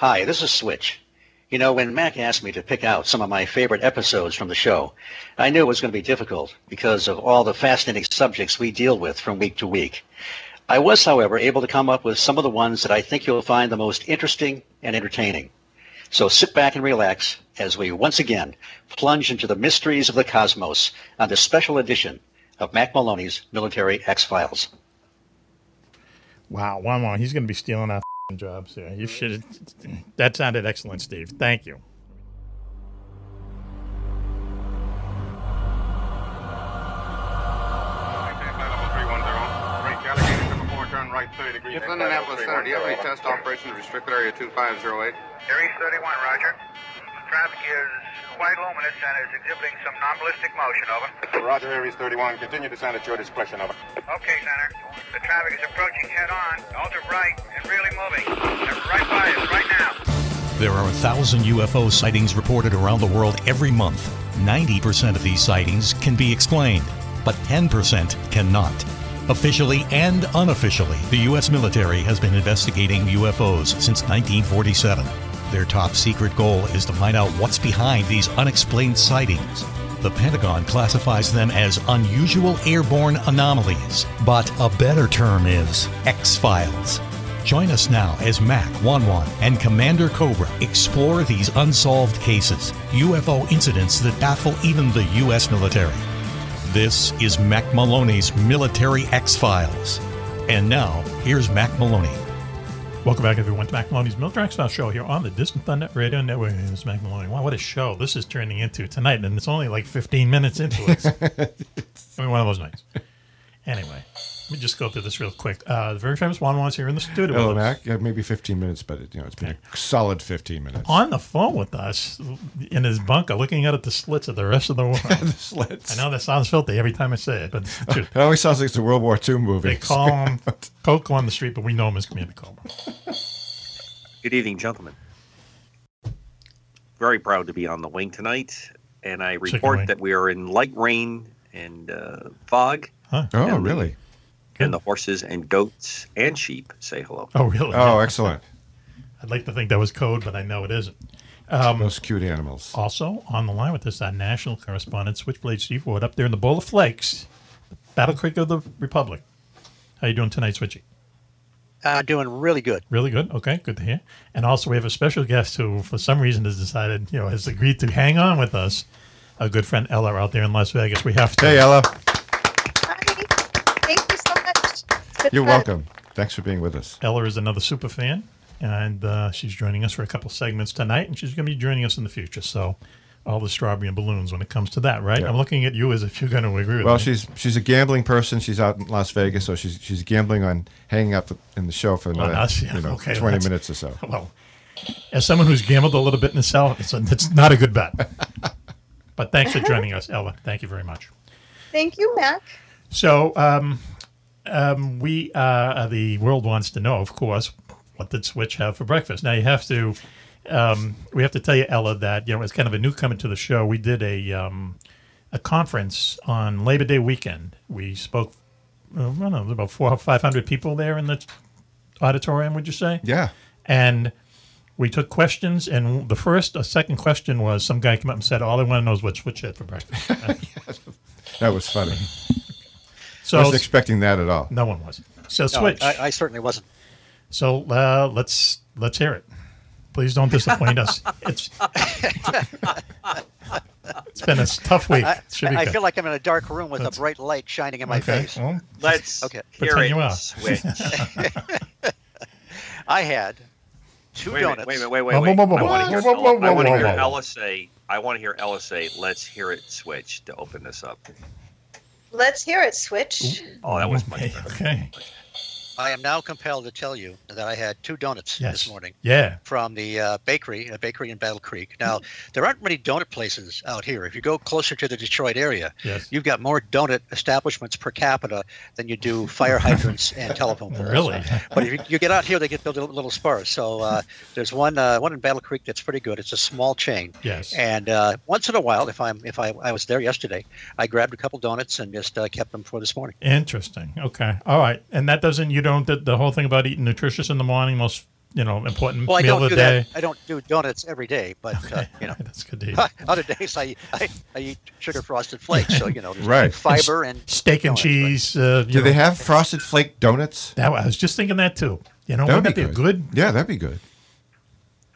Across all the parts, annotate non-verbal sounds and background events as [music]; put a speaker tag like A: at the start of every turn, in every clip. A: Hi, this is Switch. You know, when Mac asked me to pick out some of my favorite episodes from the show, I knew it was going to be difficult because of all the fascinating subjects we deal with from week to week. I was, however, able to come up with some of the ones that I think you'll find the most interesting and entertaining. So sit back and relax as we once again plunge into the mysteries of the cosmos on this special edition of Mac Maloney's Military X Files.
B: Wow, wow, wow. He's going to be stealing our f***ing jobs here. You should. That sounded excellent, Steve. Thank you.
C: If Indianapolis Center, do you have any test operations restricted area 2508?
D: Area 31, Roger. Traffic is quite luminous and is exhibiting some non-ballistic motion, over.
C: Roger, Aries 31, continue to sound at your discretion, over.
D: Okay, Center. The traffic is approaching head-on, ultra bright, and really moving. They're right by us right now.
E: There are a thousand UFO sightings reported around the world every month. 90% of these sightings can be explained, but 10% cannot. Officially and unofficially, the U.S. military has been investigating UFOs since 1947. Their top secret goal is to find out what's behind these unexplained sightings. The Pentagon classifies them as unusual airborne anomalies, but a better term is X Files. Join us now as Mac, Wanwan, and Commander Cobra explore these unsolved cases, UFO incidents that baffle even the U.S. military. This is Mac Maloney's Military X Files. And now, here's Mac Maloney.
B: Welcome back, everyone, to Mac Maloney's Military Exile Show here on the Distant Thunder Radio Network. My name is Mac Maloney. Wow, what a show this is turning into tonight, and it's only like 15 minutes into it. I mean, one of those nights. Anyway, let me just go through this real quick. Uh, the very famous Juan Juan's here in the studio.
F: Hello,
B: with us.
F: Mac. Yeah, maybe 15 minutes, but it, you know it's been a solid 15 minutes.
B: On the phone with us in his bunker, looking out at the slits of the rest of the world.
F: Slits.
B: I know that sounds filthy every time I say it, but it's the truth.
F: [laughs] It always sounds like it's a World War II movie.
B: They call him Coco on the street, but we know him as Commander Cobra.
G: Good evening, gentlemen. Very proud to be on the wing tonight, and I
B: wing.
G: report that we are in light rain and uh, fog,
F: oh, really?
G: and the horses and goats and sheep say hello.
B: Oh, really?
F: Oh, excellent.
B: [laughs] I'd like to think that was code, but I know it isn't. Um,
F: Those cute animals.
B: Also on the line with us, our national correspondent, Switchblade Steve Ward, up there in the bowl of flakes, Battle Creek of the Republic. How you doing tonight, Switchy?
A: Uh, doing really good.
B: Really good. Okay, good to hear. And also, we have a special guest who, for some reason, has decided, you know, has agreed to hang on with us. Our good friend Ella out there in Las Vegas. We have to.
F: Hey, Ella.
H: Hi. Thank you so much. It's been
F: [laughs] You're
H: fun.
F: welcome. Thanks for being with us.
B: Ella is another super fan, and uh, she's joining us for a couple segments tonight, and she's going to be joining us in the future. So, all the strawberry and balloons when it comes to that, right?
F: Yeah.
B: I'm looking at you as if you're going to agree with
F: Well,
B: me.
F: she's she's a gambling person. She's out in Las Vegas, so she's she's gambling on hanging up in the show for another
B: us, yeah,
F: uh, you know,
B: okay,
F: 20
B: Oh, that's-
F: minutes or so.
B: [laughs] well, as someone who's gambled a little bit in the cell, it's, it's not a
F: [laughs]
B: good bet. but thanks for joining us, Ella. Thank you very much.
H: Thank you, Mac.
B: So, um, um, we uh, the world wants to know, of course, what did Switch have for breakfast? Now you have to, um, we have to tell you, Ella, that you know it's kind of a newcomer to the show. We did a um, a conference on Labor Day weekend. We spoke, uh, I don't know, there was about four or five hundred people there in the auditorium. Would you say?
F: Yeah.
B: and we took questions and the first a second question was some guy came up and said all i want to know is what switch had for breakfast [laughs]
F: That was funny.
B: so
F: wasn't expecting that at all.
B: no one was so
A: No,
B: switch
A: I, I certainly wasn't.
B: so uh, let's let's hear it please don't
A: [laughs]
B: disappoint us it's [laughs] it's been a tough week It should be
A: I
B: good.
A: feel like I'm in a dark room with
B: That's-
A: a bright light shining in my
B: okay
A: face.
B: well,
G: Let's
A: Okay.
G: hear
B: Pretend
G: it.
B: you are.
G: Switch.
A: [laughs] I had two
G: Wait a minute,
A: donuts.
G: wait a minute, wait,
B: Whoa,
G: wait, wait.
B: whoa, whoa,
G: I want
B: whoa,
G: to hear,
B: whoa, whoa,
G: Ella- I
B: whoa,
G: wanna
B: whoa,
G: hear
B: whoa.
G: Ella say, I want to hear Ella say, let's hear it switch to open this up.
H: Let's hear it, Switch.
G: Oh,
B: [laughs]
G: that was much
B: okay,
G: better.
B: okay
A: I am now compelled to tell you that I had two donuts
B: yes
A: this morning
B: yeah
A: from the uh, bakery, a bakery in Battle Creek. Now, there aren't many donut places out here. If you go closer to the Detroit area,
B: yes
A: you've got more donut establishments per capita than you do
B: [laughs]
A: fire hydrants and telephone poles.
B: really
A: [laughs] But if you, you get out here, they get built a little sparse. So uh, there's one uh, one in Battle Creek that's pretty good. It's a small chain.
B: yes
A: And uh, once in a while, if I'm if I, I was there yesterday, I grabbed a couple donuts and just uh, kept them for this morning.
B: Interesting. Okay. All right. And that doesn't you don't the, the whole thing about eating nutritious in the morning, most you know important
A: Well, I
B: meal
A: don't
B: of
A: do
B: the
A: that.
B: day.
A: I don't do donuts every day, but uh, you know,
B: [laughs] that's
A: [laughs]
B: good to eat.
A: other days I, I, I eat sugar frosted flakes. So you know, there's
F: Right.
A: fiber and
B: Steak and
A: donuts, but-
B: cheese. Uh, you
F: Do they
B: know,
F: have frosted flake donuts?
B: that? I was just thinking that too. You know, wouldn't that be a good?
F: Yeah, that'd be good.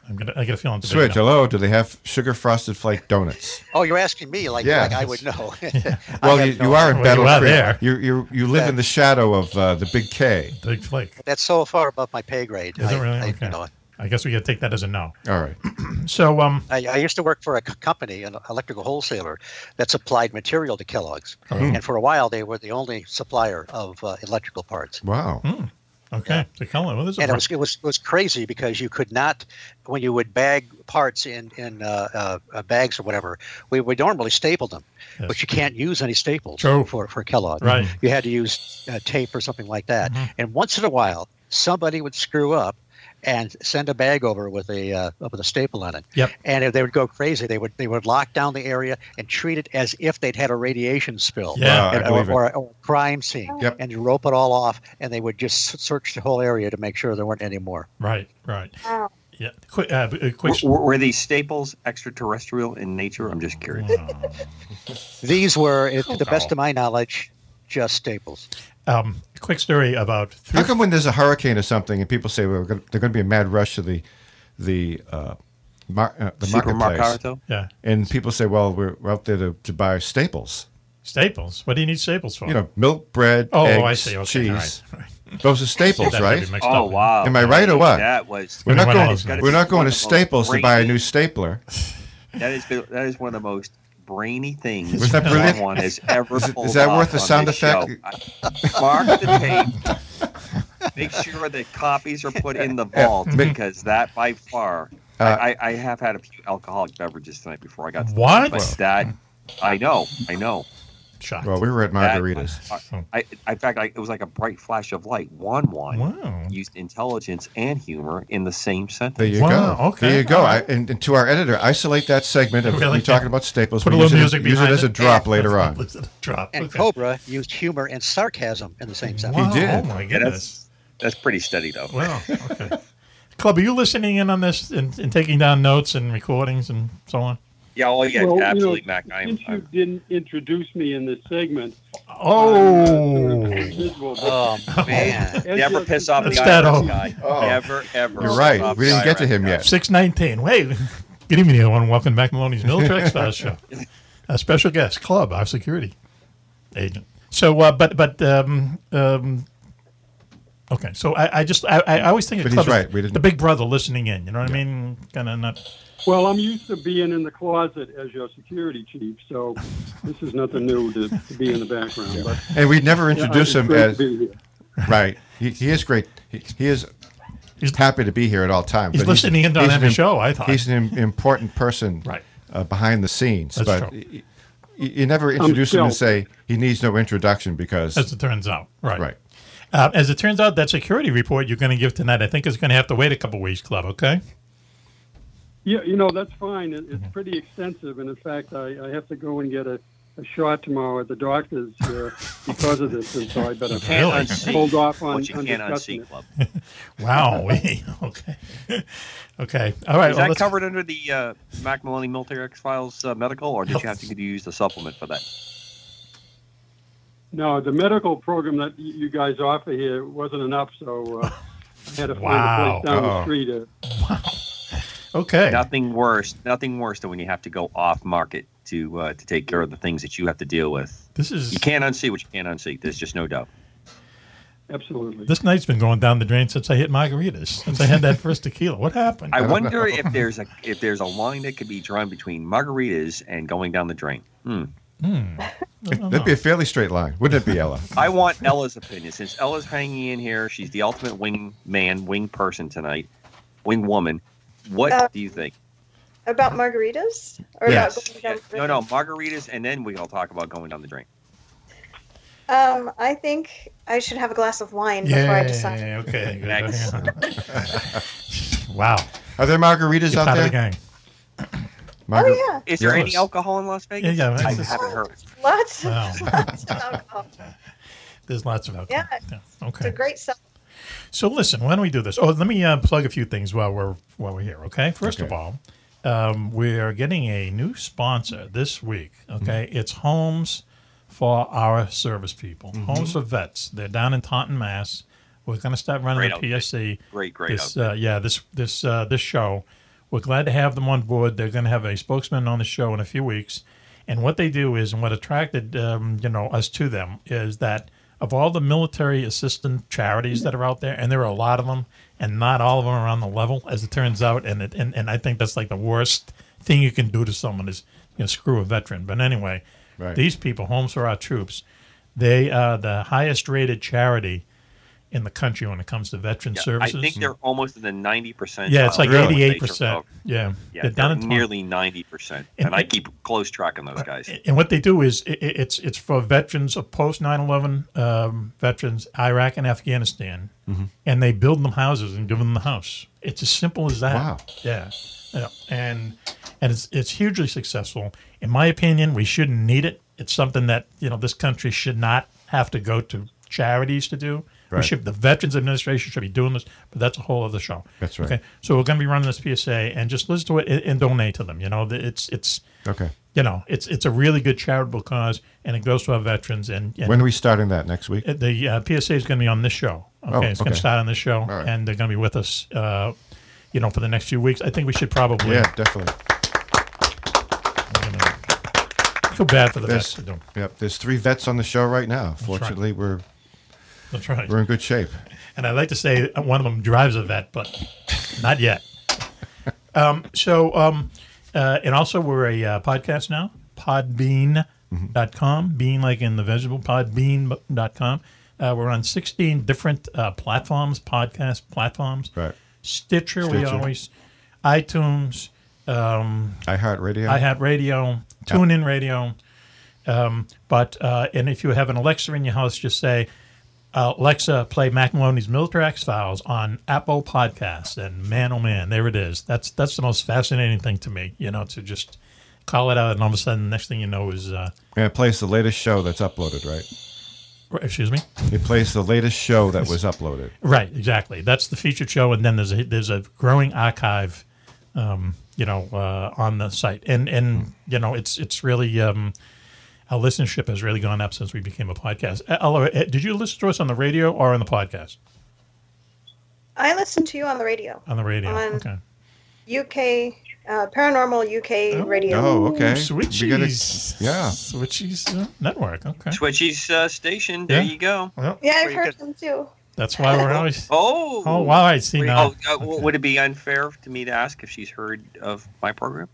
B: I'm gonna. I got a feeling. it's a big
F: Switch.
B: no.
F: Hello. Do they have sugar frosted flake donuts?
A: Oh, you're asking me like,
F: Yeah.
A: like I would
B: [laughs]
A: know. [laughs] I
F: Well,
A: have
F: you,
A: no
F: you are in
B: Well,
F: Battle
B: you are
F: Creek.
B: there.
F: You you you live in the shadow of uh, the Big K.
B: Big flake.
A: That's so far above my pay grade.
B: Is
A: I,
B: it really?
A: I,
B: okay.
A: you know,
B: I guess we got to take that as a no.
F: All right.
B: So, um,
A: I, I used to work for a c- company, an electrical wholesaler, that supplied material to Kellogg's,
B: Oh.
A: and for a while they were the only supplier of uh, electrical parts.
F: Wow.
B: Hmm? okay, so Colin, well, there's a
A: And it
B: pro-
A: was, it was it was crazy because you could not when you would bag parts in in uh, uh, uh, bags or whatever. We would normally staple them,
B: Yes.
A: but you can't use any staples
B: True.
A: for for Kellogg.
B: Right. Mm-hmm.
A: You had to use uh, tape or something like that. And once in a while, somebody would screw up and send a bag over with a uh, with a staple on it.
B: Yep.
F: [laughs]
A: And if they would go crazy. They would they would lock down the area and treat it as if they'd had a radiation spill.
B: Yeah. Wow,
F: I
A: and- uh,
F: believe it.
A: or, or, or a crime scene.
F: Yep.
A: And you rope it all off, and they would just s- search the whole area to make sure there weren't any more.
B: right, right. Yeah, quick, uh, b- uh, quick.
G: Were, were these staples extraterrestrial in nature? I'm just curious.
B: Oh,
A: These were, it, to the best of my knowledge, just staples.
B: um, quick story about three.
F: How come when there's a hurricane or something and people say well, we're gonna, they're going to be a mad rush to the the uh, mar- uh, the marketplace,
G: Supermercado?
B: yeah,
F: and people say, well, we're, we're out there to, to buy staples,
B: staples. What do you need staples for?
F: you know, milk, bread,
B: oh,
F: eggs,
B: oh, I see. Okay,
F: cheese.
B: all right. all right.
F: Those are staples,
B: That might
F: right?
B: be mixed
G: Oh
B: up.
G: wow!
F: Am I right or what?
G: That was.
F: We're not
B: Everyone
F: going.
B: else knows.
F: We're not going
G: One
F: to
G: of the
F: Staples to
G: brainy-
F: buy a new stapler.
G: That is the- that is one of the most brainy things
F: Was that brilliant?
G: someone has ever.
F: Is it- is
G: pulled
F: that
G: off
F: worth the
G: on
F: sound
G: this
F: effect?
G: show. I- Mark the tape. Make sure that copies are put in the vault
F: ma-
G: because that by far.
F: Uh,
G: I, I, I have had a few alcoholic beverages tonight before I got to
B: What?
G: but that I know, I know.
B: Shocked.
F: Well, we were at
G: That
F: margaritas.
G: was- uh, I, I, in fact, I, it was like a bright flash of light. One wine
B: Wow.
G: used intelligence and humor in the same sentence.
F: There you
B: Wow,
F: go.
B: okay,
F: There you go.
B: all
F: I,
B: right.
F: and, and to our editor, isolate that segment of
B: [laughs] Really?
F: you talking about staples.
B: Put a
F: We use
B: little
F: it-
B: music
F: Use
B: behind
F: it as a
B: [laughs]
F: drop later on.
B: Let's- let's Drop.
A: And
B: okay.
A: Cobra used humor and sarcasm in the same sentence.
B: Wow,
F: did.
B: Oh my
G: Yeah,
B: goodness.
G: that's that's pretty steady though.
B: Wow. Okay. Club, are you listening in on this and, and taking down notes and recordings and so on?
G: Yeah, oh yeah,
I: Well, you know,
G: absolutely, Mac. I'm,
I: Since you
G: I'm
I: didn't introduce me in this segment,
B: Oh,
I: miserable. but-
A: Oh, man.
I: as
G: never
I: you're-
G: piss off the
B: That's that
G: Irish
B: old.
G: guy.
F: Oh.
G: Never, ever.
F: You're
G: piss
F: right.
G: off
F: We
G: the
F: didn't get to
G: Irish
F: him
G: guy.
F: yet.
B: six nineteen. Hey, [laughs] good evening, everyone. Welcome back, to Maloney's Mill
F: [laughs]
B: Track Stars Show. A special guest, Club, our security agent. So, uh, but but um, um, okay. So I, I just I, I always think of
F: But he's
B: Club as
F: right, we didn't-
B: the big brother listening in. You know what I mean? Kind of not.
I: Well, I'm used to being in the closet as your security chief, so this is nothing new to, to be in the background. But
F: And we'd never [laughs]
I: yeah,
F: introduce
I: it's
F: him
I: great to
F: as
I: be here.
F: right. He, he is great. He, he is
B: He's-
F: happy to be here at all times.
B: He's
F: but
B: listening in on
F: he's
B: every
F: an
B: show, I thought.
F: he's an im- important person,
B: Right.
F: uh, behind the scenes.
B: That's
F: but
B: true.
F: y- y- You, never
B: Um,
F: introduce him and
I: still-
F: say he needs no introduction because
B: As it turns out, right?
F: right.
B: Uh, as it turns out, that security report you're going to give tonight, I think, is going to have to wait a couple weeks, Club. Okay.
I: Yeah, you know, that's fine. It, it's pretty extensive. And in fact, I, I have to go and get a, a shot tomorrow at the doctor's uh, because of this. And so I better
G: Can't
B: Really?
G: unsee
I: hold off on,
G: what you
I: on
G: can't
I: discussing
G: unsee,
I: it.
G: club. [laughs]
B: Wow. [laughs] okay. Okay. All right.
G: Is
B: well,
G: that
B: let's-
G: covered under the uh, Mac Maloney Military X Files uh, medical, or did you have to get- use the supplement for that?
I: No, the medical program that y- you guys offer here wasn't enough, so uh, I had to find
B: Wow.
I: a place down
F: Uh-oh.
I: the street. uh, To,
B: Okay.
G: Nothing worse. Nothing worse than when you have to go off market to uh, to take care of the things that you have to deal with.
B: This is
G: You can't unsee what you can't unsee. There's just no doubt.
I: absolutely.
B: This night's been going down the drain since I hit margaritas. Since I had that first tequila, what happened?
G: I
F: don't know.
G: wonder if there's a if there's a line that could be drawn between margaritas and going down the drain. Hmm.
B: I don't
F: That'd be
B: know.
F: a fairly straight line, wouldn't it be, Ella?
G: I want Ella's opinion since Ella's hanging in here. She's the ultimate wing man, wing person tonight, wing woman. What
H: Uh,
G: do you think?
H: About margaritas? Or
F: Yes.
H: about going
G: Yeah,
H: down the
G: no, no, margaritas, and then we all talk about going down the drain.
H: Um, I think I should have a glass of wine before I decide.
B: yeah. Okay. good,
G: [laughs]
B: yeah. [laughs] wow.
F: Are there margaritas
B: Get
F: out
B: out of
F: there?
B: the gang.
H: Oh,
F: Margar-
H: yeah.
G: Is there any
F: Yes.
G: alcohol in Las Vegas?
B: Yeah, yeah,
G: I
B: this is-
G: haven't heard.
H: Lots,
B: Wow.
H: [laughs] lots of alcohol.
B: [laughs] There's lots of alcohol.
H: Yeah.
B: Yeah,
H: It's a
B: Okay.
H: great sell.
B: So listen, why don't we do this? Oh, let me uh, plug a few things while we're while we're here. Okay. First of
E: Okay.
B: all, um, we are getting a new sponsor this week. Okay,
G: Mm-hmm.
B: it's Homes for Our Service People.
G: Mm-hmm.
E: Mhm.
B: Homes for Vets. They're down in Taunton, Mass. We're going to start running
G: Great
B: a
G: outfit.
B: PSC.
G: Great, great
B: This, uh, yeah, this this uh, this show. We're glad to have them on board. They're going to have a spokesman on the show in a few weeks. And what they do is, and what attracted um, you know us to them is that of all the military assistant charities that are out there, and there are a lot of them, and not all of them are on the level, as it turns out. And it, and, and I think that's like the worst thing you can do to someone is you know screw a veteran. But anyway,
E: Right.
B: these people, Homes for Our Troops, they are the highest rated charity in the country when it comes to veteran
G: Yeah,
B: services.
G: I think they're almost in the ninety percent.
B: Yeah, it's like 88%. Yeah.
G: yeah,
B: They're
G: they're
B: down in Taunton.
G: nearly ninety percent, and, I keep close track on
B: Uh,
G: those guys.
B: and what they do is i i- it's it's for veterans of post 9/11 um, veterans Iraq and Afghanistan,
E: Mhm.
B: and they build them houses and give them the house. It's as simple as that.
E: Wow.
B: Yeah. Yeah. And and it's it's hugely successful. In my opinion, we shouldn't need it. It's something that you know this country should not have to go to charities to do. We
E: Right.
B: should the Veterans Administration should be doing this, but that's a whole other show.
F: That's right.
B: Okay. So we're going to be running this PSA and just listen to it and, and donate to them. You know, The- it's it's
F: Okay.
B: You know, it's it's a really good charitable cause, and it goes to our veterans. And, and
F: When are we starting that next week?
B: uh, the uh, PSA is going to be on this show. Okay,
F: Oh,
B: it's going
F: okay.
B: to start on this show,
F: All right.
B: and they're going to be with us, uh, you know, for the next few weeks. I think we should probably.
F: Yeah, definitely.
B: I feel bad for the
F: There's,
B: vets. that don't-
F: yep, there's three vets on the show right now.
B: right.
F: Fortunately, we're
B: That's right.
F: we're in good shape.
B: And I'd like to say that one of them drives a vet, but not yet. Um, so, um, uh, and also we're a uh, podcast now,
F: Mm-hmm.
B: podbean.com, bean like in the vegetable, podbean.com. Uh, we're on 16 different uh, platforms, podcast platforms.
F: Right.
B: Stitcher, we
F: Stitcher.
B: always, iTunes, um,
F: iHeartRadio.
B: I had radio, tune in radio. Um, but uh, and if you have an Alexa in your house, just say uh, Alexa, play Mac Maloney's Military X Files on Apple Podcasts, and man, oh man, there it is. That's that's the most fascinating thing to me. You know, to just call it out, and all of a sudden, next thing you know is uh,
F: And it plays the latest show that's uploaded, right?
B: excuse me.
F: It plays the latest show that was uploaded.
B: Right, exactly. That's the featured show, and then there's a there's a growing archive, um, you know, uh, on the site, and
F: Hmm.
B: and you know, it's it's really um, our listenership has really gone up since we became a podcast. Uh, Ella, uh, did you listen to us on the radio or on the podcast?
H: I listen to you on the radio.
B: On the radio,
H: On
B: okay.
H: UK uh, paranormal UK radio.
F: Oh, okay.
B: Switchies.
F: We gotta- yeah.
B: Switchies uh, network. Okay.
G: Switchies uh, station. There
B: Yeah.
G: you go.
B: Well,
H: Yeah, I've heard them too.
B: that's
G: [laughs]
B: why we're always.
G: Oh.
B: Oh wow! I see
G: Wait,
B: now.
G: oh, uh, w- Would it be unfair to me to ask if she's heard of my program?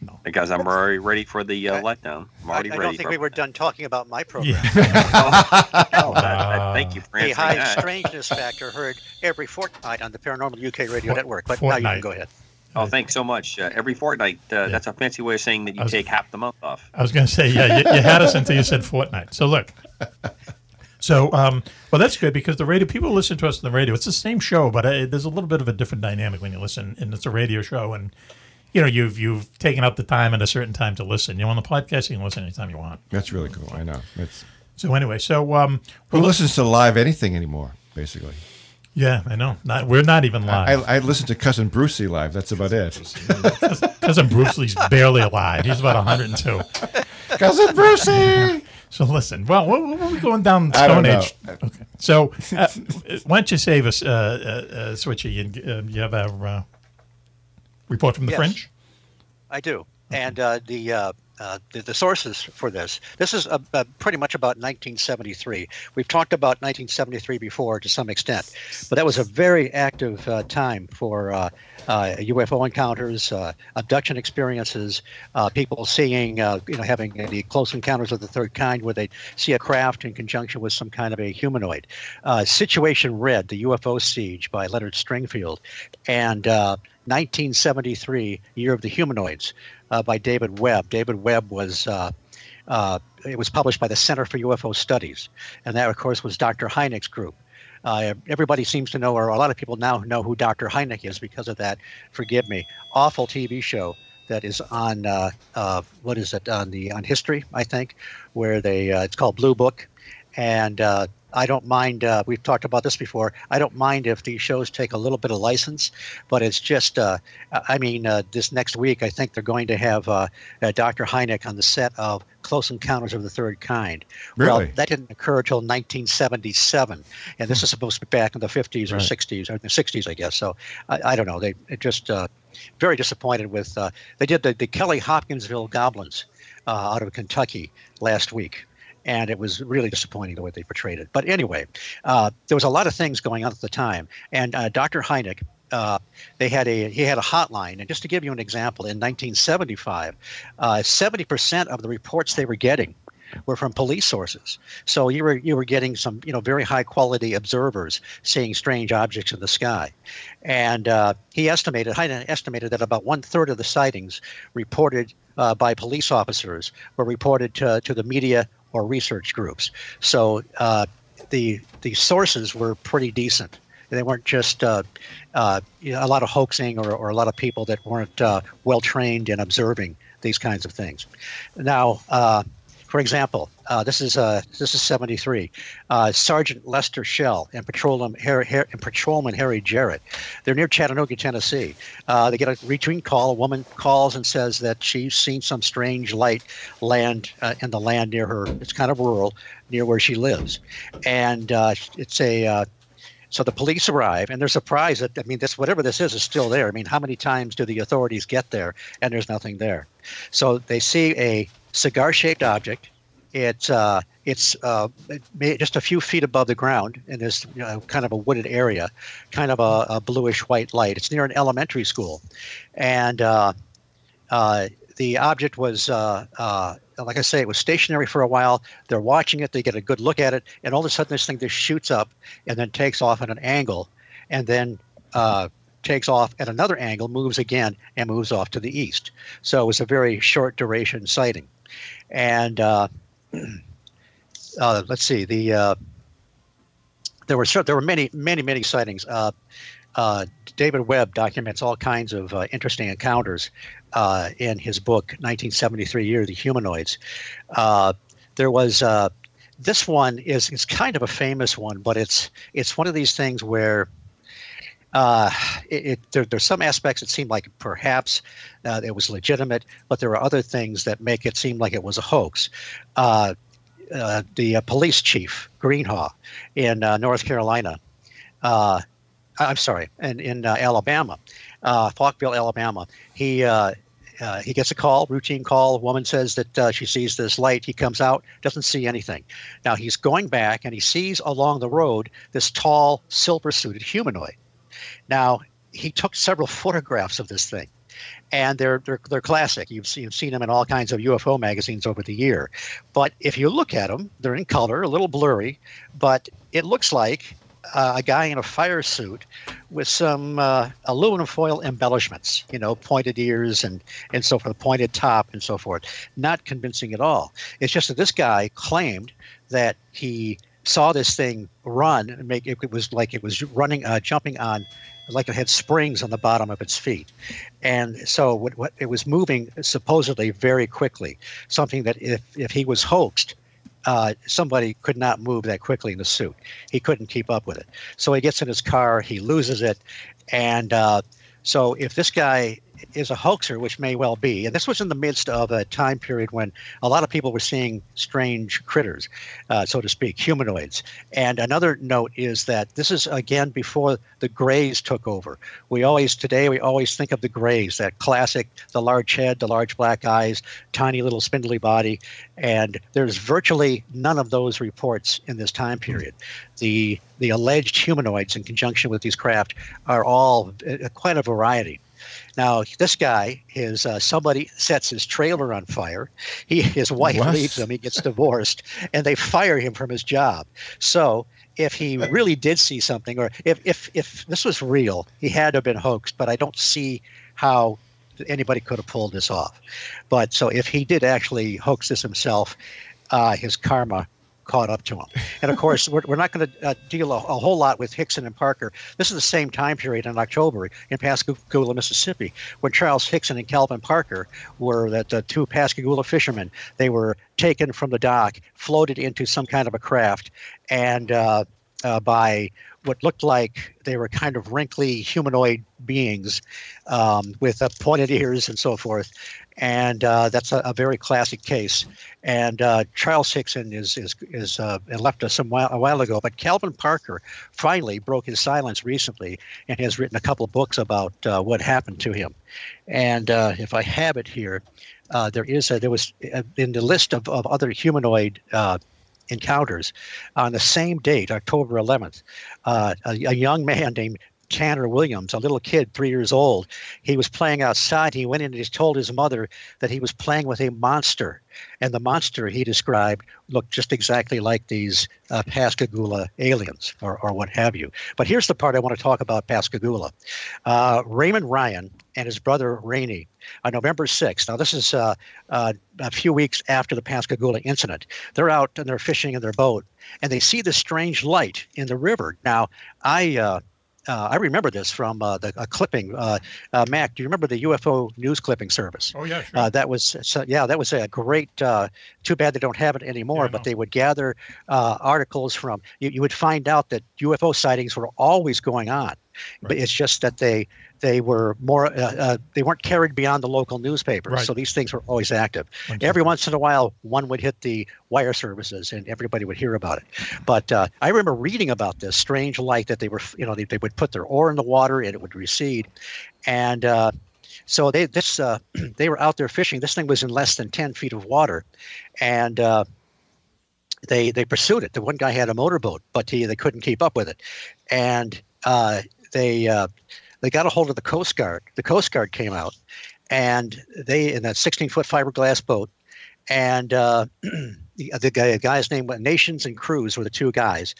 B: No.
G: Because I'm already ready for the uh, letdown. I'm
A: I, I
G: already
A: don't
G: ready
A: think
G: for
A: we
G: it.
A: were done talking about my program. [laughs]
G: [laughs] Oh, that- that- thank you for
A: The
G: answering
A: high
G: that.
A: strangeness factor heard every fortnight on the Paranormal UK Radio
B: Fort-
A: Network. But now you
B: fortnight.
A: can go ahead.
G: Oh, thanks so much. Uh, every fortnight. Uh, That's a fancy way of saying that you
B: I was-
G: take half the month off.
B: I was going to say, yeah, you, you had
A: [laughs]
B: us until you said Fortnite. So look, so um, well, that's good because the radio people listen to us on the radio. It's the same show, but uh there's a little bit of a different dynamic when you listen, and it's a radio show, and you know you've you've taken out the time at a certain time to listen. You know, on the podcast, you can listen anytime you want.
F: That's really cool. I know. It's,
B: So anyway, so um,
F: who listens to live anything anymore? Basically,
B: yeah, I know. Not, we're not even
F: I,
B: live
F: I listen to Cousin Brucey live. That's about it.
B: because Bruce Lee's barely alive. He's about 102.
F: Cousin Brucey.
B: [laughs] So listen, well, we're, we're going down the
F: I don't
B: Stone
F: know.
B: Age. Okay. So uh, [laughs] why don't you save us, uh, uh, uh, Switchy, and uh, you have our uh, report from the
A: Yes.
B: French?
A: I do. And uh, the, uh, uh, the the sources for this. This is uh, uh, pretty much about 1973. We've talked about 1973 before to some extent, but that was a very active uh, time for uh, uh, UFO encounters, uh, abduction experiences, uh, people seeing, uh, you know, having the close encounters of the third kind, where they see a craft in conjunction with some kind of a humanoid. Uh, Situation Red: The UFO Siege by Leonard Stringfield, and uh, 1973, Year of the Humanoids, uh, by David Webb. David Webb was uh, uh, it was published by the Center for UFO Studies, and that, of course, was Dr. Hynek's group. Uh, everybody seems to know, or a lot of people now know who Dr. Hynek is because of that. Forgive me, awful TV show that is on uh, uh, what is it on the on History, I think, where they uh, it's called Blue Book, and uh, I don't mind. Uh, we've talked about this before. I don't mind if these shows take a little bit of license, but it's just. Uh, I mean, uh, this next week, I think they're going to have uh, uh, Dr. Hynek on the set of Close Encounters of the Third Kind. Well,
J: Really? Hmm.
A: that didn't occur until 1977, and this is supposed to be back in the 50s or
J: Right.
A: 60s or the 60s, I guess. So I, I don't know. They it just uh, very disappointed with. Uh, they did the, the Kelly Hopkinsville Goblins uh, out of Kentucky last week and it was really disappointing the way they portrayed it. But anyway, uh, there was a lot of things going on at the time, and uh, Dr. Hynek. Uh, they had a he had a hotline, and just to give you an example, in 1975, seventy percent of the reports they were getting were from police sources. So you were you were getting some you know very high quality observers seeing strange objects in the sky, and uh, he estimated Hyden estimated that about one third of the sightings reported uh, by police officers were reported to, to the media or research groups. So uh, the the sources were pretty decent. They weren't just uh, uh, you know, a lot of hoaxing or, or a lot of people that weren't uh, well trained in observing these kinds of things. Now, uh, for example, uh, this is uh, this is 73. Uh, Sergeant Lester Shell and Patrolman Harry, Har- and Patrolman Harry Jarrett. They're near Chattanooga, Tennessee. Uh, they get a routine call. A woman calls and says that she's seen some strange light land uh, in the land near her. It's kind of rural, near where she lives, and uh, it's a uh, so the police arrive, and they're surprised that I mean, this whatever this is is still there. I mean, how many times do the authorities get there and there's nothing there? So they see a cigar-shaped object. It's uh, it's uh, it may- just a few feet above the ground in this you know, kind of a wooded area, kind of a, a bluish-white light. It's near an elementary school, and uh, uh, the object was, uh, uh, like I say, it was stationary for a while. They're watching it, they get a good look at it, and all of a sudden, this thing just shoots up and then takes off at an angle and then uh, takes off at another angle, moves again, and moves off to the east. So it was a very short duration sighting. And uh, [clears throat] uh, let's see, the. Uh, there were cer- there were many many many sightings. Uh, uh, David Webb documents all kinds of uh, interesting encounters uh, in his book 1973 Year of the Humanoids. Uh, there was uh, this one is is kind of a famous one, but it's it's one of these things where uh, it, it, there, there's some aspects that seem like perhaps uh, it was legitimate, but there are other things that make it seem like it was a hoax. Uh, uh, the uh, police chief Greenhaw in uh, North Carolina. Uh, I- I'm sorry, in in uh, Alabama, uh, Falkville, Alabama. He uh, uh, he gets a call, routine call. A woman says that uh, she sees this light. He comes out, doesn't see anything. Now he's going back, and he sees along the road this tall, silver-suited humanoid. Now he took several photographs of this thing, and they're they're, they're classic. You've seen, you've seen them in all kinds of UFO magazines over the year, but if you look at them, they're in color, a little blurry, but it looks like uh, a guy in a fire suit with some uh, aluminum foil embellishments, you know, pointed ears and and so forth, pointed top and so forth. Not convincing at all. It's just that this guy claimed that he saw this thing run and make it was like it was running uh, jumping on like it had springs on the bottom of its feet and so what, what it was moving supposedly very quickly something that if, if he was hoaxed uh, somebody could not move that quickly in the suit he couldn't keep up with it so he gets in his car he loses it and uh, so if this guy is a hoaxer, which may well be, and this was in the midst of a time period when a lot of people were seeing strange critters, uh, so to speak, humanoids. And another note is that this is again before the Greys took over. We always today we always think of the Greys, that classic, the large head, the large black eyes, tiny little spindly body, and there's virtually none of those reports in this time period. The the alleged humanoids in conjunction with these craft are all uh, quite a variety. Now, this guy is uh, somebody sets his trailer on fire. He, his wife
J: What?
A: leaves him. He gets divorced, and they fire him from his job. So, if he really did see something, or if if if this was real, he had to have been hoaxed. But I don't see how anybody could have pulled this off. But so, if he did actually hoax this himself, uh, his karma caught up to him. And of course, [laughs] we're, we're not going to uh, deal a, a whole lot with Hickson and Parker. This is the same time period in October in Pascagoula, Mississippi, when Charles Hickson and Calvin Parker were that uh, two Pascagoula fishermen. They were taken from the dock, floated into some kind of a craft, and uh, uh, by what looked like they were kind of wrinkly humanoid beings um, with uh, pointed ears and so forth. And uh, that's a, a very classic case. And uh, Charles Hickson is is is uh, had left us some while, a while ago, but Calvin Parker finally broke his silence recently and has written a couple of books about uh, what happened to him. And uh, if I have it here, uh, there is a, there was uh in the list of, of other humanoid. Uh, encounters on the same date, October 11th. Uh, a, a young man named Tanner Williams, a little kid, three years old, he was playing outside. He went in and he told his mother that he was playing with a monster. And the monster he described looked just exactly like these uh, Pascagoula aliens or, or what have you. But here's the part I want to talk about Pascagoula. Uh, Raymond Ryan and his brother Rainey on November 6th. Now, this is uh, uh, a few weeks after the Pascagoula incident. They're out and they're fishing in their boat, and they see this strange light in the river. Now, I. Uh, uh, I remember this from uh, the a clipping. Uh, uh, Mac, do you remember the UFO news clipping service?
B: Oh yeah,
A: Uh, that was so, yeah, that was a great. Uh, too bad they don't have it anymore. but they would gather uh, articles from. You, you would find out that UFO sightings were always going on, but it's just that they they were more uh, uh, they weren't carried beyond the local newspapers.
B: Right.
A: So these things were always active. Every once in a while, one would hit the wire services, and everybody would hear about it. But uh, I remember reading about this strange light that they were you know they, they would put their oar in the water and it would recede, and. Uh, so they this uh, [clears throat] they were out there fishing. This thing was in less than ten feet of water, and uh, they they pursued it. The one guy had a motorboat, but he, they couldn't keep up with it, and uh, they uh, they got a hold of the Coast Guard. The Coast Guard came out, and they in that sixteen foot fiberglass boat, and uh, [clears throat] the, the guy, the guy's name was Nations and Cruz were the two guys,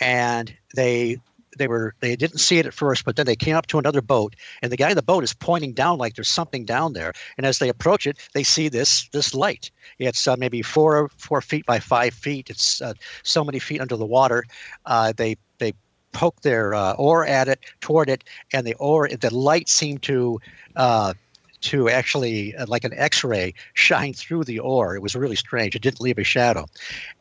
A: and they they were they didn't see it at first, but then they came up to another boat, and the guy in the boat is pointing down like there's something down there. And as they approach it, they see this this light. It's uh, maybe four four feet by five feet. It's uh, so many feet under the water. Uh, they they poke their uh, oar at it toward it, and the oar the light seemed to. Uh, to actually uh, like an x-ray shine through the ore it was really strange it didn't leave a shadow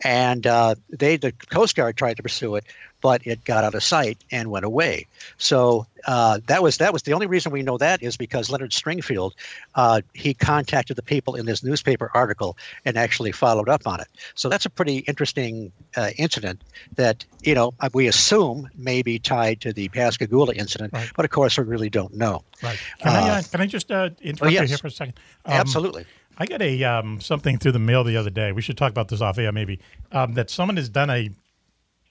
A: and uh, they the coast guard tried to pursue it but it got out of sight and went away so uh, that was that was the only reason we know that is because leonard stringfield uh, he contacted the people in this newspaper article and actually followed up on it so that's a pretty interesting uh, incident that you know uh, we assume may be tied to the pascagoula incident but of course we really don't know
B: Right. Can, I,
A: Uh, oh,
B: uh, can I just uh, interrupt you
A: yes.
B: here for a second? Um,
A: Absolutely.
B: I got a um, something through the mail the other day. We should talk about this off air, maybe. Um, that someone has done a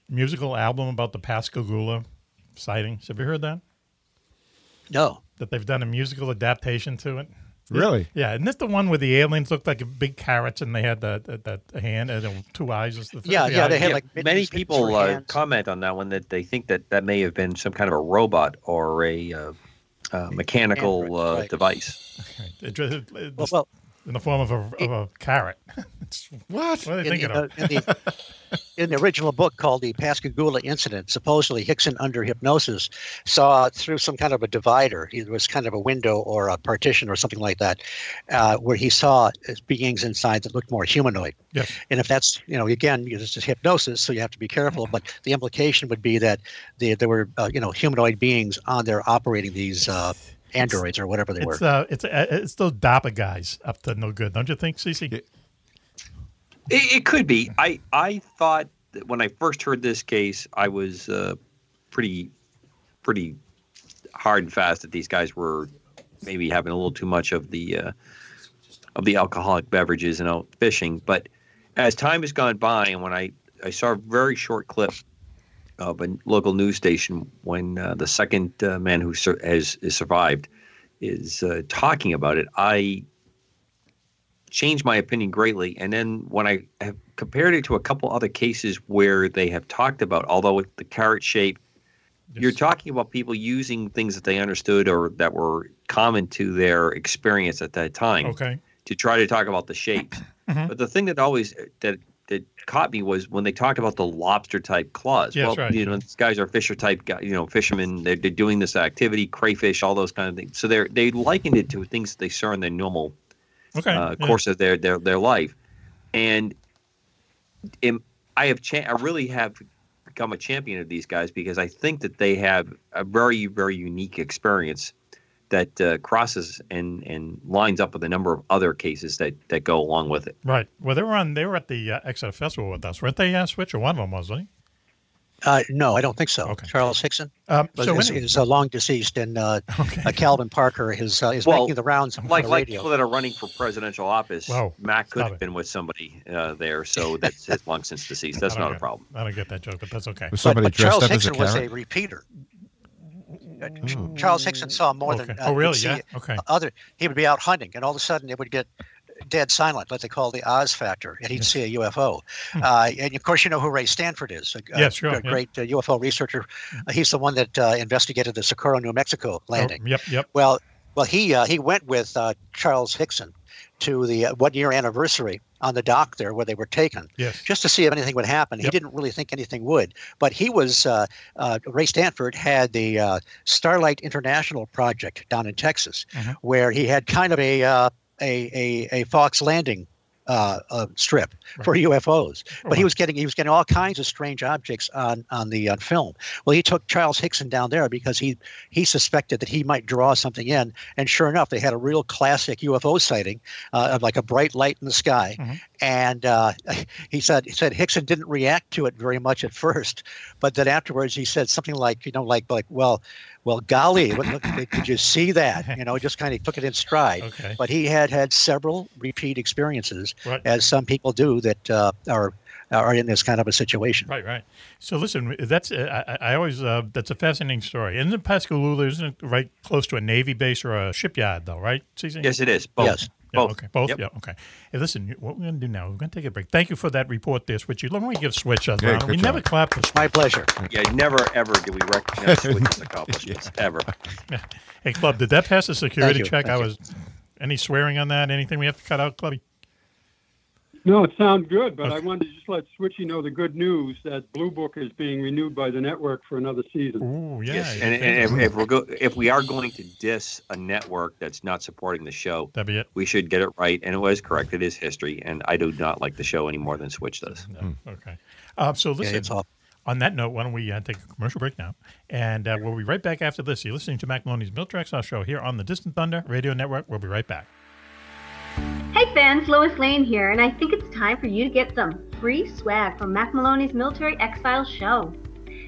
B: musical album about the Pascagoula sightings. Have you heard that?
A: No.
B: That they've done a musical adaptation to it.
F: Really?
B: Yeah, and this the one where the aliens looked like big carrots and they had that that, that hand and the two eyes. is the- the eyes.
G: many people uh, comment on that one that they think that that may have been some kind of a robot or a uh, uh, mechanical uh, device.
B: It- it- it- in the form of a, of a carrot. [laughs] It's-
F: what?
B: are they
A: in,
B: thinking
A: in
B: of?
A: the- in the, in the original book called The Pascagoula Incident, supposedly Hickson, under hypnosis, saw through some kind of a divider. It was kind of a window or a partition or something like that, uh, where he saw uh, beings inside that looked more humanoid.
B: Yes.
A: And if that's, you know, again, this is hypnosis, so you have to be careful. But the implication would be that the, there were, uh, you know, humanoid beings on there operating these uh, androids or whatever they were.
B: It's uh, it's uh, it's those DAPA guys up to no good, don't you think, Cece?
G: It, it could be. I I thought that when I first heard this case, I was uh, pretty pretty hard and fast that these guys were maybe having a little too much of the uh, of the alcoholic beverages and out fishing. But as time has gone by, and when I I saw a very short clip of a local news station when uh, the second uh, man who sur- has, has survived is uh, talking about it, I changed my opinion greatly. And then when I have compared it to a couple other cases where they have talked about, although with the carrot shape, you're talking about people using things that they understood or that were common to their experience at that time
B: Okay.
G: to try to talk about the shapes.
B: Mhm.
G: But the thing that always that that caught me was when they talked about the lobster type claws.
B: Yeah,
G: well,
B: that's right.
G: you know, these guys are fisher type, guy, you know, fishermen. They're, they're doing this activity, crayfish, all those kind of things. So they're they likened it to things that they saw in their normal
B: Okay.
G: uh,
B: yeah.
G: course of their their their life, and am- I have cha- I really have become a champion of these guys because I think that they have a very very unique experience that uh, crosses and and lines up with a number of other cases that that go along with it.
B: Right. Well, they were on. They were at the uh, XF Festival with us, weren't they? Uh, Switch or one of them was, wasn't
A: Uh, no, I don't think so. Charles Hickson
B: Um,
A: was-
B: so
A: is,
B: when-
A: is, uh, long deceased, and uh, uh, Calvin Parker is uh, is
G: Well,
A: making the rounds on
G: Like
A: the
G: like
A: radio.
G: people that are running for presidential office,
A: Wow.
G: Matt could
A: Stop
G: have been with somebody uh, there, so that's that's long since deceased. That's
B: I don't
G: not a
B: get-
G: problem.
B: I don't get that joke, but that's okay.
A: But- but Charles Hickson was a repeater. Uh, Ch- Charles Hickson saw more than
B: Mm. Okay. Oh,
A: he'd
B: really?
A: see
B: Yeah? Okay.
A: Other he would be out hunting, and all of a sudden it would get dead silent, what they call the Oz factor, and he'd see a UFO. uh, and of course, you know who Ray Stanford is. A, a
B: Yeah, Hmm. sure,
A: gr-
B: yeah.
A: great uh, UFO researcher. Uh, he's the one that uh, investigated the Socorro, New Mexico landing.
B: Oh, Yep. Yep.
A: Well, well, he uh, he went with uh, Charles Hickson to the uh, one year anniversary on the dock there where they were taken,
B: Yes.
A: just to see if anything would happen. He
B: Yep.
A: didn't really think anything would, but he was uh, uh, Ray Stanford had the uh, Starlight International project down in Texas,
B: Mhm.
A: where he had kind of a uh, a, a a Fox Landing. Uh, uh, strip for UFOs, but he was getting he was getting all kinds of strange objects on on the uh, film. Well, he took Charles Hickson down there because he he suspected that he might draw something in, and sure enough, they had a real classic UFO sighting uh, of like a bright light in the sky.
K: Mm-hmm.
A: And uh, [laughs] he said he said Hickson didn't react to it very much at first, but then afterwards he said something like you know like like well, well golly, what, look, did you see that? You know, just kind of took it in stride.
B: Okay.
A: But he had had several repeat experiences,
B: Right.
A: as some people do that uh, are are in this kind of a situation.
B: Right, right. So listen, that's uh, I, I always uh, that's a fascinating story. Isn't it Pascagoula? Isn't it right close to a navy base or a shipyard, though? Right? Cece?
G: Yes, it is. Both. Yes.
B: Yeah,
G: Both.
B: Okay. Both.
G: Yep.
B: Yeah. Okay. Hey, listen, you- what we're going to do now? We're going to take a break. Thank you for that report, there, Switchy. Let me give Switch a
G: Yeah,
B: round.
G: good
B: We
G: job.
B: never clap for Switch.
A: My pleasure.
G: Yeah, never ever do we recognize [laughs] Switch's accomplishments ever.
B: Hey, Club, did that pass the security
G: you,
B: check?
G: thank
B: I
G: you.
B: was. Any swearing on that? Anything we have to cut out, Clubby?
I: No, it sounded good, but I wanted to just let Switchy know the good news that Blue Book is being renewed by the network for another season.
B: Ooh, yeah.
G: Yes, and, and if, if we're go, if we are going to diss a network that's not supporting the show,
B: That'd be it.
G: we should get it right. And it was correct. It is history, and I do not like the show any more than Switch does.
B: [laughs] Okay. Uh, so listen.
G: it's all-
B: on that note, why don't we uh, take a commercial break now, and uh, we'll be right back after this. You're listening to Mac Maloney's Mill Tracks Our Show here on the Distant Thunder Radio Network. We'll be right back.
J: Hey fans, Lois Lane here, and I think it's time for you to get some free swag from Mac Maloney's Military X-Files show.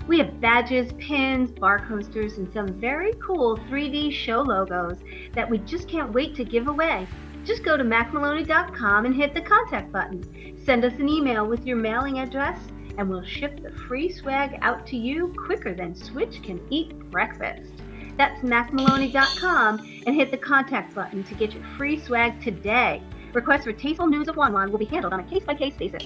J: We have badges, pins, bar coasters, and some very cool 3D show logos that we just can't wait to give away. Just go to macmaloney.com and hit the contact button. Send us an email with your mailing address, and we'll ship the free swag out to you quicker than Switch can eat breakfast. That's macmaloney.com and hit the contact button to get your free swag today. Requests for tasteful news of Wan Wan will be handled on a case by case basis.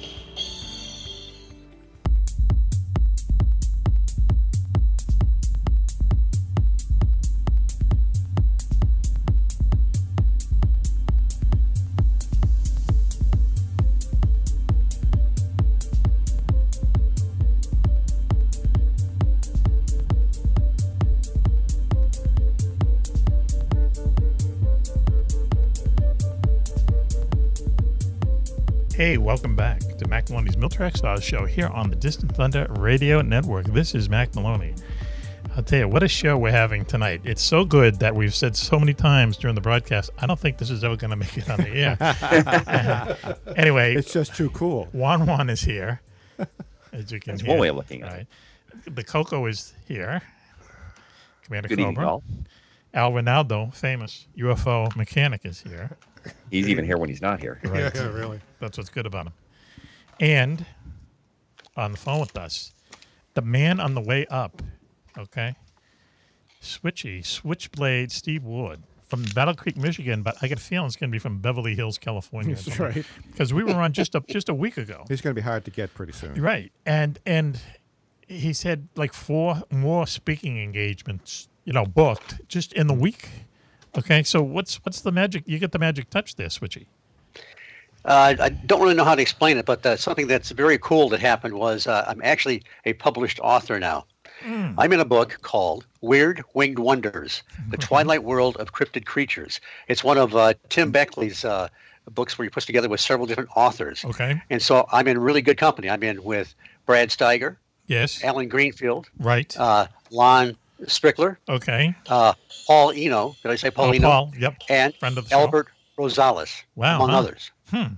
B: Hey, welcome back to Mac Maloney's Military Exiles show here on the Distant Thunder Radio Network. This is Mac Maloney. I'll tell you, what a show we're having tonight. It's so good that we've said so many times during the broadcast, I don't think this is ever going to make it on
F: [laughs]
B: the
G: [laughs]
B: air. Uh, anyway,
F: It's just too cool.
B: Juan Juan is here, as you can
F: That's
B: hear.
F: one way of looking at
B: Right. The Coco is here. Commander
G: Good evening,
B: Cobra.
G: all.
B: Al Ronaldo, famous UFO mechanic, is here.
G: He's even here when he's not here.
B: Right. [laughs] That's what's good about him. And on the phone with us, the man on the way up, okay? Switchy, Switchblade Steve Wood from Battle Creek, Michigan, but I get a feeling it's going to be from Beverly Hills, California.
F: That's right.
B: Because we were on
F: [laughs]
B: just a, just a week ago.
F: He's going to be hard to get pretty soon.
B: Right. And and he said like four more speaking engagements, you know, booked just in the week. Okay. So what's what's the magic? You get the magic touch there, Switchy.
A: Uh, I don't really know how to explain it, but uh, something that's very cool that happened was uh, I'm actually a published author now.
B: Mm.
A: I'm in a book called Weird Winged Wonders
B: [laughs]
A: The Twilight World of Cryptid Creatures. It's one of uh, Tim Beckley's uh, books where he puts together with several different authors.
B: Okay.
A: And so I'm in really good company. I'm in with Brad Steiger,
B: Yes.
A: Alan Greenfield,
B: Right.
A: uh, Lon Strickler,
B: Okay.
A: uh, Paul Eno. Did I say Paul
B: Oh,
A: Eno?
B: Paul, yep.
A: And
B: Friend of the show.
A: Albert Rosales,
B: Wow,
A: among
B: huh.
A: others.
B: Hmm.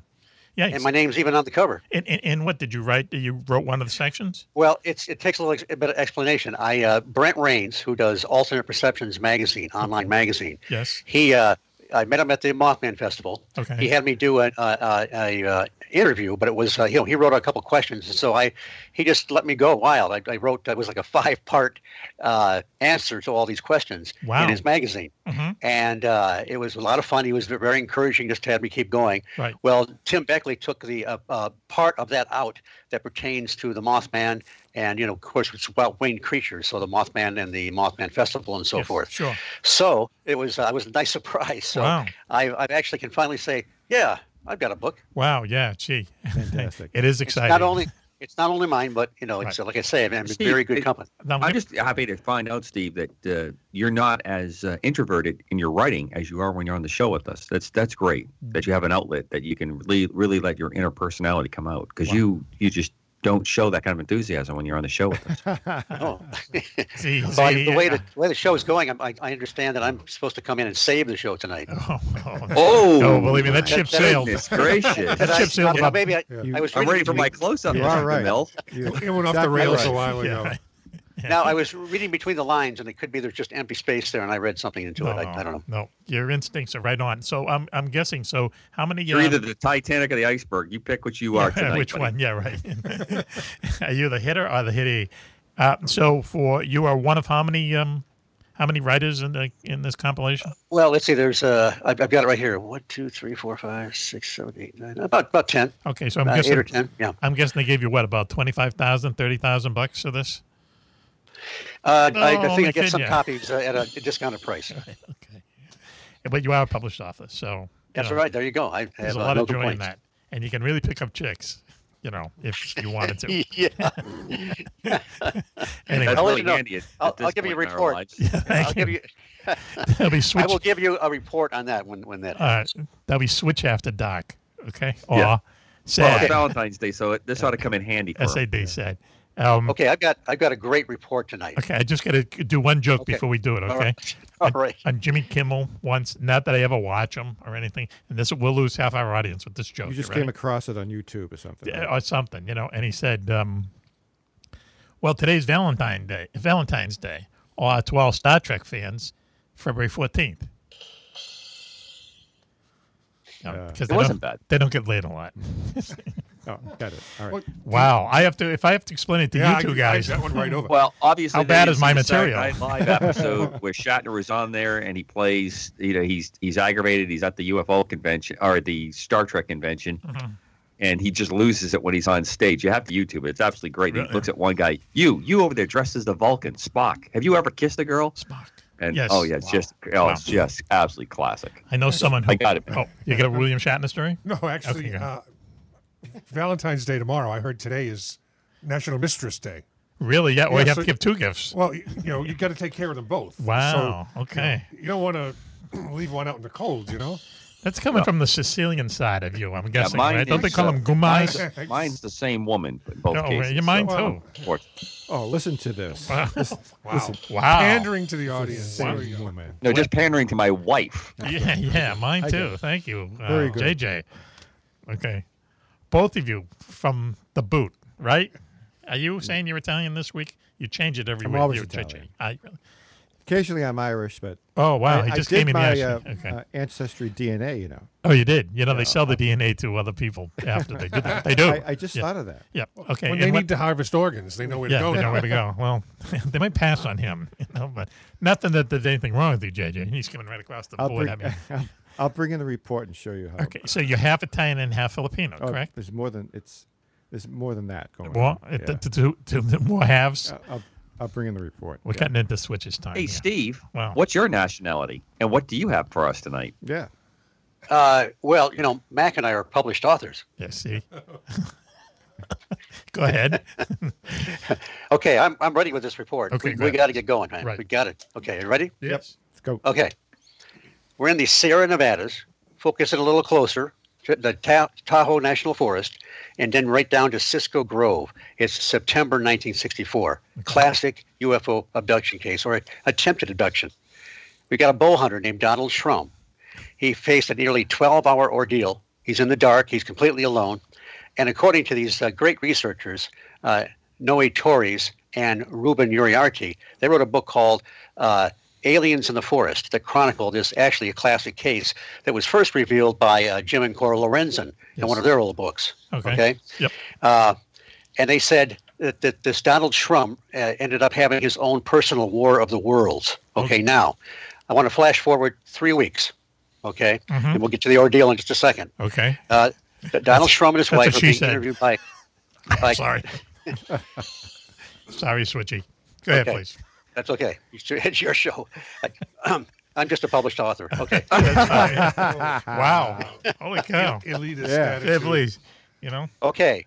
B: Yeah.
A: And my name's even on the cover.
B: And, and, and what did you write? You wrote one of the sections?
A: Well, it's it takes a little ex- a bit of explanation. I uh, Brent Rains, who does Alternate Perceptions magazine, online magazine.
B: Yes.
A: He, uh, I met him at the Mothman Festival.
B: Okay.
A: He had me do an uh, uh, a uh, interview, but it was uh, you know he wrote a couple questions, and so I he just let me go wild. I, I wrote it was like a five part uh, answer to all these questions
B: Wow.
A: in his magazine,
B: Mhm.
A: and uh, it was a lot of fun. He was very encouraging, just to have me keep going.
B: Right.
A: Well, Tim Beckley took the uh, uh, part of that out that pertains to the Mothman, and you know, of course, it's about winged creatures, so the Mothman and the Mothman Festival and so forth.
B: Sure.
A: So it was, uh, it was a nice [laughs] surprise. So
B: Wow.
A: I, I actually can finally say, yeah, I've got a book.
B: Wow. Yeah. Gee. [laughs] Fantastic. it is exciting.
A: Not only it's not only mine, but you know, it's uh like I say, I'm in
G: Steve,
A: very good
G: it-
A: company.
G: I'm just happy to find out, Steve, that uh, you're not as uh, introverted in your writing as you are when you're on the show with us. That's that's great that you have an outlet that you can really really let your inner personality come out because you you just don't show that kind of enthusiasm when you're on the show with [laughs] us.
A: [laughs] Oh.
B: See,
A: Well, I-
B: see,
A: the way the,
B: yeah.
A: the way the show is going, I'm- I, I understand that I'm supposed to come in and save the show tonight.
B: [laughs] Oh,
G: Oh,
B: no, believe me, that
A: That-
B: ship
A: that-
B: sailed.
G: goodness gracious.
B: [laughs] that
A: Did I-
B: ship sailed.
A: well,
B: about-
A: maybe I, I was
G: I'm
A: reading
G: ready for my
A: between-
G: close up.
F: You are right.
G: Mel.
F: You-
B: It went off the
F: exactly
B: rails
F: right.
B: a while
F: Yeah.
B: ago. [laughs]
A: Now I was reading between the lines, and it could be there's just empty space there, and I read something into it. I, I don't know.
B: No, your instincts are right on. So I'm I'm guessing. So how many?
G: You're
B: uh,
G: either the Titanic or the iceberg. You pick which you are tonight.
B: [laughs] Which
G: buddy.
B: one? Yeah, right. [laughs] are you the hitter or the hitty? Uh, so for you are one of how many um how many writers in the in this compilation?
A: Well, let's see. There's uh, I've, I've got it right here. One, two, three, four, five, six, seven, eight, nine. About about ten.
B: Okay, so I'm
A: About
B: guessing
A: Uh, eight or ten. Yeah.
B: I'm guessing they gave you what about 25,000, 30,000 bucks for this?
A: Uh, I,
B: Oh,
A: I
B: only
A: think I get some
B: kidding ya.
A: copies uh, at a discounted
B: [laughs]
A: price.
B: But you are a published author, so you
A: That's
B: know,
A: all right. There you go. I
B: There's
A: have
B: a
A: uh,
B: lot
A: no
B: of joy in
A: complaints.
B: that, and you can really pick up chicks, you know, if you wanted
G: [laughs]
A: [laughs]
B: to. [laughs]
A: yeah.
B: Anyway.
G: really
A: I'll, let you know.
G: handy at- at
A: I'll,
G: this
A: I'll give you a
G: point in our
A: report.
B: [laughs]
G: lives.
A: [laughs] I'll give you.
B: They'll be
A: [laughs]
B: Uh.
A: I will
B: switch-
A: give you a report on that when when that.
B: All right, that'll be switch after dark, okay? Or
G: Yeah. Well, it's
B: sad.
G: Valentine's Day, so it, this ought to come in handy for 'em.
B: SAD said. Um,
A: Okay, I've got I've got a great report tonight.
B: Okay, I just got to do one joke
A: Okay.
B: before we do it.
A: All
G: [laughs]
B: Okay.
A: right. All
B: On-
A: right.
B: On, Jimmy Kimmel once, not that I ever watch him or anything, and this we'll lose half our audience with this joke.
F: You just
B: ready?
F: came across it on YouTube or something.
B: Yeah,
F: right?
B: or something, you know. And he said, um, "Well, today's Valentine Day, Valentine's Day, or to all Star Trek fans, February fourteenth.
F: Yeah.
B: Because
G: It wasn't bad.
B: They don't get laid
F: [laughs]
B: a lot. [laughs]
F: Oh, got it. All right.
B: Wow, I have to if I have to explain it to
F: Yeah, I-
B: you
F: I
B: two guys.
F: got one
B: [laughs]
F: right over.
G: Well, obviously,
B: how
G: they
B: bad
G: didn't
B: is
G: see
B: my
G: the Saturday
B: material?
G: Night Live episode [laughs] where Shatner was on there and he plays. You know, he's he's aggravated. He's at the UFO convention or the Star Trek convention, and he just loses it when he's on stage. You have to YouTube it. It's absolutely great. He
B: Really?
G: looks at one guy. You, you over there dressed as the Vulcan, Spock. Have you ever kissed a girl?
B: Spock.
G: And
B: Yes.
G: oh yeah, it's just oh, it's
B: Wow.
G: just absolutely classic.
B: [laughs] I know someone who
G: I got it.
B: Oh, you got a William
F: [laughs]
B: Shatner story?
L: No, actually,
B: Okay, go
L: uh, Valentine's Day tomorrow. I heard today is National Mistress Day.
B: Really? Yeah. Well, you have
L: so-
B: to give two gifts.
L: Well, you you know, you got to take care of them both.
B: Wow,
L: So, you
B: okay.
L: know, You, don't want to [clears throat] leave one out in the cold, you know.
B: That's coming from the Sicilian side of you, I'm
G: Yeah,
B: guessing.
G: mine
B: right? Don't they
G: is,
B: call
G: uh,
B: them gumais?
G: Mine's, mine's the same woman in both
B: No,
G: cases.
B: you're mine too.
G: too.
F: Oh, listen to this.
B: Wow.
F: Listen,
B: Wow.
F: listen.
B: Wow.
L: Pandering to the audience.
F: Same
L: There you go.
F: woman.
G: No, just pandering to my wife.
B: [laughs] Yeah, yeah, mine
F: I
B: too.
F: do.
B: Thank you, uh,
F: Very good.
B: JJ. Okay, both of you from the boot, right? Are you saying you're Italian this week? You change it every
F: I'm
B: week.
F: always
B: you,
F: Italian.
B: I,
F: Occasionally, I'm Irish, but
B: Oh, wow,
F: I,
B: he
F: I
B: just
F: did
B: gave me the
F: my uh,
B: Irish. Okay.
F: uh, ancestry DNA. You know,
B: oh, you did. You know they sell the DNA to other people after they do
F: [laughs]
B: that. They do.
F: I, I just
B: Yeah.
F: thought of that.
B: Yep. Okay.
L: When
B: and
L: they
B: what-
L: need to harvest organs, they know where
B: yeah,
L: to go.
B: they know
L: now.
B: where to go.
L: [laughs]
B: Well, [laughs] they might pass on him, [laughs] you know, but nothing that there's anything wrong with you, JJ. He's coming right across the
F: I'll
B: board.
F: bring,
B: I mean,
F: [laughs] I'll, I'll bring in the report and show you how.
B: okay, so you're half Italian and half Filipino,
F: Oh,
B: correct?
F: There's more than it's. There's more than that going
B: Well,
F: on.
B: it- to- to- to- to more halves.
F: I'll- I'll, I'll bring in the report.
B: We're
F: yeah.
B: cutting into switches time.
G: Hey,
B: yeah.
G: Steve,
B: Wow.
G: what's your nationality and what do you have for us tonight?
F: Yeah.
A: Uh, well, you know, Mac and I are published authors.
F: [laughs]
B: Yes, see. [laughs] Go ahead.
A: okay, I'm, I'm ready with this report.
B: Okay,
A: we,
B: go
A: we
B: ahead.
A: got to get going, man.
B: Right.
A: We got it. Okay, you ready?
B: Yep. Let's
F: go.
A: Okay. We're in the Sierra Nevadas. Focus it a little closer to the Ta- Tahoe National Forest and then right down to Cisco Grove. It's September 1964. Classic UFO abduction case or attempted abduction. We got a bow hunter named Donald Schrum. He faced a nearly 12 hour ordeal. He's in the dark, he's completely alone. And according to these uh, great researchers, uh, Noe Torres and Ruben Uriarte, they wrote a book called uh, Aliens in the Forest that chronicled this actually a classic case that was first revealed by uh, Jim and Cora Lorenzen in
B: Yes.
A: one of their old books.
B: Okay.
A: okay?
B: Yep.
A: Uh, and they said that, that this Donald Trump uh, ended up having his own personal war of the worlds. Okay, now I want to flash forward three weeks. Okay,
B: Mhm.
A: and we'll get to the ordeal in just a second.
B: Okay.
A: Uh, Donald Trump and his
B: that's
A: wife
B: what
A: are
B: she
A: being
B: said.
A: interviewed
B: [laughs]
A: by. by [laughs]
B: Sorry. Sorry, Switchy. Go ahead,
A: Okay.
B: please.
A: That's okay. It's your- [laughs] It's your show. I, am just a published author.
B: [laughs]
A: Okay.
B: wow.
A: [laughs]
B: Holy cow. yeah. Yeah, please. You know?
A: Okay.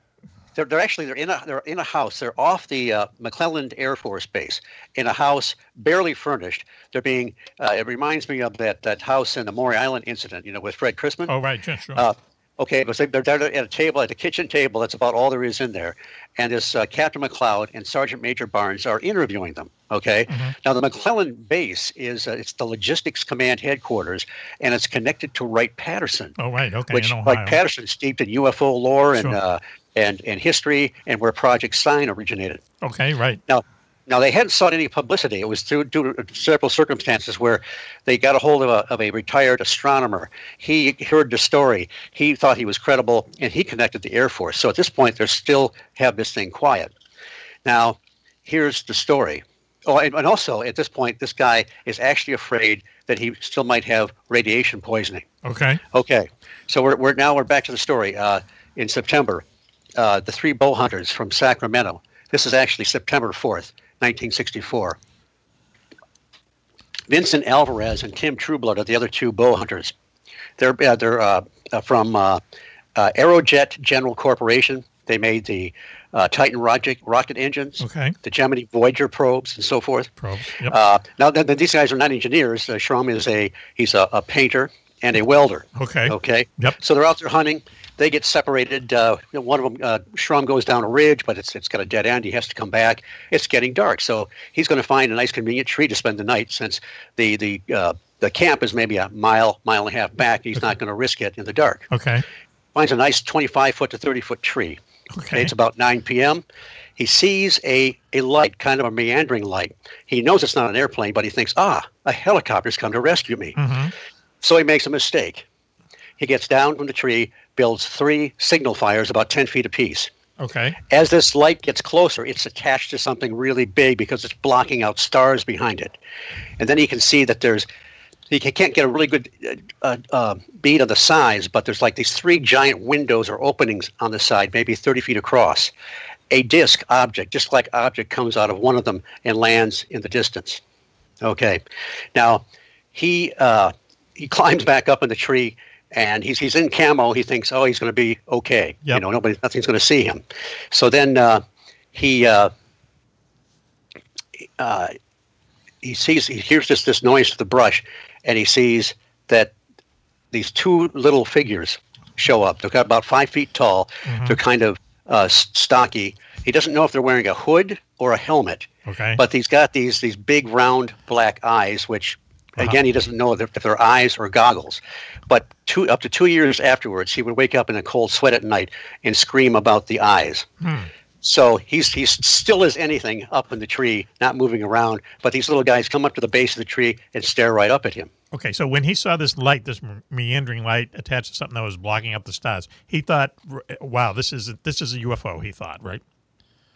A: They're, they're actually they're in a they're in a house. They're off the uh, McClelland Air Force Base in a house barely furnished. They're being uh, it reminds me of that that house in the Maury Island incident, you know, with Fred Chrisman.
B: Oh, right. Sure, sure.
A: Uh, okay, but they- they're down at a table, at a kitchen table. That's about all there is in there. And this uh, Captain McLeod and Sergeant Major Barnes are interviewing them. Okay,
B: Mm-hmm.
A: now the McClellan base is uh, it's the Logistics Command headquarters, and it's connected to Wright Patterson
B: oh, right. Okay.
A: which
B: in Ohio.
A: like Patterson steeped in UFO lore and
B: Sure.
A: uh, and and history and where Project Sign originated.
B: okay, right.
A: Now, now they hadn't sought any publicity. It was through due to several circumstances where they got a hold of a, of a retired astronomer. He heard the story. He thought he was credible, and he connected the Air Force. So at this point, they still have this thing quiet. Now, here's the story. Oh, and, and also at this point, this guy is actually afraid that he still might have radiation poisoning.
B: Okay.
A: Okay, so we're, we're now we're back to the story. Uh, in September, uh, the three bow hunters from Sacramento. This is actually September fourth, nineteen sixty-four. Vincent Alvarez and Tim Trueblood are the other two bow hunters. They're uh, they're uh, uh, from uh, uh, Aerojet General Corporation. They made the uh, Titan rocket rocket engines,
B: Okay.
A: the Gemini Voyager probes, and so forth.
B: Probes. Yep.
A: Uh, now, th- th- these guys are not engineers. Uh, Schramm is a he's a, a painter and a welder.
B: okay.
A: Okay.
B: Yep.
A: So they're out there hunting. They get separated. Uh, one of them, uh, Shrum, goes down a ridge, but it's it's got a dead end. He has to come back. It's getting dark, so he's going to find a nice, convenient tree to spend the night, since the the uh, the camp is maybe a mile, mile and a half back. He's not going to risk it in the dark
B: Okay.
A: finds a nice 25 foot to 30 foot tree. Okay. It's about 9 p.m. He sees a, a light, kind of a meandering light. He knows it's not an airplane, but he thinks, ah, a helicopter's come to rescue me.
B: Mm-hmm.
A: So he makes a mistake. He gets down from the tree, builds three signal fires about 10 feet apiece.
B: Okay.
A: As this light gets closer, it's attached to something really big because it's blocking out stars behind it. And then he can see that there's, he ca- can't get a really good uh, uh, uh, bead on the size, but there's like these three giant windows or openings on the side, maybe 30 feet across. A disc object, disc like object, comes out of one of them and lands in the distance. Okay. Now, he uh, he [laughs] climbs back up in the tree and he's he's in camo. He thinks, oh, he's going to be okay. You
B: Yep.
A: know, nobody, nothing's going to see him. So then uh, he uh, uh, he sees he hears this this noise to the brush, and he sees that these two little figures show up. They're about five feet tall.
E: Mm-hmm.
B: Mm-hmm.
A: They're kind of uh, s- stocky. He doesn't know if they're wearing a hood or a helmet.
B: Okay.
A: But he's got these these big round black eyes, which again he doesn't know if they're eyes or goggles. But two up to two years afterwards, he would wake up in a cold sweat at night and scream about the eyes.
B: Hmm.
A: So he's he's still as anything up in the tree, not moving around. But these little guys come up to the base of the tree and stare right up at him.
B: Okay, so when he saw this light, this m- meandering light attached to something that was blocking up the stars, he thought, r- "Wow, this is a, this is a UFO." He thought, right?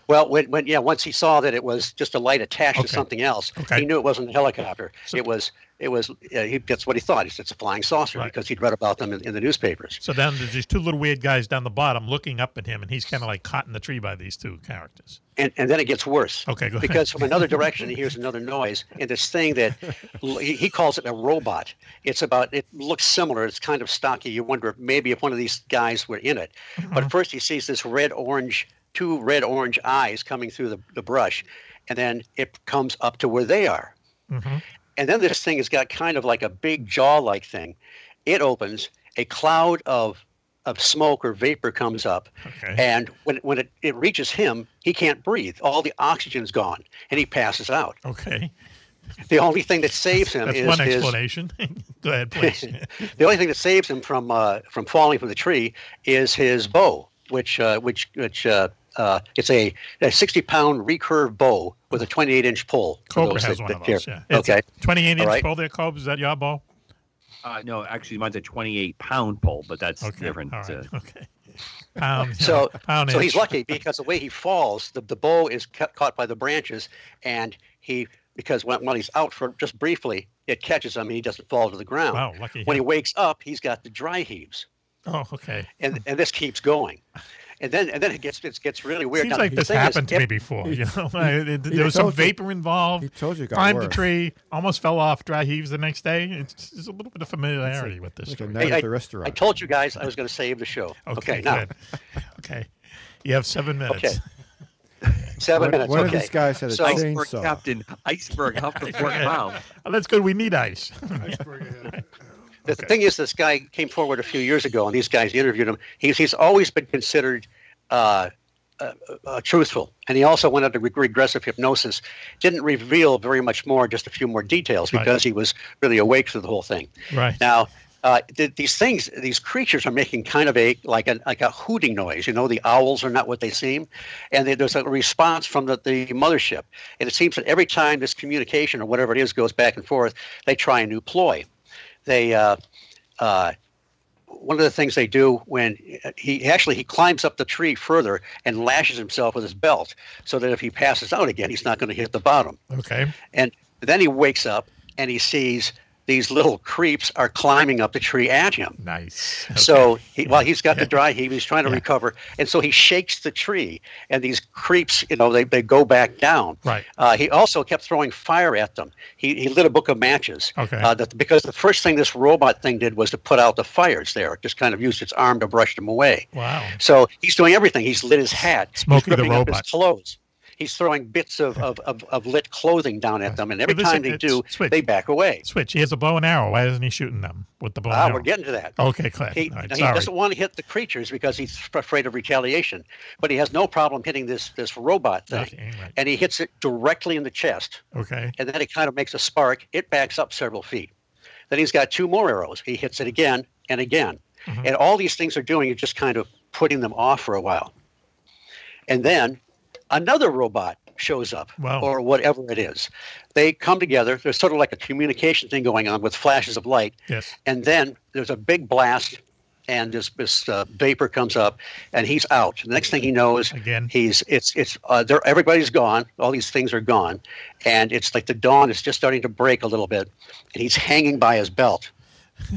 A: Well, when, when yeah, once he saw that it was just a light attached
B: Okay.
A: to something else,
B: Okay.
A: he knew it wasn't a helicopter. it was It was uh, he, that's what he thought. He said it's a flying saucer because he'd read about them in, in the newspapers.
B: So then there's these two little weird guys down the bottom looking up at him, and he's kind of like caught in the tree by these two characters.
A: And, and then it gets worse.
B: Okay, go ahead.
A: Because from another direction, he hears another noise, and this thing that l- he he calls it a robot. It's about, it looks similar. It's kind of stocky. You wonder if maybe if one of these guys were in it.
B: Uh-huh.
A: But first, he sees this red orange, two red orange eyes coming through the, the brush, and then it comes up to where they are.
B: Mm-hmm.
A: And then this thing has got kind of like a big jaw like thing. It opens, a cloud of of smoke or vapor comes up. And when, when it, it reaches him, he can't breathe. All the oxygen's gone and he passes out.
B: Okay.
A: The only thing that saves him
B: That's
A: is
B: one
A: is-
B: explanation. [laughs] go
A: [laughs]
B: ahead, please.
A: the only thing that saves him from uh, from falling from the tree is his bow, which uh, which which uh, uh, it's a, a sixty pound recurve bow with a twenty eight inch pull. for
B: Cobra
A: those
B: has
A: that-
B: one
A: that
B: of
A: care.
B: those. Yeah. It's a
A: okay,
B: 28
A: All
B: inch
A: right.
B: pole there, Cobb. Is that your ball?
G: Uh, no, actually, mine's a 28 pound pole, but that's different. uh,
B: [laughs] Pound,
A: so,
B: yeah, pound
A: so
B: inch.
A: he's lucky because the way he falls, the, the bow is ca- caught by the branches, and he because when, when he's out for just briefly, it catches him. and He doesn't fall to the ground.
B: Wow, lucky
A: When he
B: him.
A: wakes up, he's got the dry heaves,
B: Oh, okay.
A: and and this keeps going, and then and then it gets it gets really weird.
B: Seems
A: Now,
B: like
A: the
B: this
A: thing is,
B: happened to me
A: if-
B: before. You
M: [laughs]
B: know, I- there- there was some vapor involved. He
M: told you it got
B: climbed the
M: worse.
B: tree, almost fell off, dry heaves the next day. It's, just- there's a little bit of familiarity with this. story.
A: Hey, I, I told you guys I was going to save the show. Okay,
B: [laughs] Okay,
A: now
B: good. okay, you have seven minutes.
A: Okay.
B: [laughs]
A: seven
B: One-
A: minutes.
B: one of
A: okay.
B: these guys had a
A: so,
B: chainsaw.
G: Captain Iceberg up the
A: [laughs]
G: fourth pound.
B: Oh, that's good. We need ice. [laughs]
A: The thing is, this guy came forward a few years ago, and these guys interviewed him. He's he's always been considered uh, uh, uh, truthful, and he also went under reg- regressive hypnosis. Didn't reveal very much more, just a few more details,
B: Right.
A: because he was really awake through the whole thing.
B: Right.
A: Now, uh, th- these things, these creatures are making kind of a like a like a hooting noise. You know, the owls are not what they seem, and they, there's a response from the, the mothership. And it seems that every time this communication or whatever it is goes back and forth, they try a new ploy. They uh, uh, one of the things they do when uh, he actually he climbs up the tree further and lashes himself with his belt so that if he passes out again, he's not going to hit the bottom.
B: Okay.
A: And then he wakes up and he sees these little creeps are climbing up the tree at him.
B: Nice.
A: So he, while he's got the dry heave, he's trying to recover, and so he shakes the tree, and these creeps, you know, they, they go back down.
B: Right.
A: Uh, he also kept throwing fire at them. He, he lit a book of matches.
B: Okay.
A: Uh, that, because the first thing this robot thing did was to put out the fires there. It just kind of used its arm to brush them away.
B: Wow.
A: So he's doing everything. He's lit his hat.
B: Smokey the
A: he's ripping up
B: Robot.
A: his clothes. He's throwing bits of, of, of, of lit clothing down at them, and every
B: So this-
A: time they
B: it's-
A: do, they back away.
B: Switch. He has a bow and arrow. Why isn't he shooting them with the bow? and
A: Ah,
B: arrow?
A: we're getting to that.
B: Okay, Cliff.
A: He,
B: All right,
A: now, he
B: sorry.
A: doesn't want to hit the creatures because he's f- afraid of retaliation, but he has no problem hitting this this robot thing, and he hits it directly in the chest,
B: Okay.
A: and then it kind of makes a spark. It backs up several feet. Then he's got two more arrows. He hits it again and again, and all these things are doing is just kind of putting them off for a while, and then another robot shows up or whatever it is. They come together. There's sort of like a communication thing going on with flashes of light
B: Yes.
A: and then there's a big blast and this this uh, vapor comes up and he's out the next thing he knows
B: again
A: he's it's it's uh, there everybody's gone all these things are gone and it's like the dawn is just starting to break a little bit and he's hanging by his belt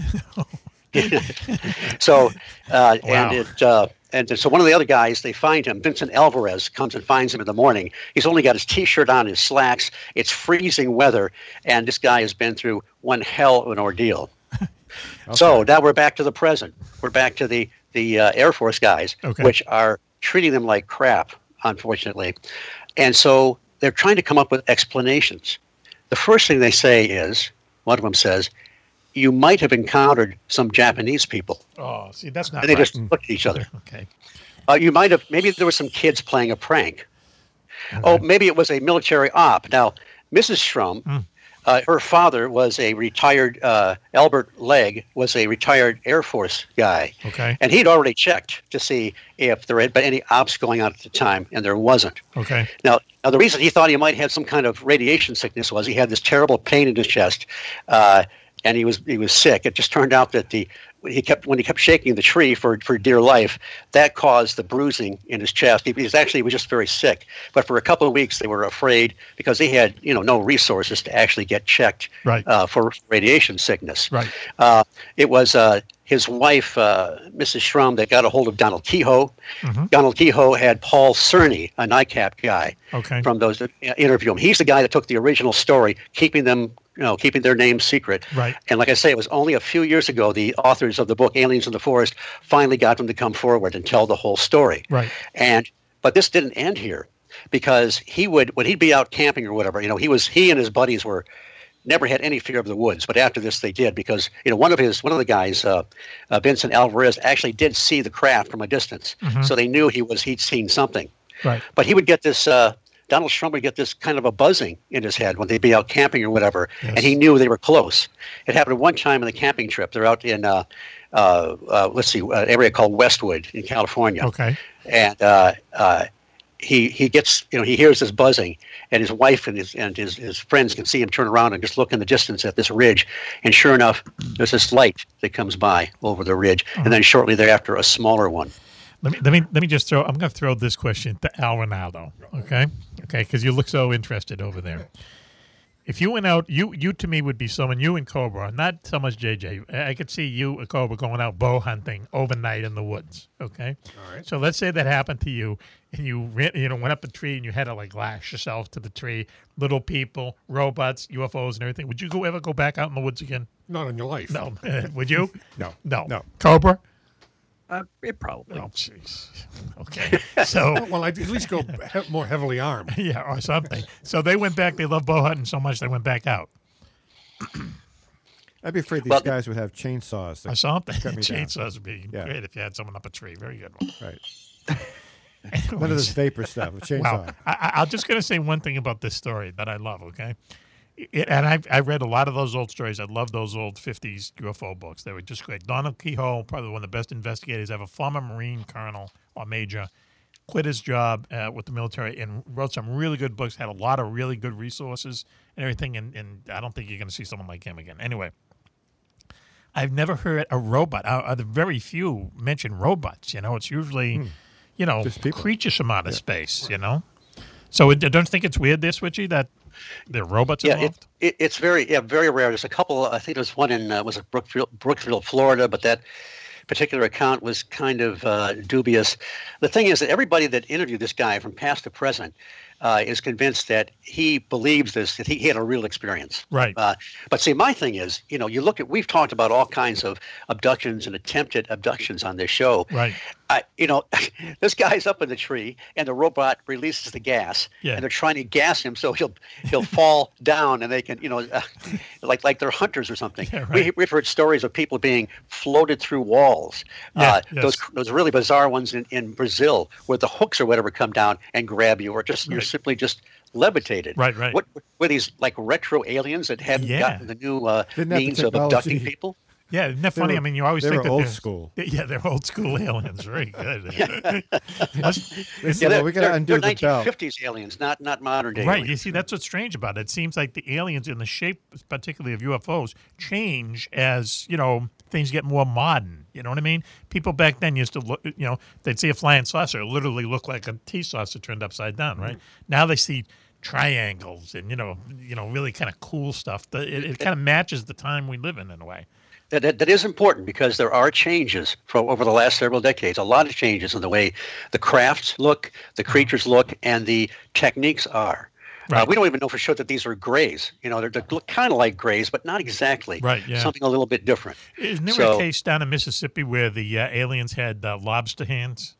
A: [laughs] so uh,
B: Wow.
A: and it uh, and so one of the other guys they find him vincent alvarez comes and finds him in the morning he's only got his t-shirt on his slacks it's freezing weather and this guy has been through one hell of an
B: [laughs]
A: ordeal so now we're back to the present. We're back to the the uh, Air Force guys,
B: Okay.
A: which are treating them like crap, unfortunately, and so they're trying to come up with explanations. The first thing they say is, one of them says, "You might have encountered some Japanese people,"
B: Oh, see, that's not.
A: and they
B: right.
A: just look at each
B: [laughs]
A: other.
B: Okay.
A: Uh, you might have maybe there were some kids playing a prank. Oh, maybe it was a military op. Now, Mrs. Shrum,
B: Hmm.
A: uh, her father was a retired uh, Albert Legg was a retired Air Force guy,
B: Okay.
A: and he'd already checked to see if there had been any ops going on at the time, and there wasn't.
B: Okay.
A: Now, now the reason he thought he might have some kind of radiation sickness was he had this terrible pain in his chest, uh, and he was he was sick. It just turned out that the when he kept when he kept shaking the tree for, for dear life, that caused the bruising in his chest. He, he was actually he was just very sick. But for a couple of weeks, they were afraid because he had you know no resources to actually get checked
B: Right.
A: uh, for radiation sickness.
B: Right.
A: Uh, it was uh, his wife, uh, Mrs. Schrum, that got a hold of Donald Kehoe. Donald Kehoe had Paul Cerny, an ICAP guy,
B: Okay.
A: from those uh, interview him. He's the guy that took the original story, keeping them, you know, keeping their names secret.
B: Right.
A: And like I say, it was only a few years ago the authors of the book Aliens in the Forest finally got them to come forward and tell the whole story.
B: Right.
A: And but this didn't end here because he would when he'd be out camping or whatever, you know, he was he and his buddies were never had any fear of the woods, but after this they did because you know one of his one of the guys, uh, uh, Vincent Alvarez, actually did see the craft from a distance,
B: Mhm.
A: so they knew he was he'd seen something.
B: Right.
A: But he would get this. Uh, Donald Trump would get this kind of a buzzing in his head when they'd be out camping or whatever,
B: Yes.
A: and he knew they were close. It happened one time on the camping trip. They're out in, uh, uh, uh, let's see, uh, an area called Westwood in California,
B: Okay.
A: and uh, uh, he he gets you know he hears this buzzing, and his wife and his and his, his friends can see him turn around and just look in the distance at this ridge, and sure enough, there's this light that comes by over the ridge, and then shortly thereafter a smaller one.
B: Let me let me let me just throw. I'm going to throw this question to Al Ronaldo. Okay, okay, because you look so interested over there. If you went out, you you to me would be someone you and Cobra, not so much JJ. I I could see you and Cobra going out bow hunting overnight in the woods. Okay, all right. So let's say that happened to you, and you ran, you know went up a tree and you had to like lash yourself to the tree. Little people, robots, UFOs, and everything. Would you go ever go back out in the woods again?
L: Not in your life.
B: No. [laughs] would you?
L: No.
B: No.
L: No.
B: Cobra.
I: Uh, it probably.
B: Oh, jeez. [laughs] Okay. So-
L: [laughs] well, I'd at least go he- more heavily armed.
B: [laughs] yeah, or something. So they went back. They loved bow hunting so much they went back out
F: I'd be afraid these
B: Well,
F: guys would have chainsaws. that
B: or something.
F: cut
B: [laughs]
F: me down.
B: Chainsaws would be
F: Yeah.
B: great if you had someone up a tree. Very good one.
F: Right.
B: [laughs]
F: None of this vapor stuff. A chainsaw.
B: Wow. I, I- I'm just going to say one thing about this story that I love. Okay. It, and I, I read a lot of those old stories. I love those old 50s UFO books. They were just great. Donald Kehoe, probably one of the best investigators ever, former Marine colonel or major, quit his job uh, with the military and wrote some really good books, had a lot of really good resources and everything. And, and I don't think you're going to see someone like him again. Anyway, I've never heard a robot. Uh, uh, the very few mention robots. You know, it's usually,
F: Hmm.
B: you know, creatures from outer space. You know, so it, don't you think it's weird there, Switchy, that there are robots
A: yeah,
B: involved.
A: it, it, it's very yeah very rare. There's a couple. I think there's one in uh, was it Brookfield, Brookfield, Florida, but that particular account was kind of uh, dubious. The thing is that everybody that interviewed this guy from past to present uh, is convinced that he believes this that he, he had a real experience.
B: Right.
A: Uh, but see, my thing is, you know, you look at we've talked about all kinds of abductions and attempted abductions on this show.
B: Right.
A: I, you know, [laughs] this guy's up in the tree, and the robot releases the gas,
B: Yeah.
A: and they're trying to gas him so he'll he'll [laughs] fall down, and they can, you know, [laughs] uh, like like they're hunters or something.
B: Yeah,
A: we, we've heard stories of people being floated through walls. uh,
B: Yeah,
A: Those
B: yes.
A: those really bizarre ones in, in Brazil where the hooks or whatever come down and grab you, or just you're
B: Right.
A: simply just levitated.
B: Right, right.
A: What were these like retro aliens that hadn't
B: Yeah.
A: gotten the new uh,
F: Didn't have the
A: means of abducting
F: technology.
A: people?
B: Yeah, isn't that
F: They
B: funny?
F: were-
B: I mean, you always
F: they
B: think
F: were
B: that
F: old
B: they're-
F: school.
B: [laughs] Yeah, they're old school aliens.
F: [laughs]
B: Very
A: [laughs]
B: good.
F: They
B: Let's-
F: said, well, we got to
A: they're,
F: undo
A: they're
F: the belt.
A: 1950s aliens, not not modern day.
B: Right.
A: aliens.
B: You see, that's what's strange about it. It seems like the aliens in the shape, particularly of UFOs, change as you know things get more modern. You know what I mean? People back then used to look. You know, they'd see a flying saucer, it literally look like a tea saucer turned upside down. Right.
A: Mm-hmm.
B: Now they see triangles and you know, you know, really kind of cool stuff. The- It, it kind of matches the time we live in in a way.
A: That, that, that is important because there are changes from over the last several decades. A lot of changes in the way the crafts look, the creatures look, and the techniques are. Uh,
B: Uh-huh. Right.
A: we don't even know for sure that these are grays. You know, they're, they look kind of like grays, but not exactly.
B: Right, yeah.
A: Something a little bit different.
B: Isn't there
A: So-
B: a case down in Mississippi where the uh, aliens had uh, lobster hands?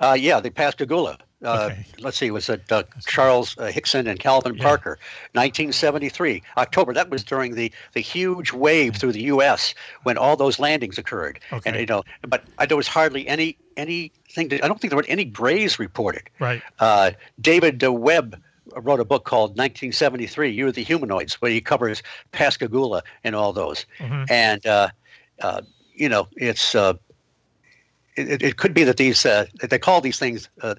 A: Uh, yeah, the Pascagoula. Uh, Let's see, was it uh, Charles uh, Hickson and Calvin Parker, 1973, October. That was during the, the huge wave through the U.S. when all those landings occurred. And
B: Okay.
A: you know, but I, there was hardly any anything. To, I don't think there were any grays reported.
B: Right.
A: Uh, David uh, Webb wrote a book called 1973, You're the Humanoids, where he covers Pascagoula and all those.
B: Mhm.
A: And, uh, uh, you know, it's, uh, it, it could be that these uh, they call these things uh,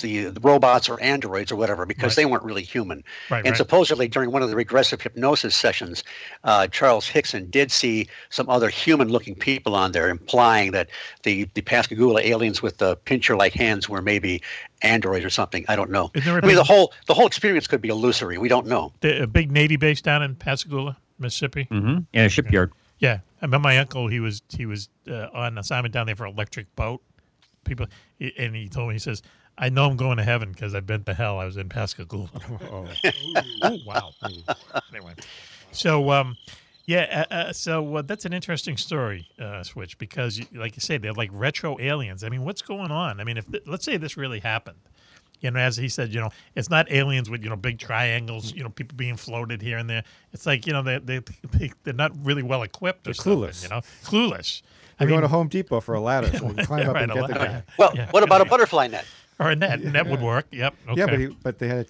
A: the, the robots or androids or whatever because they weren't really human.
B: Right,
A: and
B: right.
A: supposedly during one of the regressive hypnosis sessions, uh, Charles Hickson did see some other human-looking people on there, implying that the the Pascagoula aliens with the pincher-like hands were maybe androids or something. I don't know.
B: Isn't there a
A: I mean, the
B: big-
A: whole the whole experience could be illusory. We don't know.
B: The, a big Navy base down in Pascagoula, Mississippi.
G: Mm-hmm. Yeah, shipyard.
B: Yeah, I remember my uncle. He was he was uh, on assignment down there for electric boat. People, and he told me he says, "I know I'm going to heaven because I've been to hell. I was in Pascagoula." [laughs] oh wow! anyway, so um, yeah, uh, uh, so uh, that's an interesting story, uh, Switch, because you- like you say, they're like retro aliens. I mean, what's going on? I mean, if th- let's say this really happened. You know, as he said, you know, it's not aliens with you know big triangles. You know, people being floated here and there. It's like you know they they they- they're not really well equipped. Or
F: They're
B: something,
F: clueless.
B: you know, clueless.
F: We're
B: I
F: going
B: mean-
F: to Home Depot for a ladder so we
B: [laughs]
F: can climb up
B: Right,
F: and
B: a
F: get the
B: ladder.
F: guy.
A: Well, what
B: [laughs]
A: about a butterfly net?
B: Or a net. Net would work. Yep. Okay.
F: Yeah, but he but they had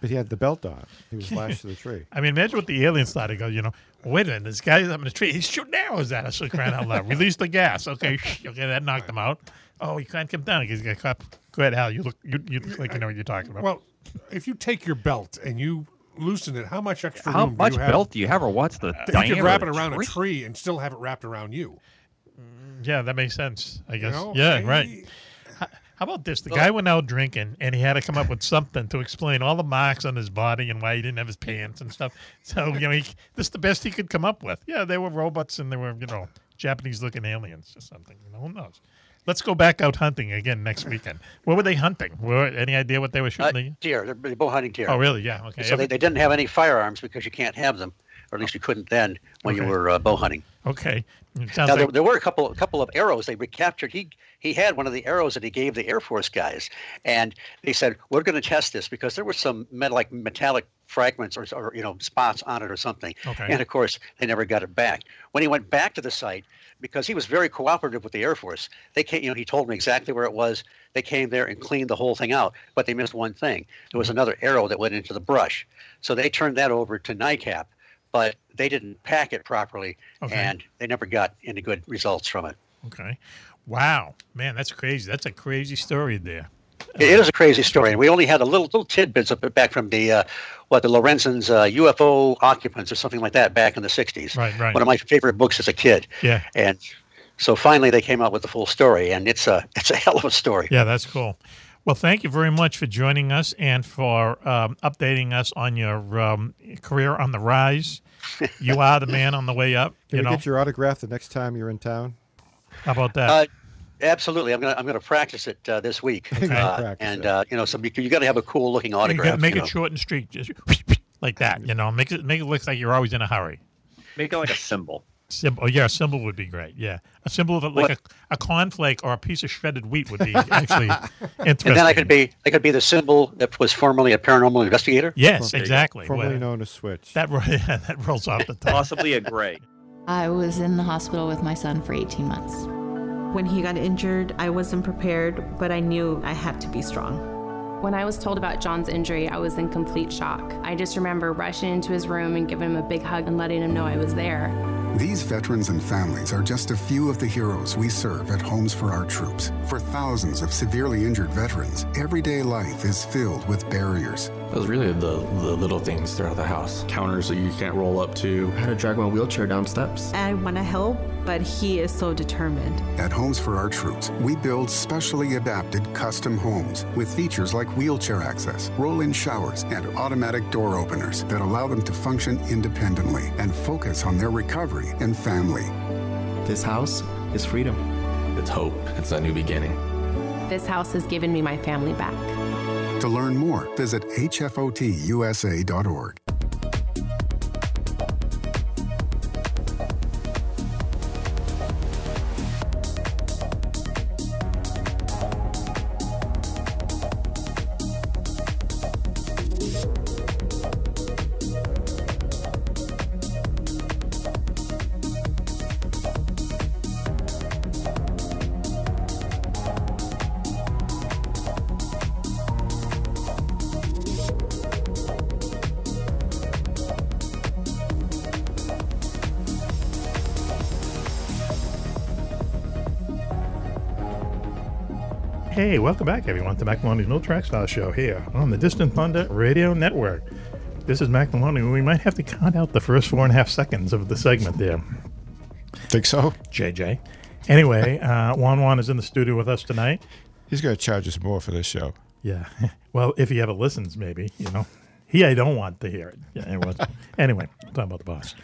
F: but he had the belt on. He
B: [laughs]
F: was lashed to the tree.
B: I mean, imagine what the aliens thought. They go, you know, wait a minute, this guy's up in the tree. He's shooting arrows at us. We're crying out loud. Release the gas. Okay, [laughs] okay, that knocked him out. Oh, he can't come down. He's got caught. Go ahead, Hal. You look, you, you look like you know what you're talking about.
L: Well, if you take your belt and you loosen it, how much extra
G: How
L: room
G: much
L: do you have?
G: belt do you have, or what's the
L: that you
G: diameter
L: could wrap it
G: of the
L: around
G: tree?
L: a tree and still have it wrapped around you.
B: yeah, that makes sense. I guess.
L: know,
B: yeah,
L: I-
B: right. H- How about this? The guy went out drinking, and he had to come up with something to explain all the marks on his body and why he didn't have his pants and stuff. So you know, he, this is the best he could come up with. Yeah, they were robots, and they were you know Japanese-looking aliens or something. You know, who knows? Let's go back out hunting again next weekend. What were they hunting? Were, any idea what they were shooting? at?
A: Deer, they're they're bow hunting deer.
B: Oh, really? Yeah, okay.
A: So they, they didn't have any firearms because you can't have them, or at least you couldn't then when you
B: Okay.
A: were uh, bow hunting.
B: Okay. It
A: Now
B: [laughs] sounds
A: there,
B: like-
A: there were a couple a couple of arrows they recaptured. He he had one of the arrows that he gave the Air Force guys, and they said we're going to test this because there were some metal, like metallic fragments or, or you know spots on it or something.
B: Okay.
A: And of course they never got it back. When he went back to the site, because he was very cooperative with the Air Force, they came. You know he told me exactly where it was. They came there and cleaned the whole thing out, but they missed one thing. There was another arrow that went into the brush, so they turned that over to NICAP but they didn't pack it properly
B: Okay.
A: and they never got any good results from it.
B: okay. Wow, man, that's crazy. That's a crazy story there.
A: It- it is a crazy story. And we only had a little little tidbits of it back from the uh, what the Lorenzen's uh, UFO occupants or something like that back in the 60s.
B: Right, right.
A: One of my favorite books as a kid.
B: Yeah.
A: And so finally they came out with the full story and it's a it's a hell of a story.
B: Yeah, that's cool. Well, thank you very much for joining us and for um, updating us on your um, career on the rise.
A: [laughs]
B: You are the man on the way up.
F: Can
B: you
F: we
B: know
F: get your autograph the next time you're in town?
B: how about that?
A: Uh, absolutely. I'm going to I'm going to practice it uh, this week.
F: Okay.
A: Uh,
F: Practice
A: and uh, you know so you, you got to have a cool looking
B: You
A: autograph.
B: gotta make
A: you
B: it
A: know.
B: short and straight, just [laughs] like that. You know, make it make it look like you're always in a hurry.
G: Make it like a symbol.
B: Symbol, oh, yeah, a symbol would be great. Yeah, a symbol of it, like a, a cornflake or a piece of shredded wheat would be actually
A: [laughs]
B: interesting.
A: And then I could be I could be the symbol that was formerly a paranormal investigator.
B: yes, exactly.
F: Formerly
B: Well,
F: known as Switch.
B: that ro- yeah, [laughs] that rolls off the tongue.
G: Possibly a gray.
N: I was in the hospital with my son for 18 months.
O: When he got injured, I wasn't prepared, but I knew I had to be strong.
N: When I was told about John's injury, I was in complete shock. I just remember rushing into his room and giving him a big hug and letting him know I was there.
C: These veterans and families are just a few of the heroes we serve at Homes for Our Troops. For thousands of severely injured veterans, everyday life is filled with barriers.
K: It was really the, the little things throughout the house. Counters that you can't roll up to. I had to drag my wheelchair down steps.
O: I want to help, but he is so determined.
C: At Homes for Our Troops, we build specially adapted custom homes with features like wheelchair access, roll in showers, and automatic door openers that allow them to function independently and focus on their recovery and family.
K: This house is freedom. It's hope. It's a new beginning.
N: This house has given me my family back.
C: To learn more, visit hfotusa.org.
B: Hey, welcome back, everyone, to Mac Maloney's No Tracks File Show here on the Distant Thunder Radio Network. This is Mac Maloney. We might have to cut out the first four and a half seconds of the segment there.
F: Think so?
B: JJ. Anyway, uh, Juan Juan is in the studio with us tonight.
F: He's going to charge us more for this show.
B: Yeah. [laughs] Well, if he ever listens, maybe, you know. He, I don't want to hear it.
F: [laughs]
B: Yeah, it was. anyway, I'm talking about the boss.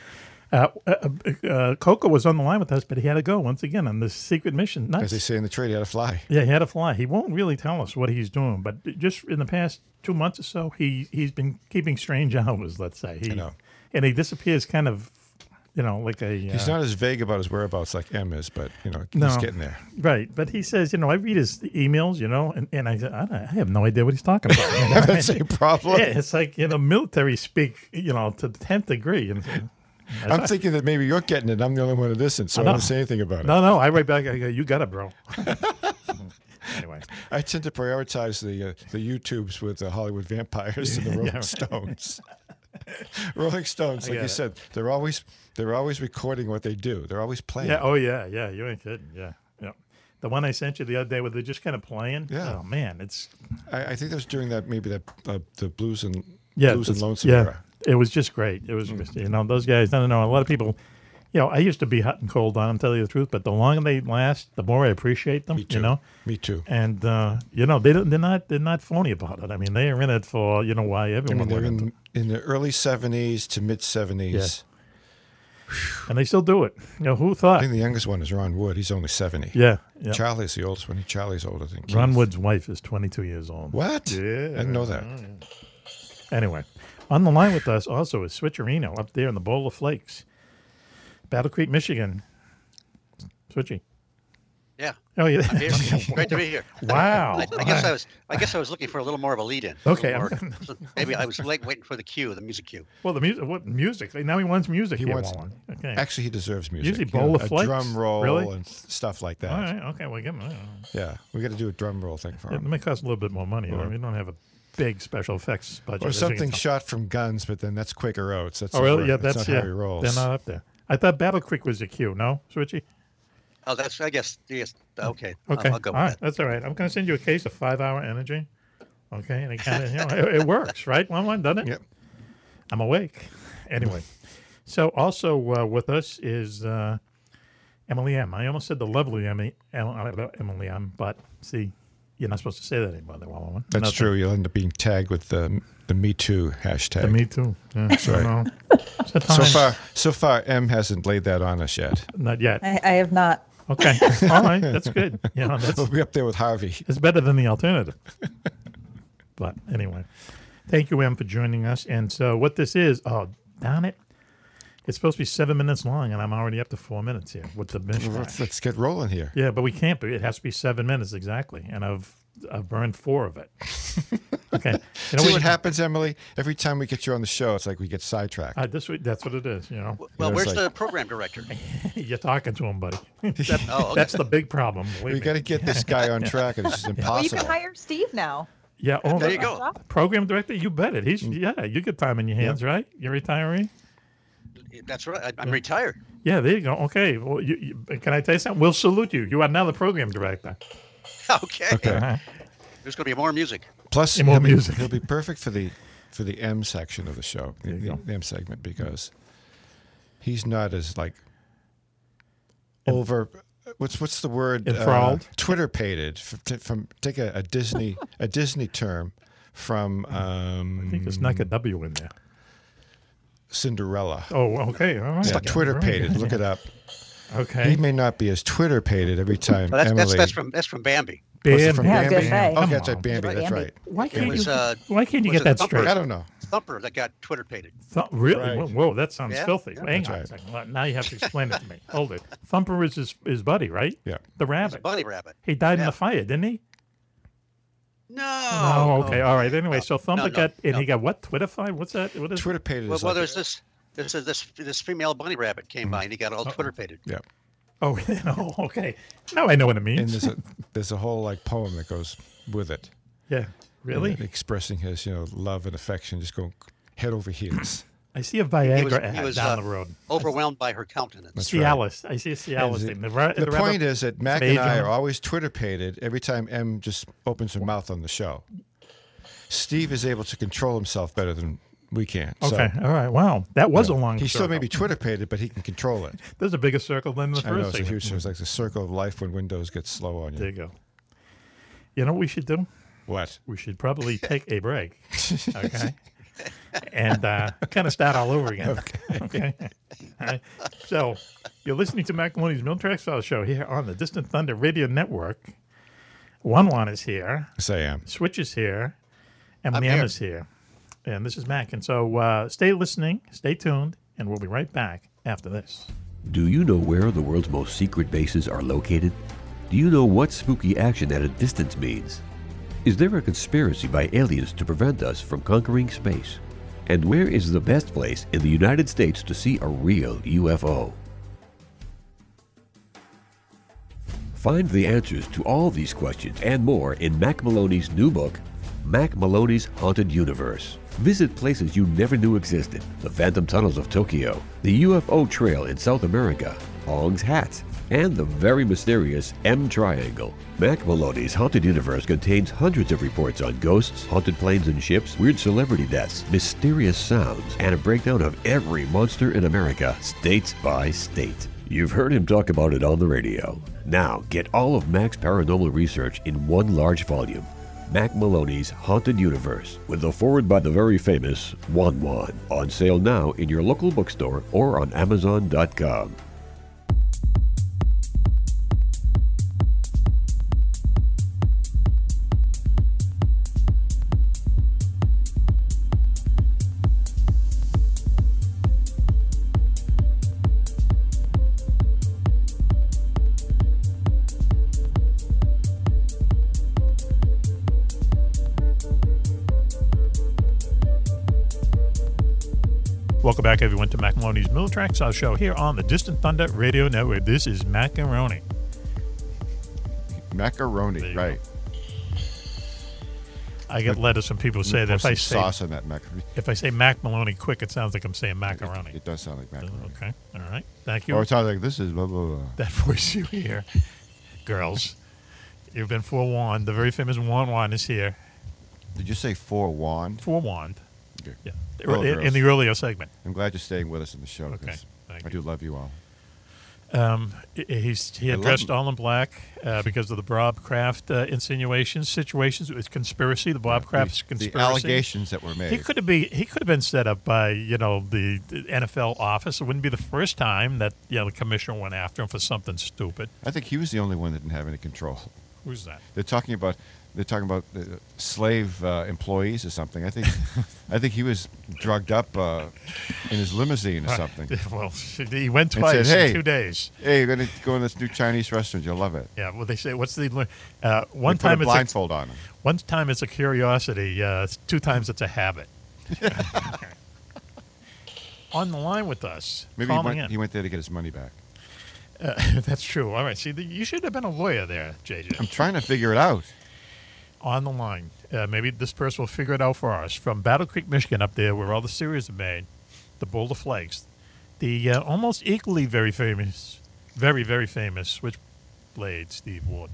B: Uh, uh, uh, Coco was on the line with us, but he had to go once again on this secret mission. Nuts.
F: As they say in the trade, he had to fly.
B: Yeah, he had to fly. He won't really tell us what he's doing, but just in the past two months or so, he he's been keeping strange [laughs] hours. Let's say he,
F: know.
B: and he disappears kind of, you know, like a.
F: He's
B: uh,
F: not as vague about his whereabouts like M is, but you know, he's getting there.
B: Right, but he says, you know, I read his emails, you know, and, and I said, I, don't- I have no idea what he's talking about.
F: [laughs]
B: You know?
F: That's a problem.
B: Yeah, it's like you know, military speak, you know, to the tenth degree. And,
F: I'm thinking that maybe you're getting it. I'm the only one that isn't, so I,
B: I know.
F: don't say anything about it.
B: No, no, I write back. I go, you got it, bro. anyway,
F: I tend to prioritize the uh, the YouTubes with the Hollywood vampires and the
B: [laughs] Yeah,
F: Rolling
B: right.
F: Stones. [laughs] Rolling Stones, like
B: I
F: you
B: get it.
F: said, they're always they're always recording what they do. They're always playing.
B: Yeah. Oh yeah. Yeah. You ain't kidding. Yeah. Yeah. The one I sent you the other day where they're just kind of playing.
F: Yeah.
B: Oh man, it's
F: I, I think that was during that maybe that uh, the blues and
B: yeah.
F: blues and
B: it's-
F: lonesome
B: yeah.
F: era.
B: It was just great. It
F: Mm.
B: was just, you know those guys. I don't know. A lot of people. You know, I used to be hot and cold on them, tell you the truth. But the longer they last, the more I appreciate them.
F: too.
B: You know.
F: Me too.
B: And uh, you know they don't, they're not they're not phony about it. I mean they are in it for you know why
F: I
B: everyone.
F: mean, they're
B: would.
F: in, in the early '70s to mid '70s.
B: and they still do it. You know who thought?
F: I think the youngest one is Ron Wood. He's only 70.
B: Yeah, yeah.
F: Charlie's the oldest one. Charlie's older than Keith.
B: Ron Wood's wife is 22 years old.
F: What?
B: Yeah.
F: I didn't know that.
B: Anyway, on the line with us also is Switcherino up there in the bowl of flakes, Battle Creek, Michigan. Switchy.
A: Yeah.
B: Oh yeah.
A: I'm here. Great to be here.
B: Wow.
A: I, I guess I was. I guess I was looking for a little more of a lead-in. a
B: Okay,
A: little
B: I'm-
A: more- maybe I was late waiting for the cue, the music cue.
B: Well, the music. What music? Now he wants music.
F: He
B: here,
F: wants.
B: Wallen. Okay.
F: Actually, he deserves music.
B: Usually
F: you
B: bowl
F: know,
B: of
F: a
B: flakes?
F: drum roll
B: Really?
F: and stuff like that.
B: All right. Okay. Well, give him. uh,
F: Yeah, we got to do a drum roll thing for
B: It
F: him,
B: may cost a little bit more money.
F: Or-
B: we don't have a big special effects budget.
F: or
B: as you can
F: something
B: tell.
F: shot from guns, but then that's Quaker Oats. That's
B: Oh
F: not
B: really?
F: where-
B: Yeah. That's,
F: not
B: yeah.
F: how he rolls.
B: They're not up there. I thought Battle Creek was the cue. No, Switchy.
A: Oh, that's. I guess. Yes. uh, Okay. I'll-
B: Okay.
A: I'll go with
B: all right.
A: that.
B: That's all right. I'm going to send you a case of five hour energy. Okay. And it kind of, you know, it, it works, right? One one, doesn't it? Yep. I'm awake. Anyway. So also uh, with us is uh, Emily M. I almost said the lovely Emily, Emily M. But see, you're not supposed to say that anymore. The one one.
F: That's true. You'll end up being tagged with the the Me Too hashtag.
B: The Me Too. Yeah,
F: That's
B: I
F: right.
B: know.
F: So
B: Sometimes-
F: far, so far, M hasn't laid that on us yet. [laughs]
B: Not yet.
P: I, I have not.
B: Okay.
P: [laughs]
B: All right. That's good. You know, that's,
F: we'll be up there with Harvey.
B: It's better than the alternative. [laughs] but anyway, thank you, Em, for joining us. And so, what this is, oh, darn it. It's supposed to be seven minutes long, and I'm already up to four minutes here with the bench.
F: Let's, let's get rolling here.
B: Yeah, but we can't be. It has to be seven minutes exactly. And I've, I've burned
F: [laughs]
B: four of it. okay. You know,
F: See
B: we-
F: what happens, Emily? Every time we get you on the show, it's like we get sidetracked.
B: Uh, this, that's what it is, you know.
A: Well,
F: You know, it's
A: where's
F: like-
A: the program
B: [laughs]
A: director?
B: You're talking to him, buddy. That- [laughs]
A: Oh, okay.
B: That's the big problem. believe
F: We
B: me.
F: gotta get this guy
B: [laughs]
F: on track, and it's just
P: Well, you can
F: impossible.
P: hire Steve now.
B: Yeah. Oh,
P: There
B: the-
P: you go.
B: Program director, you bet it. He's
F: Mm.
B: yeah. You get time in your hands, right? You're retiree.
A: That's right. I, I'm retired.
B: Yeah. There you go. Okay. Well, you, you, can I tell you something? We'll salute you. You are now the program director.
A: [laughs] Okay.
F: Okay.
B: Uh-huh.
A: There's going to be more music.
F: Plus,
B: And more
F: he'll be-
B: music.
F: he'll be perfect for the for the M section of the show, the, the M segment, because he's not as like over. uh, What's what's the word? uh,
B: Enthralled?
F: Twitter pated from, from take a, a Disney a Disney term from. Um, I
B: think it's not a W in there.
F: Cinderella.
B: Oh, okay. All right.
F: Yeah, Twitter pated. Look it up.
B: Okay.
F: He may not be as Twitter pated every time.
A: Well, that's,
F: Emily.
A: that's that's from that's from Bambi.
F: Was it from
B: Bambi. Yeah, I was
F: Bambi?
B: gonna say.
F: Oh,
B: Come
F: that's
B: on.
F: right, Bambi. That's
B: Bambi.
F: right.
B: Why
A: It
B: can't
A: was,
B: you-
A: uh,
B: why can't you
A: was
B: get
A: it
B: that straight?
F: I don't know.
A: Thumper that got Twitter pated.
B: Th- really?
F: Right.
B: Whoa, whoa, that sounds
A: Yeah,
B: filthy.
A: yeah.
B: Hang
F: That's
B: on a
F: right.
B: second. Well, Now you have to explain it to me.
A: [laughs]
B: Hold it. Thumper is his, his buddy, right?
F: Yeah.
B: The rabbit.
A: bunny rabbit.
B: He died in
A: Yeah.
B: the fire, didn't he?
A: No.
B: Oh, okay. All right. Anyway, so Thumper
A: no,
B: got and
A: no.
B: he got what? Twitterfied? What's that? What is
F: Twitter pated.
A: Well,
F: is
A: well
F: like, Mm.
A: there's this this is- this this female bunny rabbit came by and he got all Twitter pated.
F: yeah.
B: [laughs] Oh, [laughs] no, okay. Now I know what it means.
F: And there's a there's a whole like poem that goes with it.
B: Yeah. Really?
F: And expressing his you know love and affection, just going head over heels.
B: I see a
A: He
B: Viagra
A: was- he
B: ad
A: was,
B: down
A: uh,
B: the road.
A: Overwhelmed by her countenance.
F: That's
B: Cialis.
F: right.
B: I see a Cialis
F: And
B: thing. The ra-
F: the
B: the
F: point
B: rather
F: is that Mac and I
B: major-
F: are always Twitter pated every time M just opens her mouth on the show. Steve is able to control himself better than we can. So,
B: Okay. All right. Wow. That was
F: you
B: a
F: know,
B: long
F: He still may
B: circle.
F: be Twitter pated, but he can control
B: [laughs]
F: it.
B: There's a bigger circle than the
F: I know,
B: first
F: it's a
B: segment.
F: huge. It's like the circle of life when windows get slow on you.
B: There you go. You know what we should do?
F: What?
B: We should probably take
F: [laughs]
B: a break. Okay. and uh, kind of start all over again. [laughs]
F: Okay.
B: All right. So you're listening to Macaroni's Military Exile Show here on the Distant Thunder Radio Network. One One is here.
F: Yes, I am.
B: Switch is here. And
F: I'm
B: Liam
F: here.
B: is here. And this is Mac. And so uh, stay listening, stay tuned, and we'll be right back after this.
P: Do you know where the world's most secret bases are located? Do you know what spooky action at a distance means? Is there a conspiracy by aliens to prevent us from conquering space? And where is the best place in the United States to see a real UFO? Find the answers to all these questions and more in Mac Maloney's new book, Mac Maloney's Haunted Universe. Visit places you never knew existed the Phantom Tunnels of Tokyo, the UFO Trail in South America, Ong's Hat, and the very mysterious M Triangle. Mac Maloney's Haunted Universe contains hundreds of reports on ghosts, haunted planes and ships, weird celebrity deaths, mysterious sounds, and a breakdown of every monster in America, state by state. You've heard him talk about it on the radio. Now, get all of Mac's paranormal research in one large volume Mac Maloney's Haunted Universe, with a forward by the very famous Juan Juan. On sale now in your local bookstore or on Amazon.com.
B: Welcome back, everyone, to Macaroni's Military Exile Show here on the Distant Thunder Radio Network. This is Macaroni.
F: Macaroni, right?
B: I get letters from people who say
F: Pour
B: that if I
F: some
B: say
F: sauce on that macaroni.
B: if I say Mac Maloney quick, it sounds like I'm saying macaroni.
F: It does sound like macaroni.
B: Okay, all right, thank you.
F: Or it sounds like this is blah blah blah.
B: that voice you hear, girls, you've been forewarned. The very famous Juan Juan is here.
F: Did you say forewarned?
B: Forewarned.
F: Okay.
B: Yeah.
F: Hello,
B: In- in
F: girls.
B: the earlier segment.
F: I'm glad you're staying with us in the show.
B: Okay.
F: 'cause
B: Thank
F: I do love you all.
B: Um, he- he's he
F: I
B: had
F: love
B: dressed
F: him.
B: all in black uh, because of the Bob Kraft uh, insinuations, situations, it was conspiracy, the Bob
F: Yeah,
B: Kraft's
F: the- the
B: conspiracy,
F: allegations that were
B: He
F: made.
B: could have be he could have been set up by you know the, the NFL office. It wouldn't be the first time that you know, the commissioner went after him for something stupid.
F: I think he was the only one that didn't have any control.
B: Who's that?
F: They're talking about they're talking about uh, slave uh, employees or something. I
B: [laughs]
F: think I think he was drugged up uh, in his limousine or
B: Uh,
F: something.
B: [laughs] well, he went
F: And
B: twice
F: said,
B: in
F: "Hey,
B: two days.
F: Hey, you're gonna go in this new Chinese restaurant. You'll love it.
B: Yeah, well, they say what's the uh, one
F: They put a
B: time it's
F: blindfold on 'em.
B: One time it's a curiosity. Uh, it's- two times it's a
F: [laughs]
B: habit. [laughs] on the line with us,
F: Maybe he
B: calling
F: went,
B: in.
F: he went there to get his money back.
B: Uh, [laughs] that's true. All right. See, the, you should have been a lawyer there, JJ.
F: I'm trying to figure it out.
B: on the line. Uh, maybe this person will figure it out for us. From Battle Creek, Michigan, up there where all the cereals are made, the Boulder Flakes, the uh, almost equally very famous, very, very famous Switchblade Steve Ward.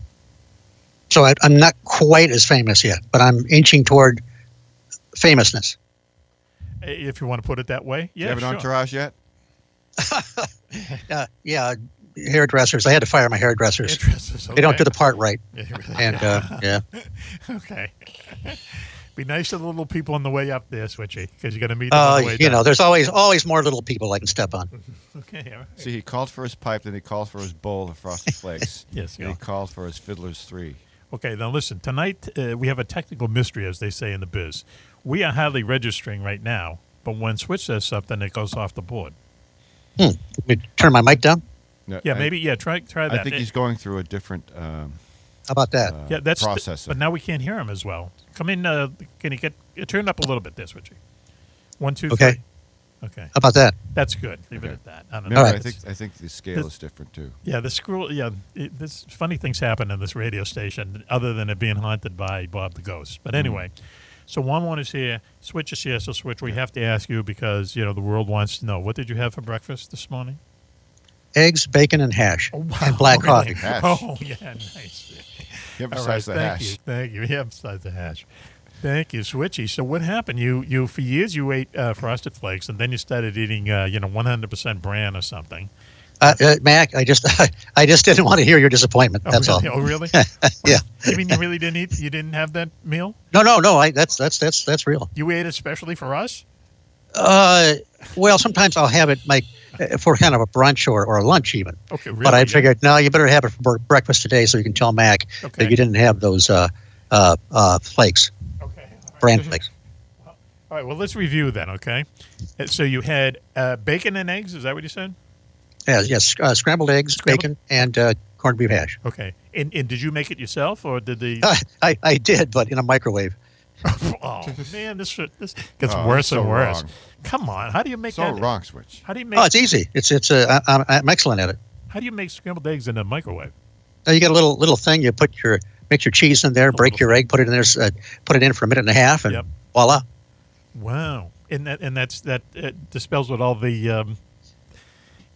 A: So I, I'm not quite as famous yet, but I'm inching toward famousness.
B: Uh, If you want to put it that way.
F: Do you
B: Yeah,
F: have an
B: sure.
F: entourage yet?
B: [laughs]
A: Uh, yeah, hairdressers. I had to fire my hairdressers.
B: Hairdressers,
A: They don't
B: okay.
A: do the
F: [laughs]
A: part right.
B: [laughs] Yeah, really.
A: and
B: [laughs]
A: uh, yeah.
B: [laughs] okay. Be nice to the little people on the way up there, Switchy, because you're going to meet them on
A: Uh,
B: the way
A: you
B: down.
A: know, there's always always more little people I can step on.
B: [laughs] Okay, all right.
F: See, he called for his pipe, then he called for his bowl of
B: [laughs]
F: frosted flakes.
B: Yes,
F: and
B: yeah.
F: he called for his fiddler's three.
B: Okay, now listen. Tonight uh, we have a technical mystery, as they say in the biz. We are hardly registering right now, but when Switch says something, it goes off the board.
A: Hmm. Let me turn my mic down.
F: No,
B: Yeah,
F: I-
B: maybe. Yeah, try try that.
F: I think
B: Eh,
F: he's going through a different. Um,
A: How about that?
F: uh,
B: yeah, that's the-
F: processor.
B: but now we can't hear him as well. Come in. Uh, can you get uh, turned up a little bit there, Switchy? One, two,
A: Okay.
B: three. Okay.
A: How about that?
B: That's good. Leave it
F: Okay.
B: at that. I don't
F: Remember,
B: know.
F: I think I think the scale is different too.
B: Yeah, the screw. Yeah, it, this Mm-hmm. funny things happen in this radio station, other than it being haunted by Bob the Ghost. But anyway, So one one is here, switch is here. So switch, we have to ask you because you know the world wants to know what did you have for breakfast this morning?
A: Eggs, bacon, and
B: Oh,
A: hash, and black
B: Really?
A: coffee.
B: Oh yeah, nice.
F: You
B: All
F: emphasize the
B: thank
F: hash.
B: You, thank you. Yeah, emphasize the hash. Thank you, Switchy. So what happened? You you for years you ate uh, frosted flakes, and then you started eating uh, you know 100% bran or something.
A: Uh, uh, Mac, I just, [laughs] I just didn't want to hear your disappointment.
B: Oh,
A: That's
B: really?
A: all.
B: Oh, really?
A: yeah.
B: You mean you really didn't eat? You didn't have that meal?
A: [laughs] No, no, no. I, that's that's that's that's real.
B: You ate it especially for us?
A: Uh, well, sometimes I'll have it like uh, for kind of a brunch or, or a lunch even.
B: Okay,
A: But I
B: really?
A: figured, no, you better have it for br- breakfast today, so you can tell Mac that you didn't have those uh, uh, uh, flakes, bran flakes.
B: All right. Well, let's review then. Okay. Uh, So you had uh, bacon and eggs. Is that what you said?
A: Yeah, yes, uh, scrambled eggs, bacon, and uh, corned beef hash.
B: Okay. And, and did you make it yourself, or did the?
A: [laughs] I, I did, but in a microwave.
B: oh man, this this gets
A: Oh,
B: worse
A: so
B: and worse.
A: wrong.
B: Come on, how do you make
A: So
B: that?
A: wrong,
F: Switch.
B: How do you make?
A: Oh, it's easy. It's it's uh, I, I'm- I'm excellent at it.
B: How do you make scrambled eggs in a microwave?
A: Uh, you got a little little thing. You put your mix your cheese in there, break your egg, put it in there, s- uh, put it in for a minute and a half, and voila.
B: Wow. And that and that's that uh, dispels with all the, um,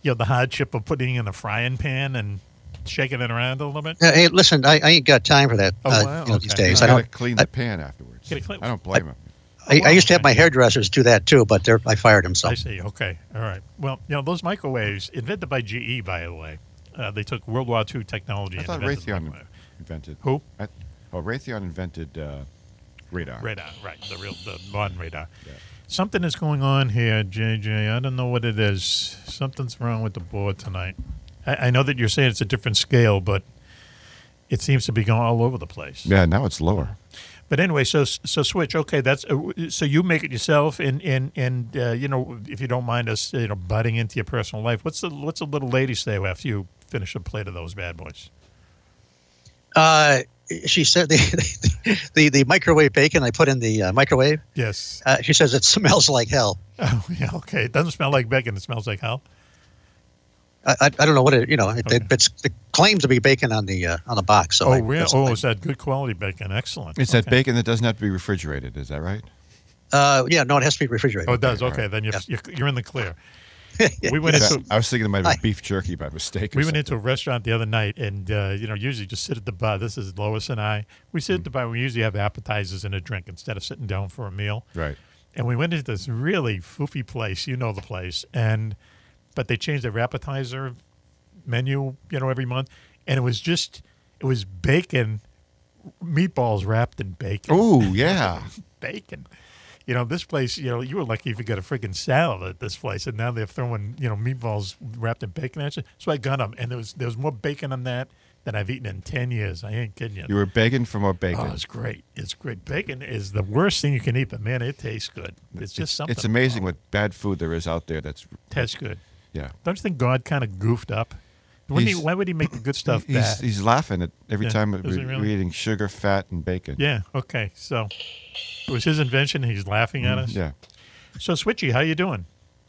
B: you know, the hardship of putting it in a frying pan and shaking it around a little bit.
A: Uh, hey, listen, I, I ain't got time for that
B: Oh,
A: uh,
B: wow,
A: you know, these
B: okay.
A: days.
B: You
A: I don't
F: gotta clean
A: I,
F: the pan afterwards.
B: Get it clean.
F: I don't blame him.
A: I, I used to have my hairdressers do that too, but they're, I fired them. So
B: I see. Okay. All right. Well, you know, those microwaves invented by GE, by the way. Uh, they took World War II
F: I
B: technology. and
F: thought
B: invented the
F: Raytheon
B: microwave.
F: invented.
B: Who?
F: I, oh, Raytheon invented uh, radar.
B: radar, right? The real, the modern radar. Something is going on here, JJ. I don't know what it is. Something's wrong with the board tonight. I, I know that you're saying it's a different scale, but it seems to be going all over the place.
F: Yeah, now it's lower.
B: But anyway, so so switch. Okay, that's uh, so you make it yourself, and and and uh, you know if you don't mind us, you know, butting into your personal life. What's the what's the little lady say after you finish a plate of those bad boys?
A: uh, she said the, [laughs] the the microwave bacon I put in the uh, microwave.
B: Yes.
A: Uh, she says it smells like hell.
B: Oh [laughs] yeah, okay. It doesn't smell like bacon. It smells like hell.
A: I, I, I don't know what it you know it, it, it's, it claims to be bacon on the uh, on the box. So
B: oh
A: I-
B: really?
A: that's-
B: Oh, is that good quality bacon? Excellent.
F: It's that
B: Okay.
F: bacon that doesn't have to be refrigerated. Is that right?
A: Uh, yeah, no, it has to be refrigerated.
B: Oh, it does.
F: all right.
B: Okay, then you're, you're you're in
F: [laughs]
B: the clear. [laughs] We
F: We
B: went into
F: I was thinking it might be beef jerky by mistake. or
B: we went
F: something.
B: into a restaurant the other night, and uh, you know, usually just sit at the bar. This is Lois and I. We sit
F: Mm.
B: at the bar. We usually have appetizers and a drink instead of sitting down for a meal.
F: Right.
B: And we went into this really foofy place. You know the place, and but they changed their appetizer menu. You know every month, and it was just it was bacon, meatballs wrapped in bacon. [laughs]
F: Oh yeah.
B: bacon. You know, this place, you know, you were lucky if you got a freaking salad at this place, and now they're throwing, you know, meatballs wrapped in bacon at you. So I got them, and there was, there was more bacon on that than I've eaten in 10 years. I ain't kidding you.
F: You were begging for more bacon.
B: Oh, it's great. It's great. Bacon is the worst thing you can eat, but man, it tastes good. It's just something.
F: It's amazing what bad food there is out there. That's
B: Tastes good.
F: Yeah.
B: Don't you think God kind of goofed up? Wouldn't he,
F: He's-
B: why would he make the
F: [clears throat]
B: good stuff
F: He's,
B: bad?
F: he's laughing at every
B: Yeah,
F: time that
B: is he
F: we're,
B: really?
F: we're eating sugar, fat, and bacon.
B: Yeah. Okay. So it was his invention. and He's laughing at
F: Mhm,
B: us.
F: yeah.
B: So Switchy, how you doing?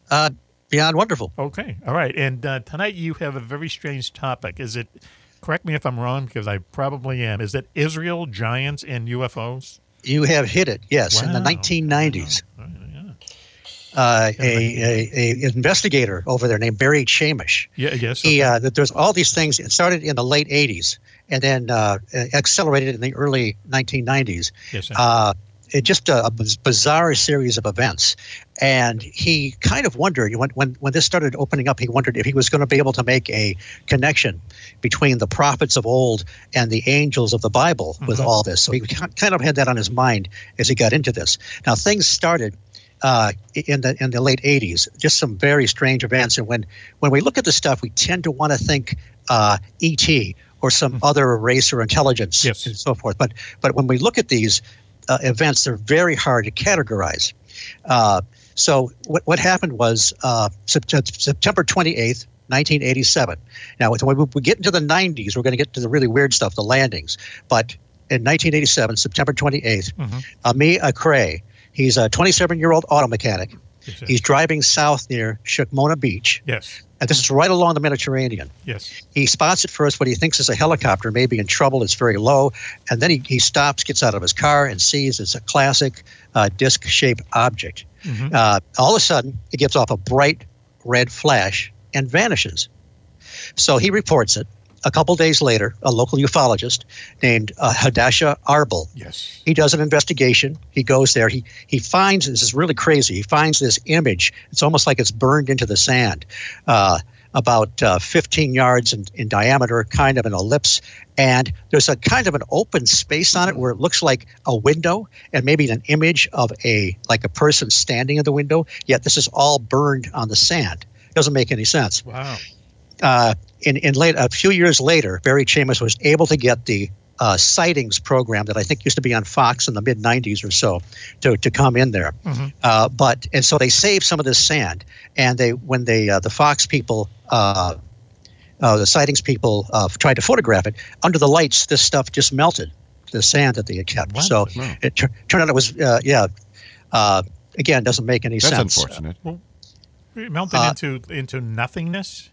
A: Uh, beyond wonderful.
B: Okay. All right. And uh, tonight you have a very strange topic. Is it? Correct me if I'm wrong, because I probably am. Is it Israel giants and UFOs?
A: You have hit it, yes, in the
B: Wow.
A: 1990s. Uh, a, a, a investigator over there named Barry Chamish.
B: Yeah. Yes.
A: He, uh, that there's all these things. It started in the late 80s and then uh, accelerated in the early 1990s.
B: Yes, sir.
A: Uh, it just a, a biz- bizarre series of events, and he kind of wondered when when when this started opening up. He wondered if he was going to be able to make a connection between the prophets of old and the angels of the Bible with all this. So he ki- kind of had that on his mind as he got into this. Now things started uh, in the in the late '80s. Just some very strange events, and when when we look at this stuff, we tend to want to think uh, ET or some other race or intelligence and so forth. But but when we look at these uh, events, they're very hard to categorize. Uh, so what what happened was uh, Sept- September 28th. 1987. Now, when we get into the 90s, we're going to get to the really weird stuff, the landings. But in 1987, September 28th, Ami Akray. He's a 27 year old auto mechanic. He's driving south near Shikmona Beach.
B: Yes.
A: And this is right along the Mediterranean.
B: Yes.
A: He spots at first what he thinks is a helicopter, maybe in trouble. It's very low. And then he, he stops, gets out of his car, and sees it's a classic uh, disc shaped object.
Q: Mhm.
A: Uh, all of a sudden, it gives off a bright red flash and vanishes. So he reports it. A couple days later, a local ufologist named uh, Hadasha Arbel.
B: Yes.
A: He does an investigation. He goes there. He he finds this is really crazy. He finds this image. It's almost like it's burned into the sand, uh, about uh, 15 yards in, in diameter, kind of an ellipse. And there's a kind of an open space on it where it looks like a window and maybe an image of a like a person standing in the window. Yet this is all burned on the sand. Doesn't make any sense
B: Wow.
A: uh, in, in late, a few years later, Barry Chambers was able to get the uh, sightings program that I think used to be on Fox in the mid 90s or so to, to come in there. Uh, but and so they saved some of this sand, and they when they uh, the Fox people. Uh, uh, the sightings people uh, tried to photograph it under the lights. This stuff just melted, the sand that they had kept. So it tur- turned out it was, uh, yeah. Uh, again, doesn't make any
F: That's
A: sense.
F: unfortunate.
B: Well, it melted
A: Uh,
B: into into nothingness.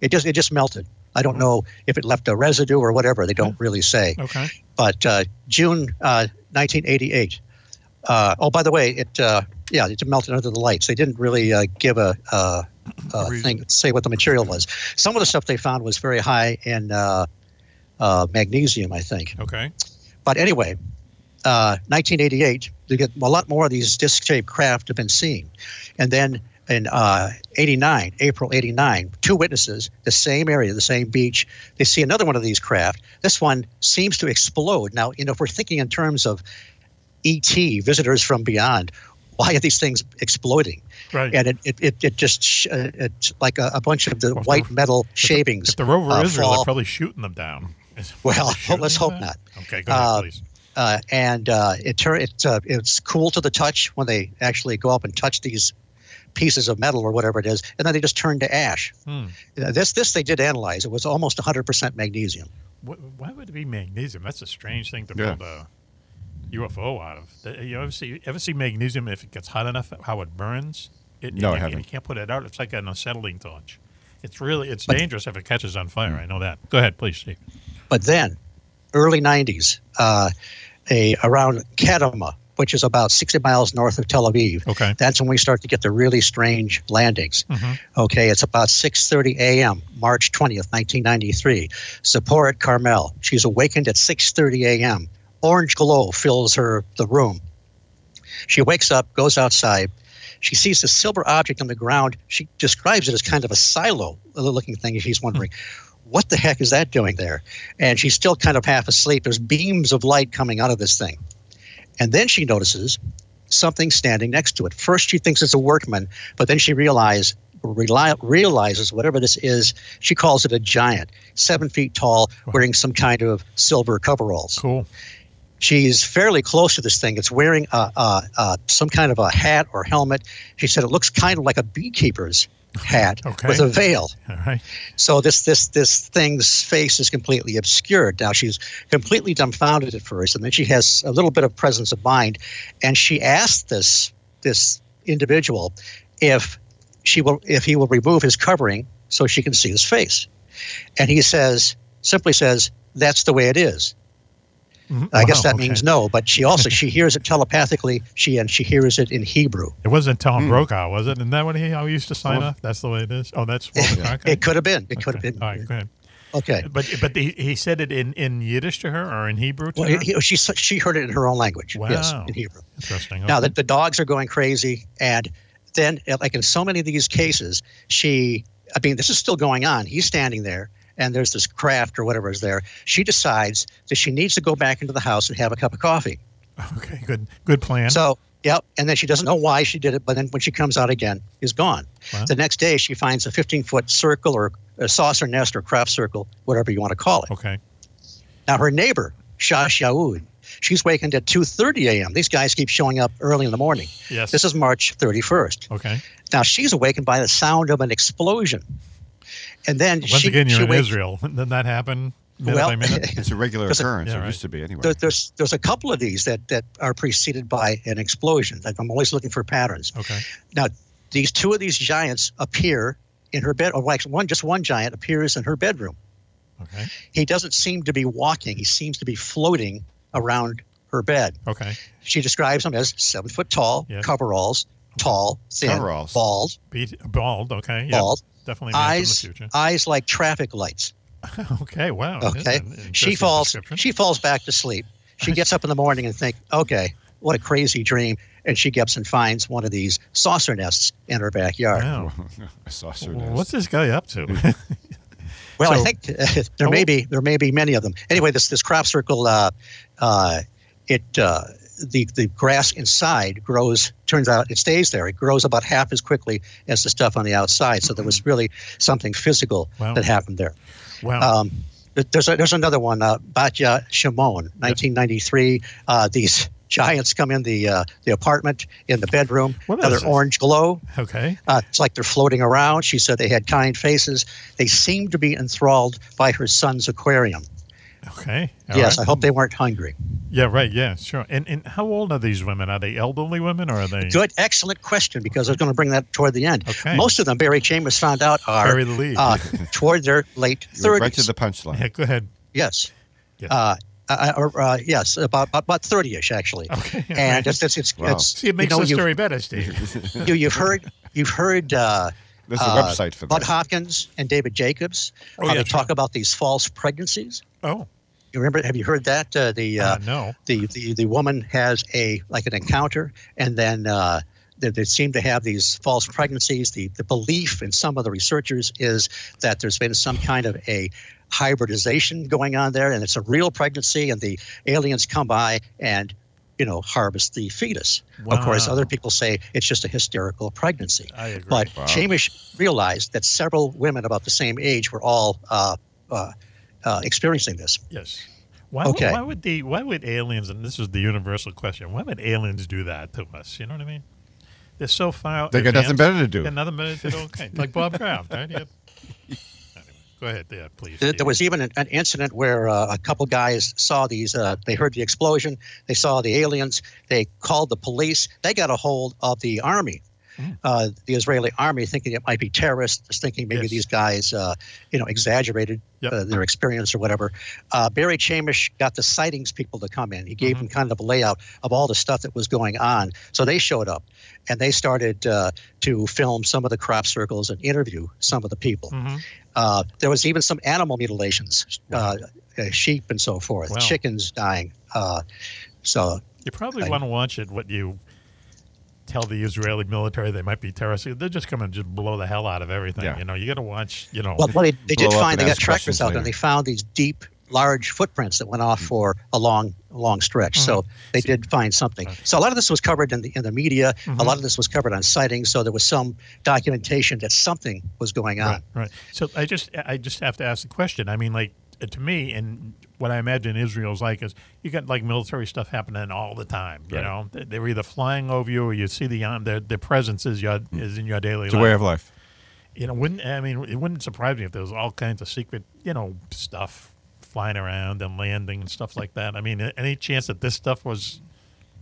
A: It just it just melted. I don't know if it left a residue or whatever. They don't really say.
B: Okay.
A: But uh, June uh, 1988. Uh, oh, by the way, it uh, yeah, it melted under the lights. They didn't really uh, give a, uh, uh thing say what the material was. Some of the stuff they found was very high in uh, uh, magnesium, I think.
B: Okay.
A: But anyway, uh, 1988, they get a lot more of these disc-shaped craft have been seen, and then in uh, 89, April 89, two witnesses, the same area, the same beach, they see another one of these craft. This one seems to explode. Now, you know, if we're thinking in terms of ET, visitors from beyond, why are these things exploding?
B: Right.
A: And it, it, it, it just, sh- uh, it's like a, a bunch of the white metal shavings.
B: If they're over
A: uh,
B: Israel,
A: fall.
B: they're probably shooting them down.
A: [laughs]
B: [laughs]
A: Well,
B: Shooting
A: let's
B: them
A: hope
B: down?
A: not.
B: Okay, go ahead,
A: Uh,
B: please.
A: Uh, and uh, it tur- it, uh, it's cool to the touch when they actually go up and touch these pieces of metal or whatever it is, and then they just turn to ash.
B: Hmm.
A: Uh, This this they did analyze. It was almost 100% magnesium.
B: Wh- Why would it be magnesium? That's a strange thing to
A: Yeah.
B: build a UFO out of. Th- You ever see ever see magnesium if it gets hot enough how it burns? It,
F: No,
B: you,
F: I
B: can't-
F: haven't.
B: You can't put it out. It's like an acetylene torch. It's really it's dangerous if it catches on fire. I know that. Go ahead, please, Steve.
A: But then, early 90s, uh, a around Kadama, which is about 60 miles north of Tel Aviv.
B: Okay.
A: That's when we start to get the really strange landings.
B: Mhm.
A: Okay, it's about 6:30 a.m. March 20th, 1993. Zipporah Carmel. She's awakened at 6:30 a.m. Orange glow fills her the room. She wakes up, goes outside. She sees the silver object on the ground. She describes it as kind of a silo looking thing. She's wondering, what the heck is that doing there? And she's still kind of half asleep. There's beams of light coming out of this thing. And then she notices something standing next to it. First, she thinks it's a workman, but then she realizes realizes whatever this is. She calls it a giant, seven feet tall, wearing some kind of silver coveralls.
B: Cool.
A: She's fairly close to this thing. It's wearing a, a, a, some kind of a hat or helmet. She said it looks kind of like a beekeeper's hat
B: Okay.
A: with a veil.
B: All right.
A: So this this this thing's face is completely obscured. Now she's completely dumbfounded at first, and then she has a little bit of presence of mind, and she asks this this individual if she will if he will remove his covering so she can see his face, and he says simply says that's the way it is.
B: Mm-hmm.
A: I guess that means no, but she
B: [laughs]
A: also she hears it telepathically. She and she hears it in Hebrew.
B: It wasn't Tom
A: Hmm.
B: Brokaw, was it? Isn't that what he how he used to sign
A: Well-
B: off? That's the way it is. Oh, that's Walter Cronkite?
A: It could have been. It could have been.
B: All right, go ahead.
A: Okay.
B: But but he, he said it in, in Yiddish to her or in Hebrew to
A: Well,
B: her?
A: he, she she heard it in her own language.
B: wow.
A: Yes, in Hebrew.
B: Interesting.
A: Now
B: Okay.
A: that the dogs are going crazy, and then uh, like in so many of these cases, she I mean this is still going on. He's standing there, and there's this craft or whatever is there. She decides that she needs to go back into the house and have a cup of coffee.
B: Okay, good good plan.
A: So yep, and then she doesn't know why she did it, but then when she comes out again, he's gone.
B: Wow.
A: The next day, she finds a 15 foot circle or a saucer nest or craft circle, whatever you want to call it.
B: Okay.
A: Now her neighbor Shash Yaoud, she's wakened at 2:30 a.m. These guys keep showing up early in the morning.
B: Yes.
A: This is March 31st.
B: Okay.
A: Now she's awakened by the sound of an explosion, and then
B: Once
A: she,
B: again, you're
A: she
B: in
A: wakes-
B: [laughs] Israel. Didn't that happen? minute by minute?
F: It's a regular
A: There's a-
F: occurrence.
A: Yeah,
F: it
A: right.
F: used to be anyway. [laughs]
A: There, there's there's a couple of these that that are preceded by an explosion. Like, I'm always looking for patterns.
B: Okay.
A: Now, these two of these giants appear in her bed, or like one, just one giant appears in her bedroom.
B: Okay.
A: He doesn't seem to be walking. He seems to be floating around her bed.
B: Okay.
A: She describes him as seven foot tall,
B: Yes.
A: coveralls, tall, thin,
B: Coveralls.
A: bald,
B: Beat, bald. Okay. Yeah.
A: bald,
B: Definitely man
A: eyes,
B: from the future.
A: eyes like traffic lights.
B: [laughs] Okay. Wow.
A: Okay. She falls. She falls back to sleep. She gets up in the morning and think, okay, what a crazy dream. And she gets and finds one of these saucer nests in her backyard.
B: Wow.
F: a saucer
B: Well,
F: nest.
B: what's this guy up [laughs] to?
A: Well,
B: So-
A: I think uh, there may be there may be many of them. Anyway, this this crop circle, uh, uh, it uh, the the grass inside grows. Turns out it stays there. It grows about half as quickly as the stuff on the outside. So there was really something physical
B: Wow.
A: that happened there.
B: Wow.
A: Um, th- there's a, there's another one, uh, Batya Shimon, 1993. Uh, these giants come in the uh, the apartment in the bedroom.
B: What
A: Another
B: is this?
A: orange glow.
B: Okay.
A: Uh, it's like they're floating around. She said they had kind faces. They seemed to be enthralled by her son's aquarium.
B: Okay. all
A: yes,
B: right.
A: I hope they weren't hungry.
B: Yeah. Right. Yeah. Sure. And and how old are these women? Are they elderly women or are they?
A: Good, excellent question because I was going to bring that toward the end.
B: Okay.
A: Most of them, Barry Chambers found out, are
B: Bury the lead. [laughs]
A: uh, toward their late
F: You went
A: 30s.
F: right to the punchline.
B: Yeah, go ahead.
A: Yes. Uh, uh, or, uh, yes, about about thirty-ish actually, okay,
B: all
A: and
B: right.
A: it's it's it's,
B: Wow.
A: it's
B: See, it makes
A: you know,
B: the
A: you've-
B: story better,
A: [laughs]
B: Steve.
A: you, you've heard you've heard uh,
B: There's a
A: uh,
B: website for
A: Bud
B: that.
A: Hopkins and David Jacobs.
B: Oh,
A: how
B: yeah,
A: they talk about these false pregnancies.
B: Oh,
A: you remember? Have you heard that? Uh, the uh,
B: no.
A: The, the the woman has a like an encounter, and then uh, they, they seem to have these false pregnancies. The the belief in some of the researchers is that there's been some kind of a hybridization going on there, and it's a real pregnancy, and the aliens come by and you know harvest the fetus. Of course,
B: Wow.
A: other people say it's just a hysterical pregnancy.
B: I agree.
A: But Chamish realized that several women about the same age were all uh, uh, uh, experiencing this.
B: Yes. Why, would-
A: Okay.
B: why would the why would aliens and this is the universal question why would aliens do that to us you know what I mean they're so far
F: They got nothing
B: advanced.
F: better to do.
B: Got nothing better to do okay like Bob Kraft right Yep. anyway, go ahead yeah please
A: There,
B: Steve.
A: there was even an, an incident where uh, a couple guys saw these. Uh, they heard the explosion. They saw the aliens. They called the police. They got a hold of the army, uh, the Israeli army, thinking it might be terrorists, just thinking maybe these guys, uh, you know, exaggerated uh, their experience or whatever. Uh, Barry Chamish got the sightings people to come in. He gave them kind of a layout of all the stuff that was going on. So they showed up, and they started uh, to film some of the crop circles and interview some of the people. Uh, there was even some animal mutilations, uh, uh, sheep and so forth,
B: Wow.
A: chickens dying. Uh, so
B: you probably want to watch it what you tell the Israeli military they might be terrorists they're just coming to just blow the hell out of everything you know you got to watch you know
A: well, well, they, they did find they got trackers out there, and they found these deep, large footprints that went off for a long, long stretch.
B: Mm.
A: So they did find something. So a lot of this was covered in the in the media.
B: Mm-hmm.
A: A lot of this was covered on sightings. So there was some documentation that something was going on.
B: Right, right. So I just I just have to ask the question. I mean, like uh, to me, and what I imagine Israel's like is you got like military stuff happening all the time. You
F: Right.
B: know, They- they're either flying over you or you see the um, their their presence is your
F: Hmm.
B: is in your daily.
F: It's a way of life.
B: You know, wouldn't I mean? It wouldn't surprise me if there was all kinds of secret, you know, stuff flying around and landing and stuff like that. I mean, a- any chance that this stuff was,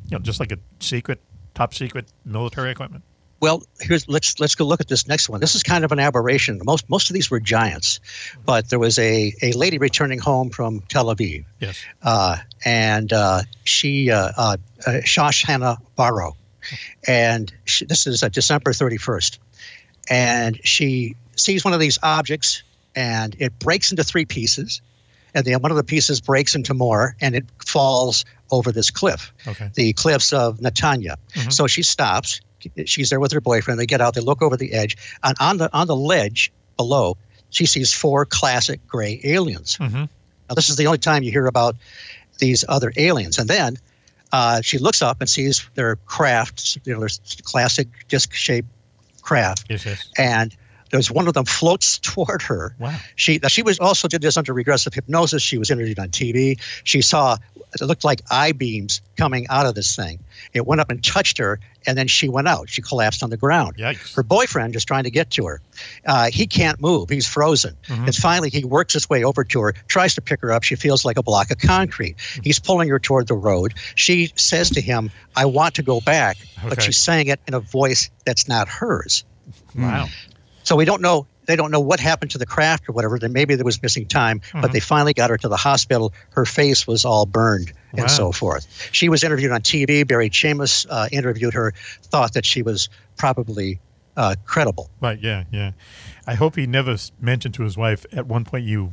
B: you know, just like a secret, top secret military equipment?
A: Well, here's let's let's go look at this next one. This is kind of an aberration. Most most of these were giants, but there was a, a lady returning home from Tel Aviv,
B: Yes.
A: uh, and uh, she uh, uh, uh, Shosh Hannah Barrow, and she, this is uh, December thirty first, and she sees one of these objects, and it breaks into three pieces, and then one of the pieces breaks into more, and it falls over this cliff
B: Okay.
A: the cliffs of Netanya. So she stops. She's there with her boyfriend. They get out. They look over the edge, and on the on the ledge below, she sees four classic gray aliens. Now, this is the only time you hear about these other aliens. And then uh, she looks up and sees their craft, you know, their s- classic disc-shaped craft.
B: Yes, yes.
A: And there's one of them floats [laughs] toward her.
B: Wow.
A: She now she was also did this under regressive hypnosis. She was interviewed on TV. She saw It looked like I beams coming out of this thing. It went up and touched her, and then she went out. She collapsed on the ground.
B: Yikes.
A: Her boyfriend is trying to get to her. Uh, he can't move. He's frozen.
B: Mhm.
A: And finally, he works his way over to her, tries to pick her up. She feels like a block of concrete. He's pulling her toward the road. She says to him, I want to go back, but
B: Okay.
A: she's saying it in a voice that's not hers.
F: Hmm.
B: Wow.
A: So we don't know. They don't know what happened to the craft or whatever. Then maybe there was missing time, but
B: Mhm.
A: they finally got her to the hospital. Her face was all burned and
B: Wow.
A: so forth. She was interviewed on TV. Barry Chamus uh, interviewed her, thought that she was probably uh, credible.
B: Right. Yeah. Yeah. I hope he never s- mentioned to his wife at one point you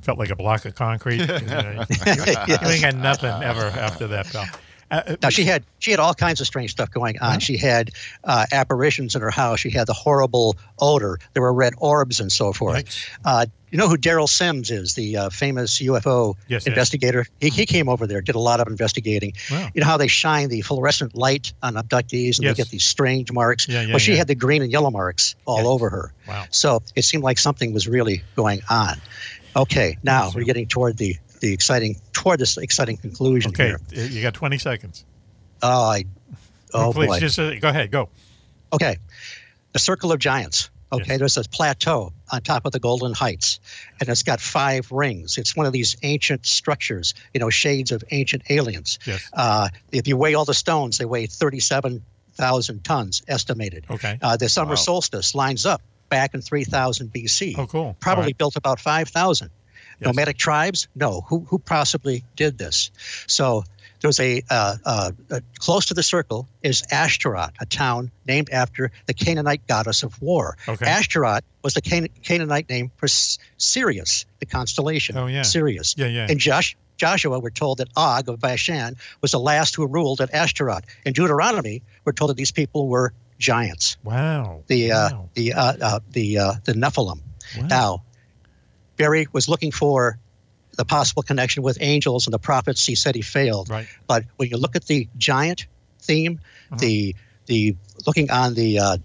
B: felt like a block of concrete. You, know, you- you ain't got nothing ever after that, pal. Uh,
A: Now she had she had all kinds of strange stuff going on. She had uh, apparitions in her house. She had the horrible odor. There were red orbs and so forth. Uh, you know who Daryl Sims is, the uh, famous UFO
B: Yes, yes.
A: investigator. He, he came over there, did a lot of investigating.
B: Wow.
A: You know how they shine the fluorescent light on abductees and
B: Yes.
A: they get these strange marks.
B: Yeah, yeah,
A: well, she
B: yeah.
A: had the green and yellow marks all over her.
B: Wow.
A: So it seemed like something was really going on. Okay, now we're getting toward the the exciting toward this exciting conclusion
B: Okay.
A: here.
B: uh, You got 20 seconds.
A: Oh, I, oh
B: Please,
A: boy.
B: just, uh, go ahead. Go.
A: Okay. The Circle of Giants. Okay. There's this plateau on top of the Golden Heights, and it's got five rings. It's one of these ancient structures, you know, shades of ancient aliens.
B: Yes.
A: Uh, if you weigh all the stones, they weigh 37,000 tons estimated.
B: Okay.
A: Uh, the summer
B: Wow.
A: solstice lines up back in 3000 BC.
B: Oh, cool.
A: Probably
B: right.
A: built about 5,000.
B: Yes.
A: Nomadic tribes? No. Who, who possibly did this? So there's a, uh, uh, uh, close to the circle is Ashtaroth, a town named after the Canaanite goddess of war.
B: Okay.
A: Ashtaroth was the Can- Canaanite name for S- Sirius, the constellation.
B: Oh, yeah.
A: Sirius.
B: Yeah, yeah.
A: And Josh, Joshua, we're told that Og of Bashan was the last who ruled at Ashtaroth. In Deuteronomy, we're told that these people were giants
B: Wow.
A: the uh, the uh, uh, the uh, the Nephilim. Now, Barry was looking for the possible connection with angels and the prophets. He said he failed.
B: Right. Uh-huh.
A: But when you look at the giant theme, the the looking on the uh,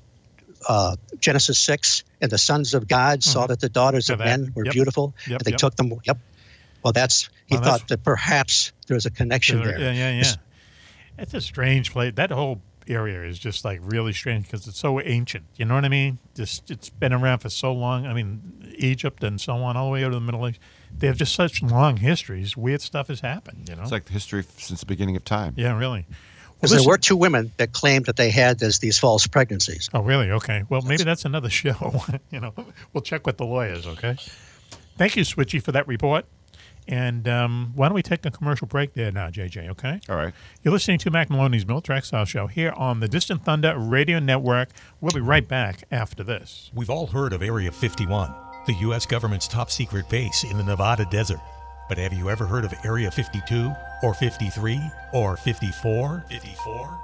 A: uh, Genesis six and the sons of God saw that the daughters of men were
B: Uh-huh. Yep.
A: beautiful,
B: Yep,
A: and they
B: yep.
A: took them. Yep. Well, that's he
B: Well, that's-
A: thought that perhaps there was a connection there.
B: Yeah, yeah, yeah. It's a strange place. That whole area is just like really strange because it's so ancient. You know what I mean? Just it's been around for so long. I mean, Egypt and so on, all the way over to the Middle East. They have just such long histories. Weird stuff has happened. You know?
F: It's like history f- since the beginning of time.
B: yeah, really.
A: Because there were two women that claimed that they had this, these false pregnancies.
B: Oh, really? Okay. Well, maybe that's another [laughs] show. you know, we'll check with the lawyers. Okay. Thank you, Switchy, for that report. And um, why don't we take a commercial break there now, JJ? Okay.
F: All right.
B: You're listening to Mac Maloney's Military Exile Show here on the Distant Thunder Radio Network. We'll be right back after this.
E: We've all heard of Area 51, the U.S. government's top secret base in the Nevada desert. But have you ever heard of Area 52, or 53, or 54? 54?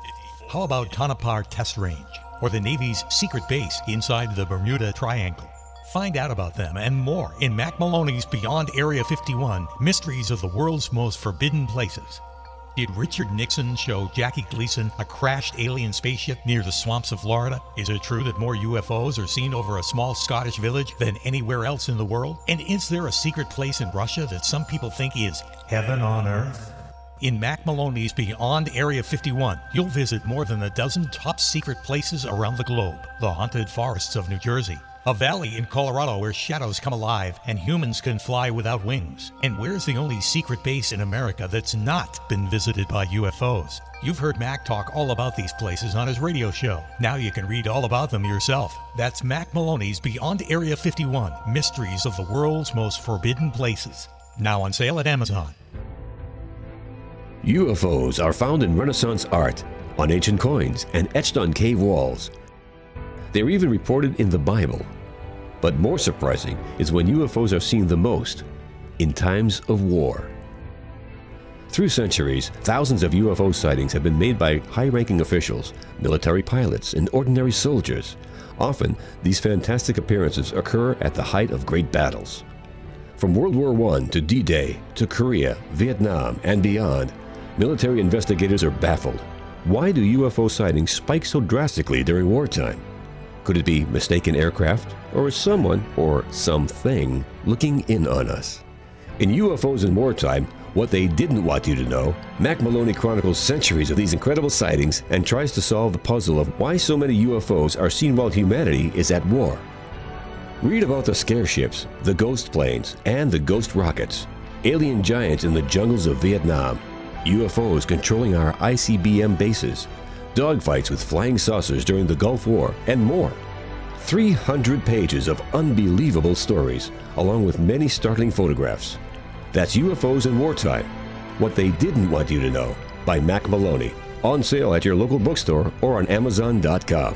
E: How about Tonopah Test Range, or the Navy's secret base inside the Bermuda Triangle? Find out about them and more in Mac Maloney's Beyond Area 51 Mysteries of the World's Most Forbidden Places. Did Richard Nixon show Jackie Gleason a crashed alien spaceship near the swamps of Florida? Is it true that more UFOs are seen over a small Scottish village than anywhere else in the world? And is there a secret place in Russia that some people think is heaven on earth? In Mac Maloney's Beyond Area 51, you'll visit more than a dozen top secret places around the globe. The haunted forests of New Jersey, a valley in Colorado where shadows come alive and humans can fly without wings. And where's the only secret base in America that's not been visited by UFOs? You've heard Mac talk all about these places on his radio show. Now you can read all about them yourself. That's Mac Maloney's Beyond Area 51 Mysteries of the World's Most Forbidden Places. Now on sale at Amazon.
P: UFOs are found in Renaissance art, on ancient coins, and etched on cave walls. They're even reported in the Bible. But more surprising is when UFOs are seen the most in times of war. Through centuries, thousands of UFO sightings have been made by high ranking officials, military pilots, and ordinary soldiers. Often, these fantastic appearances occur at the height of great battles. From World War I to D Day to Korea, Vietnam, and beyond, military investigators are baffled. Why do UFO sightings spike so drastically during wartime? Could it be mistaken aircraft, or is someone, or something, looking in on us? In UFOs in Wartime, What They Didn't Want You to Know, Mac Maloney chronicles centuries of these incredible sightings and tries to solve the puzzle of why so many UFOs are seen while humanity is at war. Read about the scare ships, the ghost planes, and the ghost rockets, alien giants in the jungles of Vietnam, UFOs controlling our ICBM bases, dogfights with flying saucers during the Gulf War, and more. 300 pages of unbelievable stories, along with many startling photographs. That's UFOs in Wartime What They Didn't Want You to Know by Mac Maloney. On sale at your local bookstore or on Amazon.com.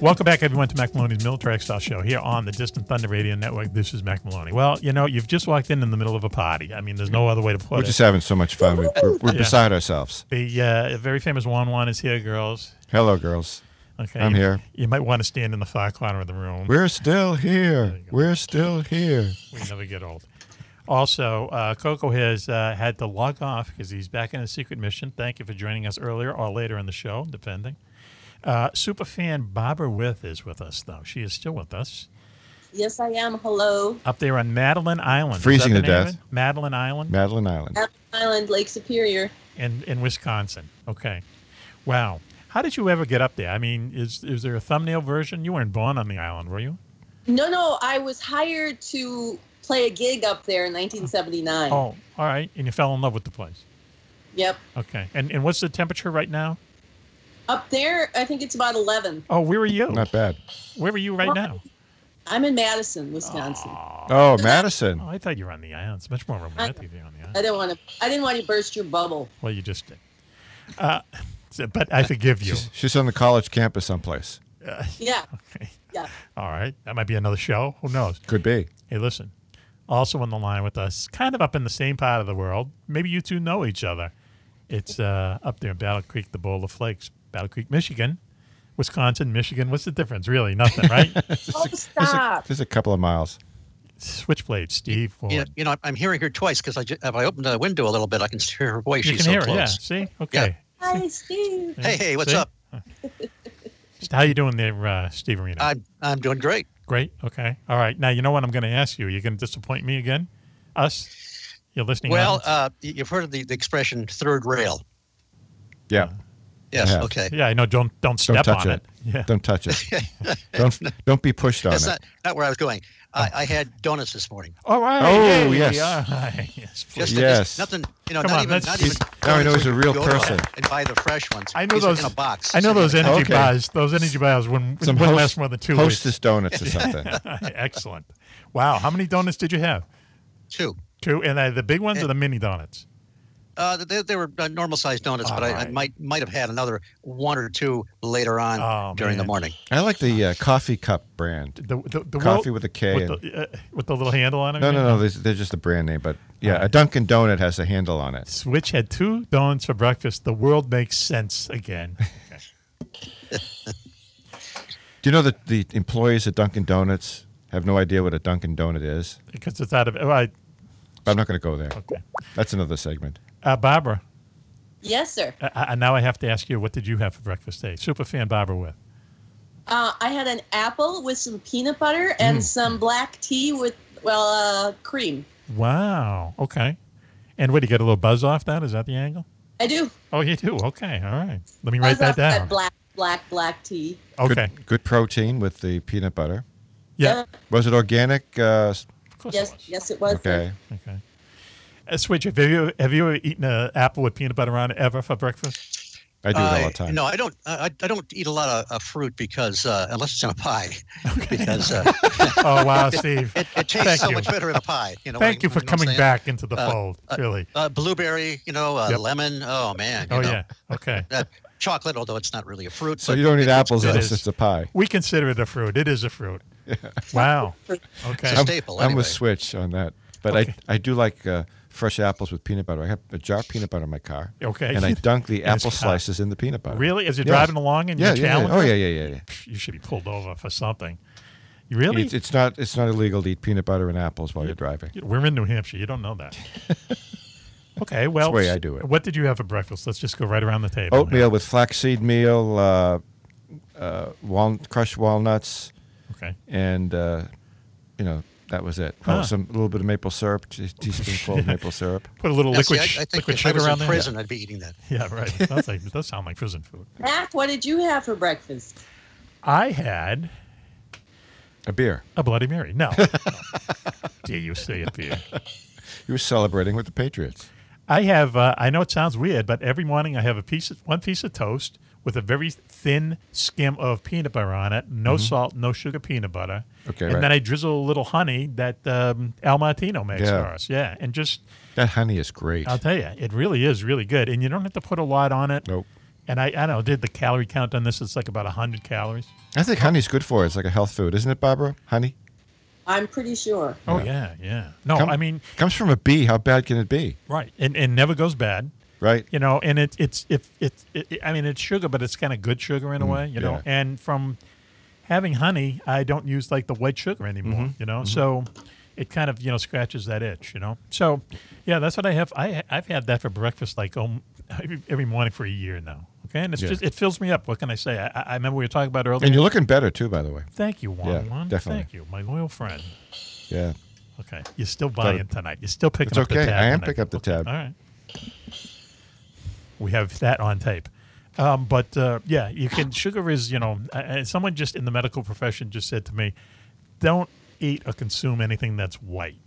B: Welcome back, everyone, to Mac Maloney's Military Exile Show here on the Distant Thunder Radio Network. This is Mac Maloney. Well, you know, you've just walked in in the middle of a party. I mean, there's no other way to put
F: We're
B: it.
F: just having so much fun. We- We're, we're
B: [laughs] Yeah.
F: beside ourselves.
B: The uh, very famous Juan Juan is here, girls.
F: Hello, girls.
B: Okay,
F: I'm
B: you-
F: here.
B: You might want to stand in the far corner of the room.
F: We're still here. We're still here.
B: We never get old. Also, uh, Coco has uh, had to log off because he's back in a secret mission. Thank you for joining us earlier or later in the show, depending. Uh, Superfan Barbara With is with us, though. She is still with us
Q: Yes, I am. Hello.
B: up there on Madeline Island. Is that
F: Freezing
B: the
F: to
B: name of
F: death.
B: it? Madeline Island
F: Madeline Island.
Q: Apple Island, Lake Superior.
B: in, in Wisconsin. Okay. Wow. How did you ever get up there? I mean, is, is there a thumbnail version? You weren't born on the island, were you?
Q: No, no, I was hired to play a gig up there in 1979.
B: Oh, all right. And you fell in love with the place.
Q: Yep.
B: Okay. And, and what's the temperature right now?
Q: Up there, I think it's about 11.
B: Oh, where are you?
F: Not bad.
B: Where were you right now?
Q: I'm in Madison, Wisconsin.
F: Oh, Madison.
B: Oh, I thought you were on the island. It's much more romantic. than-
Q: I don't want to. I didn't want to burst your bubble.
B: Well, you just did. Uh, [laughs] but I forgive you.
F: She's, she's on the college campus someplace.
B: Uh, [laughs]
Q: Yeah. Yeah.
B: all right. That might be another show. Who knows?
F: Could be.
B: Hey, listen. Also on the line with us, kind of up in the same part of the world. Maybe you two know each other. It's uh, up there in Battle Creek, the Bowl of Flakes, Battle Creek, Michigan, Wisconsin, Michigan. What's the difference? Really, nothing, right?
Q: Oh,
B: Ah.
Q: stop.
F: Just a couple of miles.
B: Switchblade, Steve. Ford.
A: Yeah, you know, I'm hearing her twice because I ju- if I open the window a little bit, I can hear her voice.
B: You
A: She's
B: can hear
A: so
B: her, yeah.
A: close.
B: See? Okay.
Q: Hi, Steve.
A: Hey, hey, what's up?
B: How you doing there, uh, Steve Arena?
A: I'm I'm doing great.
B: Great. Okay. All right. Now you know what I'm going to ask you. You're going to disappoint me again. Us. You're listening.
A: Well,
B: audience?
A: uh, y- you've heard of the, the expression third rail.
F: Yeah.
A: Yes.
F: Yeah.
A: Okay.
B: Yeah. I know. Don't don't step
F: touch
B: on it. Yeah.
F: Don't touch
A: [laughs]
F: it. don't don't be pushed on
A: That's
F: it.
A: not, not where I was going.
B: Oh.
A: I, I had donuts this morning.
B: All right.
F: Oh,
B: Yay.
F: yes.
B: All right. [laughs] Yes.
A: Just,
B: please.
A: just
F: Yes.
A: nothing. You know,
B: Come
A: not
B: on,
A: even.
B: let's-
A: Not
B: He's-
A: even
F: now he knows
A: donuts
F: a
A: where you
F: real
A: go to
F: person.
A: And buy the fresh ones.
B: I know
A: These are
B: those
A: in a box.
B: I know those energy
F: Okay.
B: bars. Those energy bars wouldn't,
F: Some
B: wouldn't
F: host-
B: last more than two
F: Hostess
B: weeks.
F: donuts or
B: [laughs]
F: something.
B: Excellent. Wow. How many donuts did you have?
A: Two.
B: Two. And uh, the big ones or the mini donuts?
A: Uh, they, they were uh, normal sized donuts, but I, I
B: Alright.
A: might might have had another one or two later on during the
B: Oh, man.
A: morning.
F: I like the uh, coffee cup brand.
B: The, the, the
F: coffee
B: world-
F: with a K.
B: With,
F: and-
B: the, uh, with the little handle on it.
F: no,
B: you
F: no,
B: mean?
F: no. They're, they're just the brand name, but yeah, a Dunkin' Donut has a handle on it.
B: Switch had two donuts for breakfast. The world makes
F: [laughs]
B: sense again.
F: Do you know that the employees at Dunkin' Donuts have no idea what a Dunkin' Donut is?
B: because it's out of well, I-
F: But I'm not going to go there. That's another segment.
B: uh, Barbara.
Q: Yes, sir.
B: Uh, uh, now I have to ask you, what did you have for breakfast today? Super fan Barbara with.
Q: Uh, I had an apple with some peanut butter and
B: Mm.
Q: some black tea with, well, uh, cream.
B: Wow. Okay. And what do you get a little buzz off that? Is that the angle?
Q: I do.
B: Oh, you do. Okay. All right. Let me
Q: I
B: write that
Q: love
B: down.
Q: black, black, black tea.
B: Okay.
F: Good, good protein with the peanut butter.
B: Yeah.
F: Was it organic? Uh, s-
Q: Uh, Yes, yes, it was.
F: okay.
B: Okay. Uh, Switch. Have you have you ever eaten an apple with peanut butter on it ever for breakfast?
F: I do it all the
A: Uh,
F: time.
A: No, I don't. I, I- I don't eat a lot of, of fruit because uh, unless it's in a pie, because uh,
B: [laughs] Oh, wow, Steve.
A: it, it tastes
B: Thank
A: so
B: you.
A: much better in a pie. You know.
B: Thank
A: what I-
B: you for
A: know what I'm
B: coming
A: saying?
B: back into the
A: Uh,
B: fold.
A: uh,
B: really.
A: uh, blueberry, you know, uh,
B: Yep.
A: lemon. Oh man. you
B: Oh,
A: know.
B: yeah. Okay.
A: That chocolate, although it's not really a fruit.
F: So
A: but
F: you don't
A: it-
F: eat
A: it's
F: apples
A: good.
F: unless it's a pie.
B: We consider it a fruit. It is a fruit. Wow. Okay.
F: I'm, I'm with Switch on that, but
B: Okay.
F: I I do like uh, fresh apples with peanut butter. I have a jar of peanut butter in my car.
B: Okay. [laughs]
F: And I dunk the
B: And it's
F: apple
B: hot.
F: slices in the peanut butter.
B: Really? As you're
F: Yes.
B: driving along and
F: yeah,
B: you're
F: yeah, yeah.
B: challenged?
F: Oh yeah, yeah, yeah, yeah.
B: You should be pulled over for something. You really?
F: It's, it's not it's not illegal to eat peanut butter and apples while you're driving.
B: We're in New Hampshire. You don't know that.
F: [laughs]
B: Okay,
F: That's
B: well,
F: the way I do it.
B: What did you have for breakfast? Let's just go right around the table.
F: Oatmeal with flaxseed meal, uh, uh, wal- crushed walnuts.
B: Okay.
F: And uh, you know that was it.
B: Huh.
F: Oh, some a little bit of maple syrup, t- teaspoonful of maple syrup.
B: [laughs] Put a little
A: Now, see,
B: liquid,
A: I-
B: sh-
A: I think
B: liquid
A: if
B: sugar
A: I was in
B: on there.
A: prison, I'd be eating that.
B: Yeah, right. It sounds like, it does sound like prison food.
Q: Mac, what did you have for breakfast?
B: I had
F: a beer,
B: a Bloody Mary.
F: [laughs]
B: No, do you say a beer?
F: You were celebrating with the Patriots.
B: I have. Uh, I know it sounds weird, but every morning I have a piece of one piece of toast with a very thin skim of peanut butter on it. No
F: Mhm.
B: salt, no sugar, peanut butter.
F: Okay,
B: And
F: right.
B: then I drizzle a little honey that um, Al Martino makes
F: Yeah.
B: for us. Yeah, and just
F: That honey is great.
B: I'll tell you, it really is really good, and you don't have to put a lot on it.
F: Nope.
B: And I, I don't know, did the calorie count on this? It's like about hundred calories.
F: I think honey's good for it. It's like a health food, isn't it, Barbara? Honey.
Q: I'm pretty sure.
B: Oh yeah, yeah. No,
F: Come-
B: I mean,
F: comes from a bee. How bad can it be?
B: right, and and never goes bad.
F: Right.
B: You know, and it, it's if it, it, I mean, it's sugar, but it's kind of good sugar in a
F: Mm,
B: way. You know,
F: yeah.
B: and from having honey, I don't use like the white sugar anymore.
F: Mhm,
B: You know,
F: mhm.
B: so it kind of you know scratches that itch. You know, so yeah, that's what I have. I I've had that for breakfast like um, every, every morning for a year now. Okay, and it's
F: Yeah.
B: just it fills me up. What can I say? I, I- I remember we were talking about earlier.
F: And you're looking better too, by the way.
B: Thank you, Juan.
F: Yeah,
B: Juan.
F: definitely.
B: Thank you, my loyal friend.
F: Yeah.
B: Okay, you're still
F: But-
B: buying tonight. You're still picking
F: It's
B: up the
F: okay.
B: tab.
F: I am
B: tonight.
F: picking up the
B: Okay,
F: tab.
B: All right. We have that on tape. Um, but uh, yeah, you can. Sugar is, you know, I- I- someone just in the medical profession just said to me, don't eat or consume anything that's white.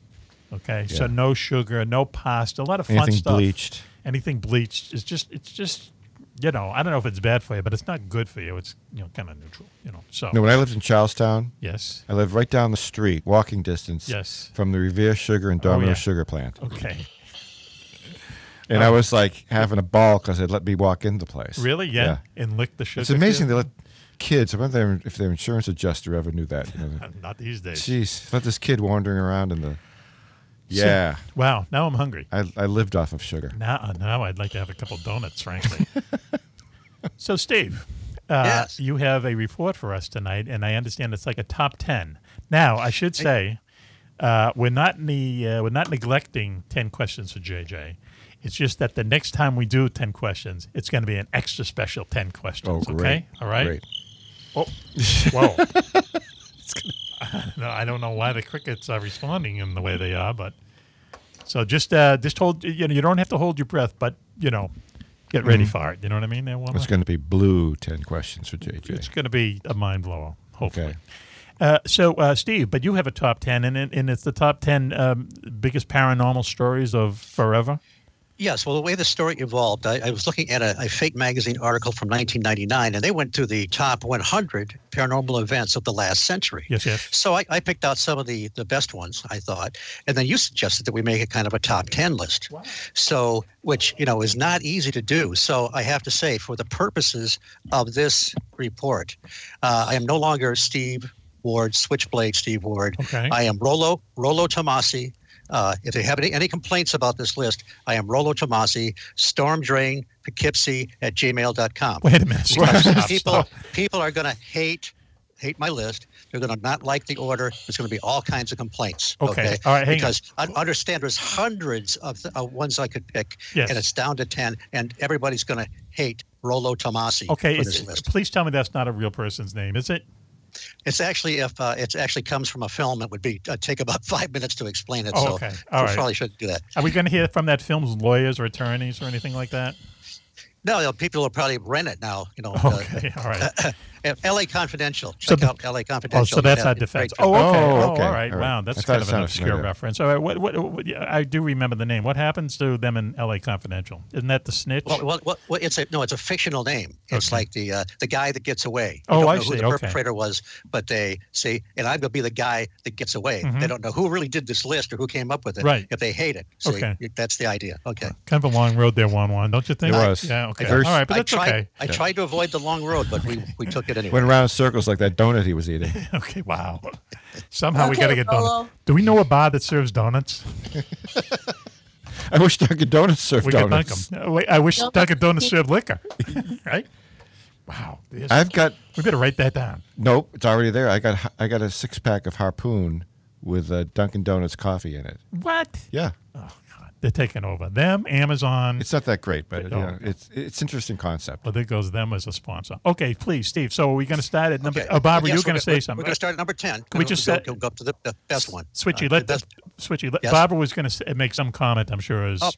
B: Okay, so
F: Yeah.
B: no sugar, no pasta, a lot of fun
F: Anything
B: stuff.
F: bleached.
B: Anything bleached is just, it's just, you know, I don't know if it's bad for you, but it's not good for you. It's, you know, kind of neutral, you know. So
F: No, when I lived in Charlestown,
B: Oh. Yes.
F: I lived right down the street, walking distance,
B: Yes.
F: from the Revere Sugar and
B: Oh,
F: Domino
B: yeah.
F: Sugar Plant,
B: Okay.
F: and I was like having a ball because they'd let me walk in the place.
B: Really? Yeah? And lick the
F: It's
B: sugar
F: amazing
B: cube?
F: they let kids. I wonder if their- if their insurance adjuster ever knew that. You know,
B: [laughs] Not these days.
F: Jeez, let this kid wandering around in the.
B: So-
F: Yeah.
B: wow, now I'm hungry.
F: I, I lived off of sugar.
B: Now, uh, now I'd like to have a couple
F: [laughs]
B: donuts, frankly. so, Steve, uh, you have a report for us tonight, and I understand it's like a top ten. Now, I should say, uh, we're not in the, uh, we're not neglecting ten questions for JJ. It's just that the next time we do ten questions, it's going to be an extra special ten questions.
F: great,
B: Okay, all right.
F: great.
B: Oh,
F: [laughs]
B: whoa. no, [laughs] I don't know why the crickets are responding in the way they are, but so just uh, just hold you know you don't have to hold your breath, but you know get ready
F: Mhm.
B: for it. You know what I mean? There, Wilma?
F: It's going to be blue ten questions for JJ.
B: It's going to be a mind blower, hopefully. Uh, so, uh, Steve, but you have a top ten, and it- and it's the top ten um, biggest paranormal stories of forever.
A: Yes, well, the way the story evolved, I, I was looking at a, a fake magazine article from 1999, and they went through the top 100 paranormal events of the last century.
B: Yes, yes.
A: So I, I picked out some of the, the best ones, I thought, and then you suggested that we make a kind of a top 10 list. So, which, you know, is not easy to do. So I have to say, for the purposes of this report, uh, I am no longer Steve Ward, Switchblade Steve Ward.
B: Okay.
A: I am Rolo, Rolo Tomasi. Uh, if they have any, any complaints about this list, I am Rolo Tomasi, stormdrain, Poughkeepsie at gmail.com.
B: Wait a minute, stop,
A: Because
B: stop,
A: people,
B: stop.
A: people are going to hate hate my list. They're going to not like the order. There's going to be all kinds of complaints.
B: Okay. All right, hang on.
A: because I understand there's hundreds of th- uh, ones I could pick,
B: Yes.
A: and it's down to 10, and everybody's going to hate Rolo Tomasi
B: Okay,
A: for
B: it's,
A: this list.
B: please tell me that's not a real person's name, is it?
A: It's actually if uh, it actually comes from a film, it would be uh, take about [laughs] five minutes to explain it.
B: Oh,
A: so
B: okay. All
A: we
B: right.
A: probably shouldn't do that.
B: Are we going to hear from that film's lawyers or attorneys or anything like that?
A: No, you know, people will probably rent it now. You know,
B: Okay, all right.
A: [laughs] uh, L.A. Confidential.
B: So
A: Check
B: the-
A: out L.A.
B: Oh,
A: Confidential.
B: so that's
A: Yeah,
B: our
A: it's a great
B: defense.
A: film.
B: Oh, okay.
F: Oh,
B: Oh,
F: okay.
B: all right.
F: All right.
B: Wow,
F: I
B: that's
F: thought
B: kind
F: it
B: of an
F: sounded
B: obscure
F: familiar.
B: reference. All right, what, what, what, yeah, I do remember the name. What happens to them in L.A. Confidential? Isn't that the snitch?
A: Well, well, well, well, it's a no. It's a fictional name. It's
B: Okay.
A: like the uh, the guy that gets away.
B: Oh,
A: don't
B: I
A: know Who
B: see.
A: the
B: Okay.
A: perpetrator was, but they say, and I'm gonna be the guy that gets away.
B: Mhm.
A: They don't know who really did this list or who came up with it.
B: Right.
A: If they hate it, see,
B: Okay.
A: That's the idea. Okay.
B: kind of a long road there, Juan Juan, don't you think?
A: I-
B: Yeah. Okay.
A: I-
B: All right, but
A: I
B: that's
A: tried,
B: okay.
A: I tried to avoid the long road, but we, we took it anyway.
F: Went around in circles like that donut he was eating.
B: [laughs] okay, wow. Somehow we
A: Okay,
B: got to get donuts.
A: Rolo.
B: Do we know a bar that serves donuts?
F: I wish Dunkin' Donuts served
B: we
F: donuts.
B: Could dunk 'em. Uh, wait, I wish
F: Nope. [laughs]
B: Dunkin' Donuts served liquor. right? Wow. There's-
F: I've got.
B: We better write that down.
F: Nope, it's already there. I got I got a six pack of Harpoon with uh, Dunkin' Donuts coffee in it.
B: What?
F: Yeah.
B: Oh God, they're taking over them. Amazon.
F: It's not that great, but
B: Oh.
F: yeah, it's it's interesting concept.
B: Well, there goes them as a sponsor. Okay, please, Steve. So are we going to start at number? Oh, Bob, are
A: Yes,
B: you
A: we're
B: going
A: gonna-
B: to say
A: we're-
B: something?
A: We're going to start at number 10.
B: Can we just
A: go,
B: set-
A: go, go up to the, the best one?
B: Switchy,
A: Uh,
B: let
A: the best-
B: Switchy. Let,
A: Yes.
B: Barbara was going to make some comment. I'm sure is.
A: Oh,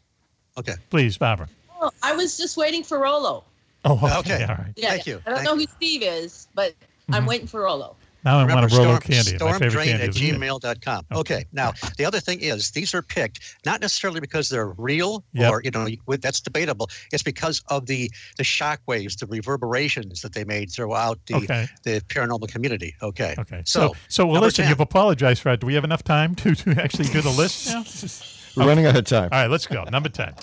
A: okay.
B: Please, Barbara.
Q: Oh, I was just waiting for Rolo.
B: Oh, okay. All right.
Q: Yeah,
A: Thank you.
Q: I don't
A: Thank
Q: know who Steve is, but
B: Mm-hmm.
Q: I'm waiting for Rolo.
B: Now I want a
A: Remember,
B: Rolo
A: storm-
B: candy. My favorite
A: stormdrain
B: candy
A: at
B: is mint.
A: gmail.com. Okay. Now, the other thing is these are picked not necessarily because they're real
B: Yep.
A: or, you know, you- with- that's debatable. It's because of the the shock waves, the reverberations that they made throughout the
B: Okay.
A: the paranormal community. Okay. Okay.
B: So,
A: So,
B: so, well,
A: number
B: listen,
A: 10.
B: you've apologized for it. Do we have enough time to, to actually do the list [laughs] now?
F: We're running out of time.
B: All right, let's go. Number 10.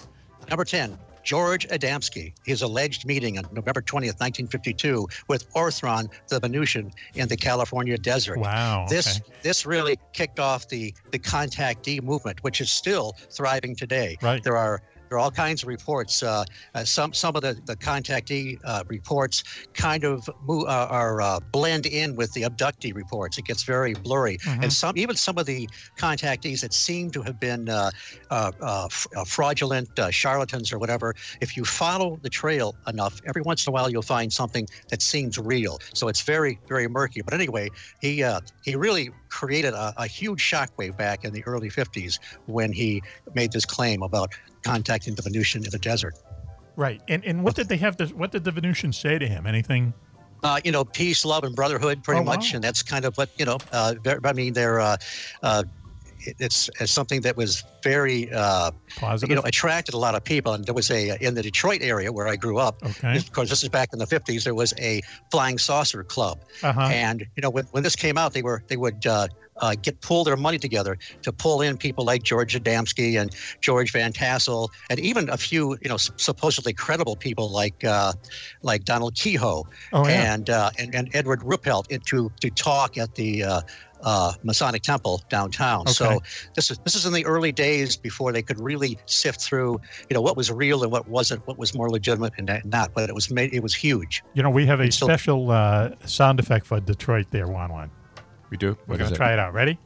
A: Number 10, George Adamski. His alleged meeting on November 20th, 1952, with Orthron the Venusian in the California desert.
B: Wow.
A: This this really kicked off the, the contactee movement, which is still thriving today.
B: Right.
A: There are there are all kinds of reports. Uh, uh, some some of the, the contactee uh, reports kind of mo- uh, are uh, blend in with the abductee reports. It gets very blurry, and some even some of the contactees that seem to have been uh, uh, uh, f- uh, fraudulent uh, charlatans or whatever. If you follow the trail enough, every once in a while you'll find something that seems real. So it's very very murky. But anyway, he uh, he really created a, a huge shockwave back in the early 50s when he made this claim about contacting the Venusian in the desert.
B: Right. And and what did they have? To, what did the Venusians say to him? Anything?
A: Uh, you know, peace, love, and brotherhood, pretty
B: Oh, wow.
A: much, and that's kind of what you know. Uh, ver- I mean, they're uh, uh, it- it's, it's something that was very uh,
B: Positive?
A: You know, attracted a lot of people, and there was a in the Detroit area where I grew up.
B: Okay.
A: Of course, this is back in the '50s. There was a flying saucer club,
B: Uh-huh.
A: and you know, when, when this came out, they were they would. Uh, uh, get pull their money together to pull in people like George Adamski and George Van Tassel, and even a few, you know, s- supposedly credible people like uh, like Donald Kehoe
B: Oh, yeah.
A: and, uh, and and Edward Ruppelt it- to to talk at the uh, uh, Masonic Temple downtown. So
B: Okay.
A: this is this is in the early days before they could really sift through, you know, what was real and what wasn't, what was more legitimate and that- not. But it was made, it was huge.
B: You know, we have a
A: It's still-
B: special uh, sound effect for Detroit there, Juan Juan.
F: We do.
B: We're
F: What
B: going
F: is
B: to
F: it?
B: try it out. Ready?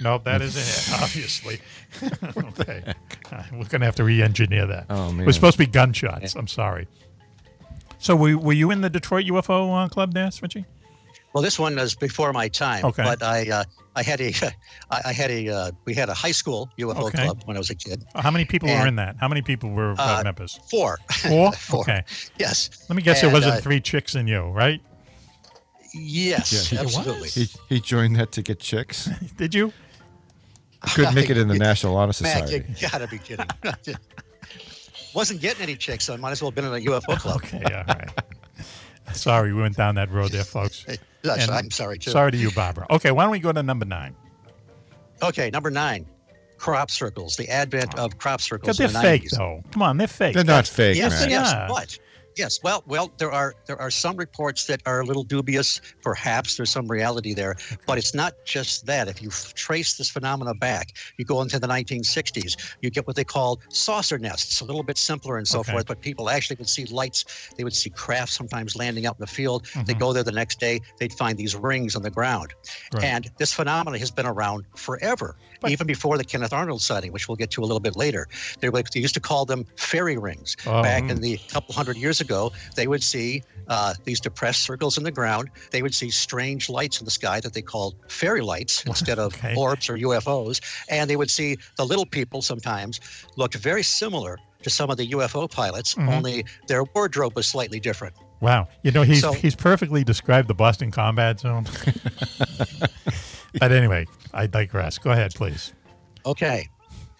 B: Nope, that isn't it, [laughs] obviously. okay. Uh, We're going to have to re engineer that.
F: Oh,
B: It was
F: man.
B: supposed to be gunshots. I'm sorry. So, were, were you in the Detroit UFO uh, club there, Switchy?
A: Well, this one was before my time.
B: Okay.
A: But I uh, I had a [laughs] I I had a uh, we had a high school UFO
B: Okay.
A: club when I was a kid.
B: How many people were
A: And-
B: in that? How many people were uh,
A: Uh,
B: members?
A: Four. [laughs]
B: Four? Okay.
A: Yes.
B: Let me guess,
A: And,
B: there wasn't
A: uh,
B: three chicks in you, right?
A: Yes,
F: Yeah, he-
A: absolutely.
F: He, he joined that to get
B: [laughs]
F: chicks.
B: Did you?
F: [laughs] Could make it in the
A: [laughs]
F: National Honor
A: Mac,
F: Society.
A: you [laughs] gotta be kidding. Wasn't getting any chicks, so I might as well have been in a UFO club.
B: [laughs] Okay, all right. [laughs] Sorry, we went down that road there, folks.
A: Yes, I'm sorry, too.
B: Sorry to you, Barbara. Okay, why don't we go to number nine?
A: [laughs] Okay, number nine, crop circles. The advent of crop circles.
B: Because they're
A: in the
B: fake,
A: 90s.
B: though. Come on, they're fake.
F: They're not fake,
A: Yes,
F: Mac.
A: yes,
B: Yeah.
A: but yes, well, well, there are there are some reports that are a little dubious. Perhaps there's some reality there, but it's not just that. If you f- trace this phenomena back, you go into the 1960s, you get what they call saucer nests, a little bit simpler and so
B: Okay.
A: forth. But people actually would see lights. They would see crafts sometimes landing out in the field. They
B: Mhm.
A: go there the next day, they'd find these rings on the ground,
B: Right.
A: and this phenomena has been around forever, even before the Kenneth Arnold sighting, which we'll get to a little bit later. They, were, they used to call them fairy rings
B: Oh.
A: back
B: Mm.
A: in the couple hundred years ago, they would see uh, these depressed circles in the ground. They would see strange lights in the sky that they called fairy lights instead
B: [laughs]
A: of orbs or UFOs. And they would see the little people sometimes looked very similar to some of the UFO pilots,
B: Mhm.
A: only their wardrobe was slightly different.
B: Wow. You know, he's,
A: So-
B: he's perfectly described the Boston Combat Zone. [laughs] but anyway, I digress. Go ahead, please.
A: Okay.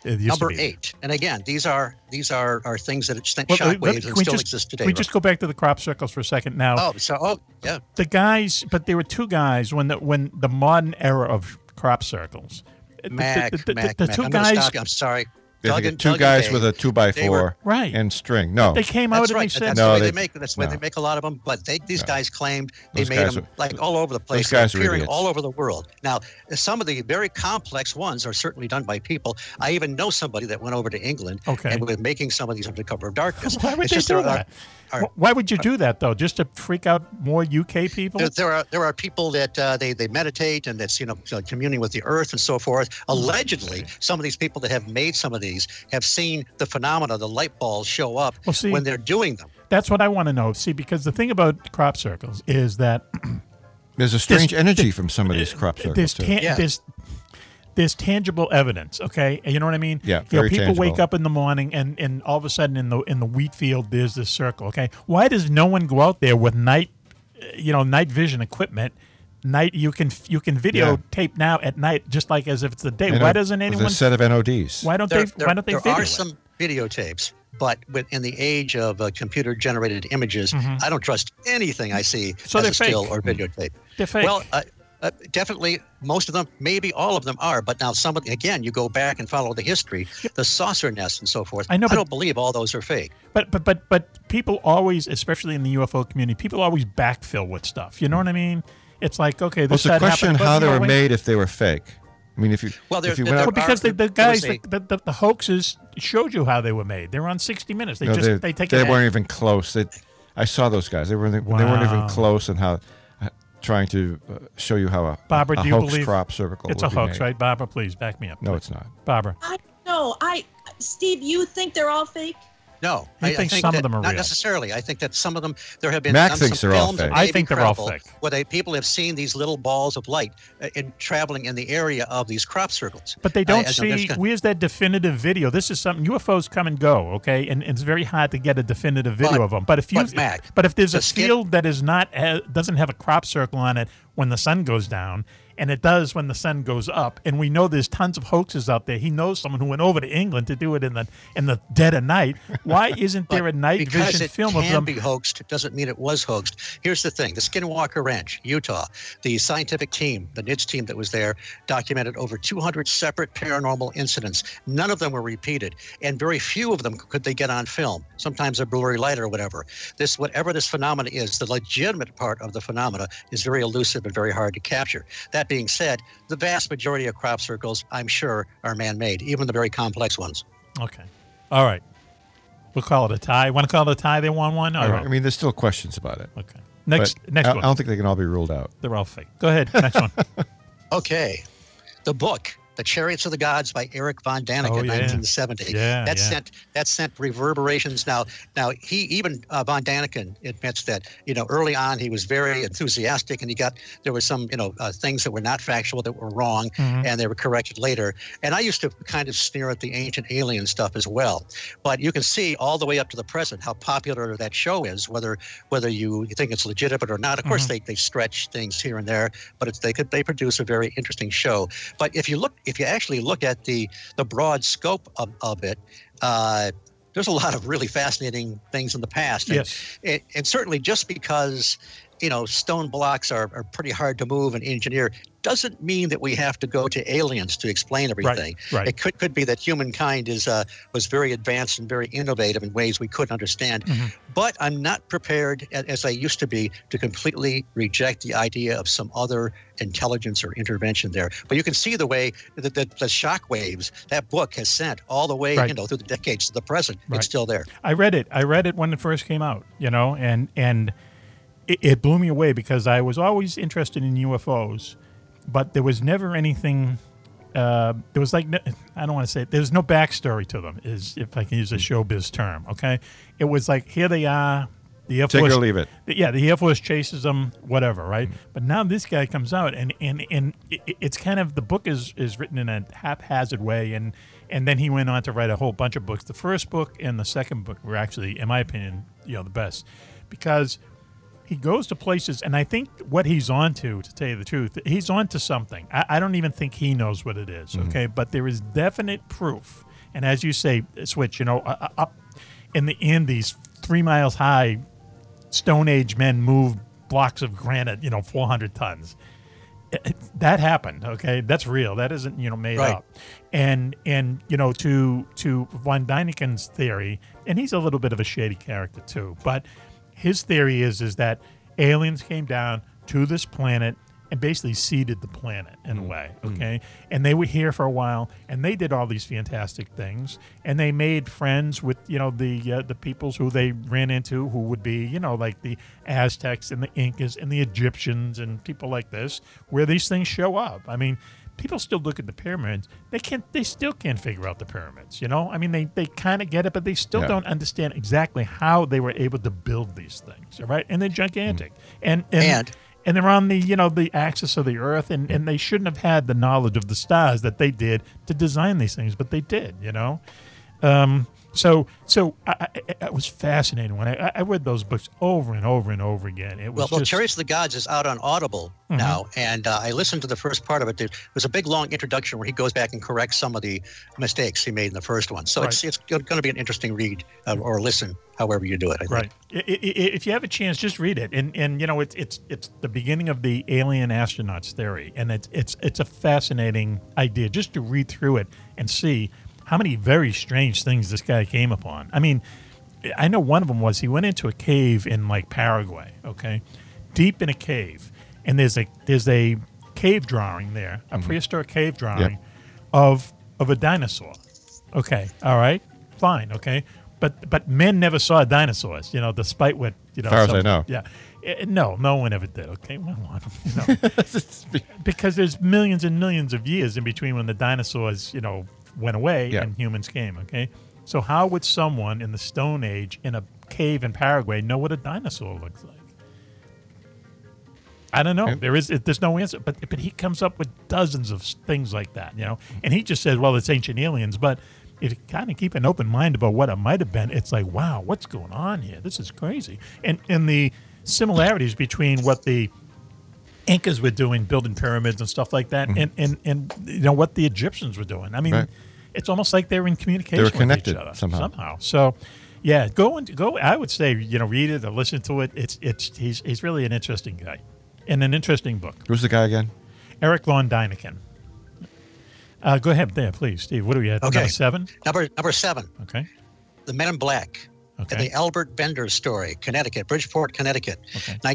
B: It used to
A: Number
B: be.
A: eight, and again, these are these are, are things that extent
B: Well, uh,
A: shockwaves
B: let- can
A: and
B: we
A: still
B: just-
A: exist
B: can
A: today.
B: we just go back to the crop circles for a second now.
A: oh, so oh yeah,
B: The guys, but there were two guys when the when the modern era of crop circles. The- the-
A: Mac,
B: the, the-
A: Mac,
B: the
A: Mac.
B: two
A: I'm gonna
B: guys.
A: stop you. I'm sorry.
F: They
A: Doug
F: think
A: and-
F: two
A: Doug and
F: guys
A: Dave,
F: with a two by
A: they
F: four
A: were- Right.
F: and string. No,
A: They came out That's and right. they said- That's the way they make-
R: that's
A: the way they make a lot of them. But they, these guys claimed they
F: Those
A: made
F: guys
A: them
F: are-
A: like all over the place,
F: those guys are
A: appearing
F: idiots.
A: all over the world. Now, some of the very complex ones are certainly done by people. I even know somebody that went over to England
B: Okay.
A: and was making some of these under cover of darkness.
B: Why would
A: It's
B: they
A: just
B: do
A: there are-
B: that? Wh- Why would you do that though? Just to freak out more UK people?
A: There, there are there are people that uh, they they meditate and that's you know uh, communing with the earth and so forth. Allegedly, some of these people that have made some of these have seen the phenomena, the light balls show up
B: Well, see-
A: when they're doing them.
B: That's what I want to know. See, because the thing about crop circles is that
F: There's a strange energy from some of these crop circles.
B: there's,
F: too.
B: tan- there's there's tangible evidence. Okay, you know what I mean?
F: Yeah,
B: You know,
F: very
B: people wake
F: tangible.
B: up in the morning and and all of a sudden in the in the wheat field there's this circle. Okay, why does no one go out there with night, uh, you know, night vision equipment? Night you can you can videotape now at night just like as if it's the day.
F: You know,
B: why doesn't
F: there's
B: anyone?
F: a set of NODs.
B: Why don't
A: There-
B: they?
A: there-
B: why don't they?
A: There
B: video
A: are
B: it?
A: some videotapes, but with, in the age of uh, computer-generated images,
B: Mhm.
A: I don't trust anything I see
B: So
A: as
B: they're
A: a still
B: fake.
A: or videotape.
B: They're fake.
A: Well, uh, uh, definitely, most of them, maybe all of them are. But now, some of again, you go back and follow the history, the saucer nests and so forth.
B: I know,
A: I
B: but-
A: don't believe all those are fake.
B: But but but but people always, especially in the UFO community, people always backfill with stuff. You know what I mean? It's like okay,
F: Well,
B: this
F: it's a
B: that
F: question
B: happened, but
F: how they
B: no,
F: were
B: wait.
F: made if they were fake. I mean, if you
A: Well, there-
F: if you
A: there-
F: went
B: Well,
F: out,
B: because the,
A: there
B: the
A: was
B: guys, the,
A: a-
B: the, the, the hoaxes showed you how they were made. They were on 60 Minutes. They
F: no,
B: just
F: they,
B: they, take
F: they
B: an ad.
F: weren't even close. They, I saw those guys. They weren't they weren't even
B: Wow.
F: close on how trying to uh, show you how a,
B: Barbara,
F: a
B: do you
F: hoax
B: believe
F: crop cervical
B: It's
F: would
B: a
F: be
B: hoax,
F: made.
B: right? Barbara, please back me up.
F: No,
B: please.
F: it's not.
B: Barbara.
Q: I don't know. I, Steve, you think they're all fake?
A: No,
B: You
A: I, I
B: think some of
A: that-
B: them are
A: not
B: real.
A: necessarily. I think that some of them there have been.
F: Mac
A: done
F: thinks
A: some
F: they're all
A: films and
F: fake. I
A: maybe
F: think they're all
A: credible,
F: fake.
A: Where they, people have seen these little balls of light uh, in traveling in the area of these crop circles.
B: But they
A: I-
B: don't
A: I know that's
B: see.
A: kind-
B: Where's that definitive video? This is something UFOs come and go, okay, and, and it's very hard to get a definitive video
A: But-
B: of them. But if you,
A: but, Mac,
B: but if there's a
A: the skin-
B: field that is not ha- doesn't have a crop circle on it when the sun goes down, and it does when the sun goes up, and we know there's tons of hoaxes out there. He knows someone who went over to England to do it in the in the dead of night.
A: [laughs]
B: Why isn't there a night
A: because
B: vision
A: it
B: film
A: can
B: of them?
A: be hoaxed doesn't mean it was hoaxed. Here's the thing: the Skinwalker Ranch, Utah, the scientific team, the NIDS team that was there, documented over 200 separate paranormal incidents. None of them were repeated, and very few of them could they get on film. Sometimes a blurry light or whatever. This, whatever this phenomena is, the legitimate part of the phenomena is very elusive and very hard to capture. That being said, the vast majority of crop circles, I'm sure, are man-made, even the very complex ones.
B: Okay, all right. We'll call it a tie. Want to call it a tie? They won one. All
F: All
B: right.
F: right. I mean, there's still questions about it.
B: Okay. Next-
F: But
B: next
F: I,
B: one.
F: I don't think they can all be ruled out.
B: They're all fake. Go ahead. Next one.
A: Okay. The book, The Chariots of the Gods by Eric von Daniken,
B: Oh, yeah.
A: 1970.
B: Yeah,
A: that
B: yeah.
A: sent that sent reverberations. Now, now he even uh, von Daniken admits that you know early on he was very enthusiastic and he got there were some you know uh, things that were not factual that were wrong
S: Mhm.
A: and they were corrected later. And I used to kind of sneer at the ancient alien stuff as well. But you can see all the way up to the present how popular that show is, whether whether you think it's legitimate or not. Of course,
S: Mhm.
A: they, they stretch things here and there, but it's, they could they produce a very interesting show. But if you look, if you actually look at the the broad scope of, of it. Uh, there's a lot of really fascinating things in the past. And,
B: Yes.
A: and, and certainly just because, you know, stone blocks are, are pretty hard to move and engineer doesn't mean that we have to go to aliens to explain everything.
B: right.
A: It could, could be that humankind is uh, was very advanced and very innovative in ways we couldn't understand.
B: Mhm.
A: But I'm not prepared, a- as I used to be, to completely reject the idea of some other intelligence or intervention there. But you can see the way that the, the shock waves that book has sent all the way,
B: Right.
A: you know, through the decades to the present.
B: Right.
A: It's still there.
B: I read it. I read it when it first came out, you know, and and it, it blew me away because I was always interested in UFOs, but there was never anything. Uh, there was like no, I don't want to say it, there's no backstory to them. Is if I can use a
F: Hmm.
B: showbiz term, okay? It was like here they are. The Air
F: Take
B: Force,
F: or leave it.
B: Yeah, the Air Force chases them, whatever, right? But now this guy comes out, and and and it, it- it's kind of the book is is written in a haphazard way, and and then he went on to write a whole bunch of books. The first book and the second book were actually, in my opinion, you know, the best because he goes to places, and I think what he's on to, to tell you the truth, he's on to something. I, I don't even think he knows what it is,
E: Mhm.
B: okay? But there is definite proof. And as you say, Switch, you know, uh, uh, up in the Andes, three miles high, Stone Age men move blocks of granite, you know, 400 tons. that happened okay that's real that isn't you know made
S: Right.
B: up and and you know to to von Dyniken's theory and he's a little bit of a shady character too but his theory is is that aliens came down to this planet and basically seeded the planet in a way okay and they were here for a while and they did all these fantastic things and they made friends with you know the uh, the peoples who they ran into who would be you know like the aztecs and the incas and the egyptians and people like this where these things show up i mean people still look at the pyramids they can't they still can't figure out the pyramids you know i mean they they kind of get it but they still
S: Yeah.
B: don't understand exactly how they were able to build these things all right and they're gigantic and and,
S: And-
B: and they're on the you know the axis of the earth and, and they shouldn't have had the knowledge of the stars that they did to design these things but they did you know um, so so I, I, I- it was fascinating when I, I- I read those books over and over and over again it
A: Well,
B: was
A: well,
B: just
A: Chariots of the Gods is out on Audible
B: Mhm.
A: now, and uh, I listened to the first part of it. There was a big, long introduction where he goes back and corrects some of the mistakes he made in the first one. So it's it's going to be an interesting read uh, or listen, however you do it. I think.
B: Right. I- I- I- If you have a chance, just read it. And and you know it's it's it's the beginning of the alien astronauts theory, and it's it's it's a fascinating idea just to read through it and see how many very strange things this guy came upon. I mean, I know one of them was he went into a cave in like Paraguay, okay, deep in a cave, and there's a there's a cave drawing there, a
S: Mhm.
B: prehistoric cave drawing of of a dinosaur. Okay, all right, fine, okay, but but men never saw dinosaurs, you know, despite what you know.
F: As far as I
B: some-
F: know.
B: Yeah, Eh, no, no one ever did. Okay, well, [laughs] I don't-
F: [laughs]
B: you know. because there's millions and millions of years in between when the dinosaurs, you know, went away
S: Yeah.
B: and humans came. Okay, so how would someone in the Stone Age in a cave in Paraguay know what a dinosaur looks like? I don't know. There is there's no answer, but but he comes up with dozens of s- things like that, you know. And he just says, "Well, it's ancient aliens," but if you kind of keep an open mind about what it might have been, it's like, "Wow, what's going on here? This is crazy." And and the similarities between what the Incas were doing, building pyramids and stuff like that, and, and and you know what the Egyptians were doing. I mean,
F: Mm-hmm. Right.
B: it's almost like they were in communication. with each
F: connected
B: other
F: somehow.
B: Somehow. So, yeah, go and go. I would say you know read it or listen to it. It's it's he's he's really an interesting guy, and an interesting book.
F: Who's the guy again?
B: Eric Lon Dyniken. Uh, go ahead there, please, Steve. What are we at?
A: Okay.
B: Number seven.
A: Number number seven.
B: Okay.
A: The Men in Black.
B: Okay.
A: The Albert Bender story, Connecticut, Bridgeport, Connecticut,